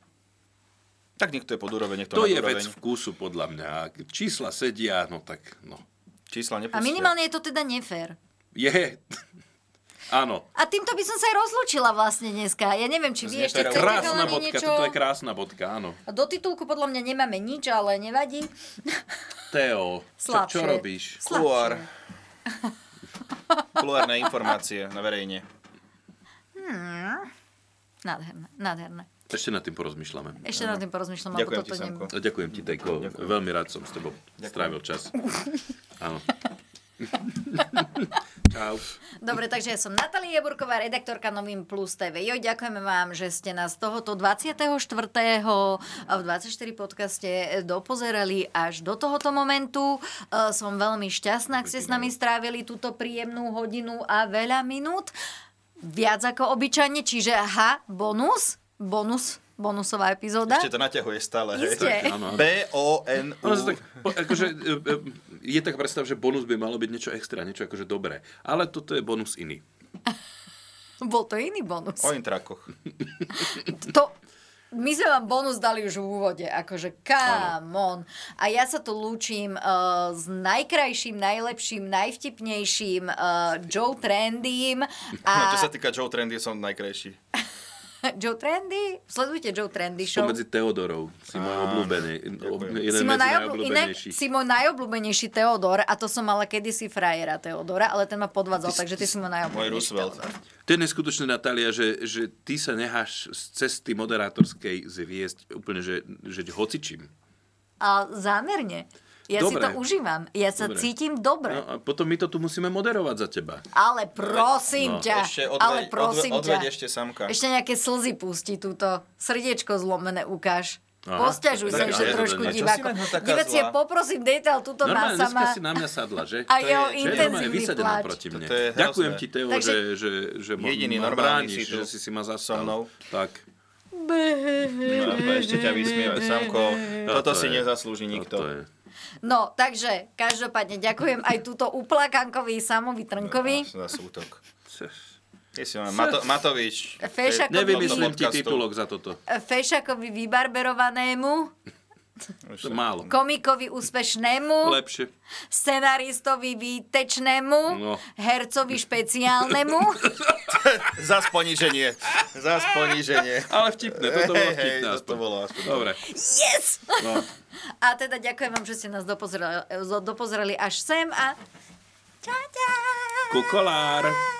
S5: Tak niekto je pod úroveň, niekto
S6: To
S5: nad
S6: je
S5: úroveň.
S6: vec vkusu, podľa mňa. Ak Čísla sedia, no tak, no.
S5: Čísla
S4: A minimálne je to teda nefér.
S6: Je. Áno.
S4: A týmto by som sa aj rozlúčila vlastne dneska. Ja neviem, či vy ešte chcete
S6: Krásna
S4: chalani,
S6: bodka,
S4: niečo...
S6: toto je krásna bodka, áno.
S4: A Do titulku podľa mňa nemáme nič, ale nevadí.
S6: Teo, čo, čo
S4: Slabšie.
S6: robíš?
S4: Slabšie. Kuluár.
S5: Kulárne informácie na verejne.
S4: Hmm. Nádherné, nádherné.
S6: Ešte nad tým porozmýšľame.
S4: Ešte nad tým porozmýšľam, ako
S6: Ďakujem ti,
S4: toto
S6: Samko.
S4: nemám.
S6: Ďakujem ti, Tejko. Veľmi rád som s tebou strávil čas. Áno. Čau.
S4: Dobre, takže ja som Natália Jaburková, redaktorka Novým Plus TV. Jo, ďakujeme vám, že ste nás tohoto 24. v 24 podcaste eh, dopozerali až do tohoto momentu. E, Som veľmi šťastná, ak ste s nami strávili túto príjemnú hodinu a veľa minút. Viac ako obyčajne, čiže aha, bonus, bonus, bonusová epizóda.
S5: Ešte to naťahuje stále. hej?
S4: Iste.
S5: Tak, áno, áno. B-O-N-U.
S6: Ono sa tak, po, akože, e, e, je tak predstav, že bonus by malo byť niečo extra, niečo akože dobré. Ale toto je bonus iný.
S4: Bol to iný bonus.
S5: O intrakoch.
S4: to, my sme vám bonus dali už v úvode, akože come on. A ja sa tu lúčim eh, s najkrajším, najlepším, najvtipnejším eh, Joe Trendym a
S5: No, čo sa týka Joe Trendy, som najkrajší.
S4: Joe Trendy, sledujte Joe Trendy show.
S6: Pomedzi Teodorov si môj obľúbený. ob- Jeden
S4: Si môj, najobľú- inak,
S6: medzi najobľúbenejších.
S4: si môj najobľúbenejší Teodor a to som mala kedysi frajera Teodora, ale ten ma podvádzal, takže ty si môj
S5: Môj
S4: najobľúbenejší.
S5: Roosevelt.
S6: To je neskutočné, Natália, že, že ty sa necháš z cesty moderátorskej zviesť úplne, že, že hocičím.
S4: A zámerne. Ja si
S6: Dobre.
S4: to užívam. Ja sa
S6: Dobre.
S4: cítim dobre.
S6: No a potom my to tu musíme moderovať za teba.
S4: Ale prosím
S6: No,
S4: ťa,
S6: ešte
S5: odveď-
S4: ale prosím
S5: odve- odveď
S4: ťa.
S5: ešte samka.
S4: Ešte nejaké slzy pustí túto. Srdiečko zlomené ukáž.
S6: Aha.
S4: Posťažuj sa
S6: Tak,
S4: ešte
S6: ale-
S4: trošku
S6: a čo si
S4: divákom.
S6: na ňo taká
S4: Divácie,
S6: zlá?
S4: poprosím detail, túto má
S6: Normálne, dneska
S4: sama.
S6: si na mňa sadla, že?
S4: A
S6: To
S4: jeho
S6: je- že je
S4: intenzívny
S6: normálne vysedená
S4: pláč.
S6: proti mne.
S5: To je hrozné.
S6: Ďakujem ti, Teo,
S4: Takže-
S6: že, že, že ma-
S5: Jediný
S6: ma
S5: normálny
S6: brániš,
S5: si tu.
S6: že si si ma zastal. Tak.
S5: No, a ešte ťa vysmievať, Samko. Toto
S6: Toto
S5: si
S6: je-
S5: nezaslúži nikto.
S4: No, takže, každopádne ďakujem aj túto uplakankovi, Samovi Trnkovi.
S6: No,
S5: Za sútok. Ty si ma- Mato, Matovič.
S4: Fešák-
S6: Nevymyslím ti
S5: Podcastu.
S6: titulok za toto.
S4: Fešakovi vybarberovanému,
S6: To málo.
S4: komikovi úspešnému,
S6: Lepšie.
S4: scenaristovi výtečnému,
S5: No.
S4: hercovi špeciálnemu.
S5: Zas poniženie. Zas poníženie.
S6: Ale vtipné, toto bolo vtipné
S5: Hej,
S6: aspoň.
S5: toto bolo aspoň.
S6: Dobre.
S4: Yes!
S6: No.
S4: A teda ďakujem vám, že ste nás dopozerali, dopozerali až sem a... Čau, čau!
S6: Kukolár.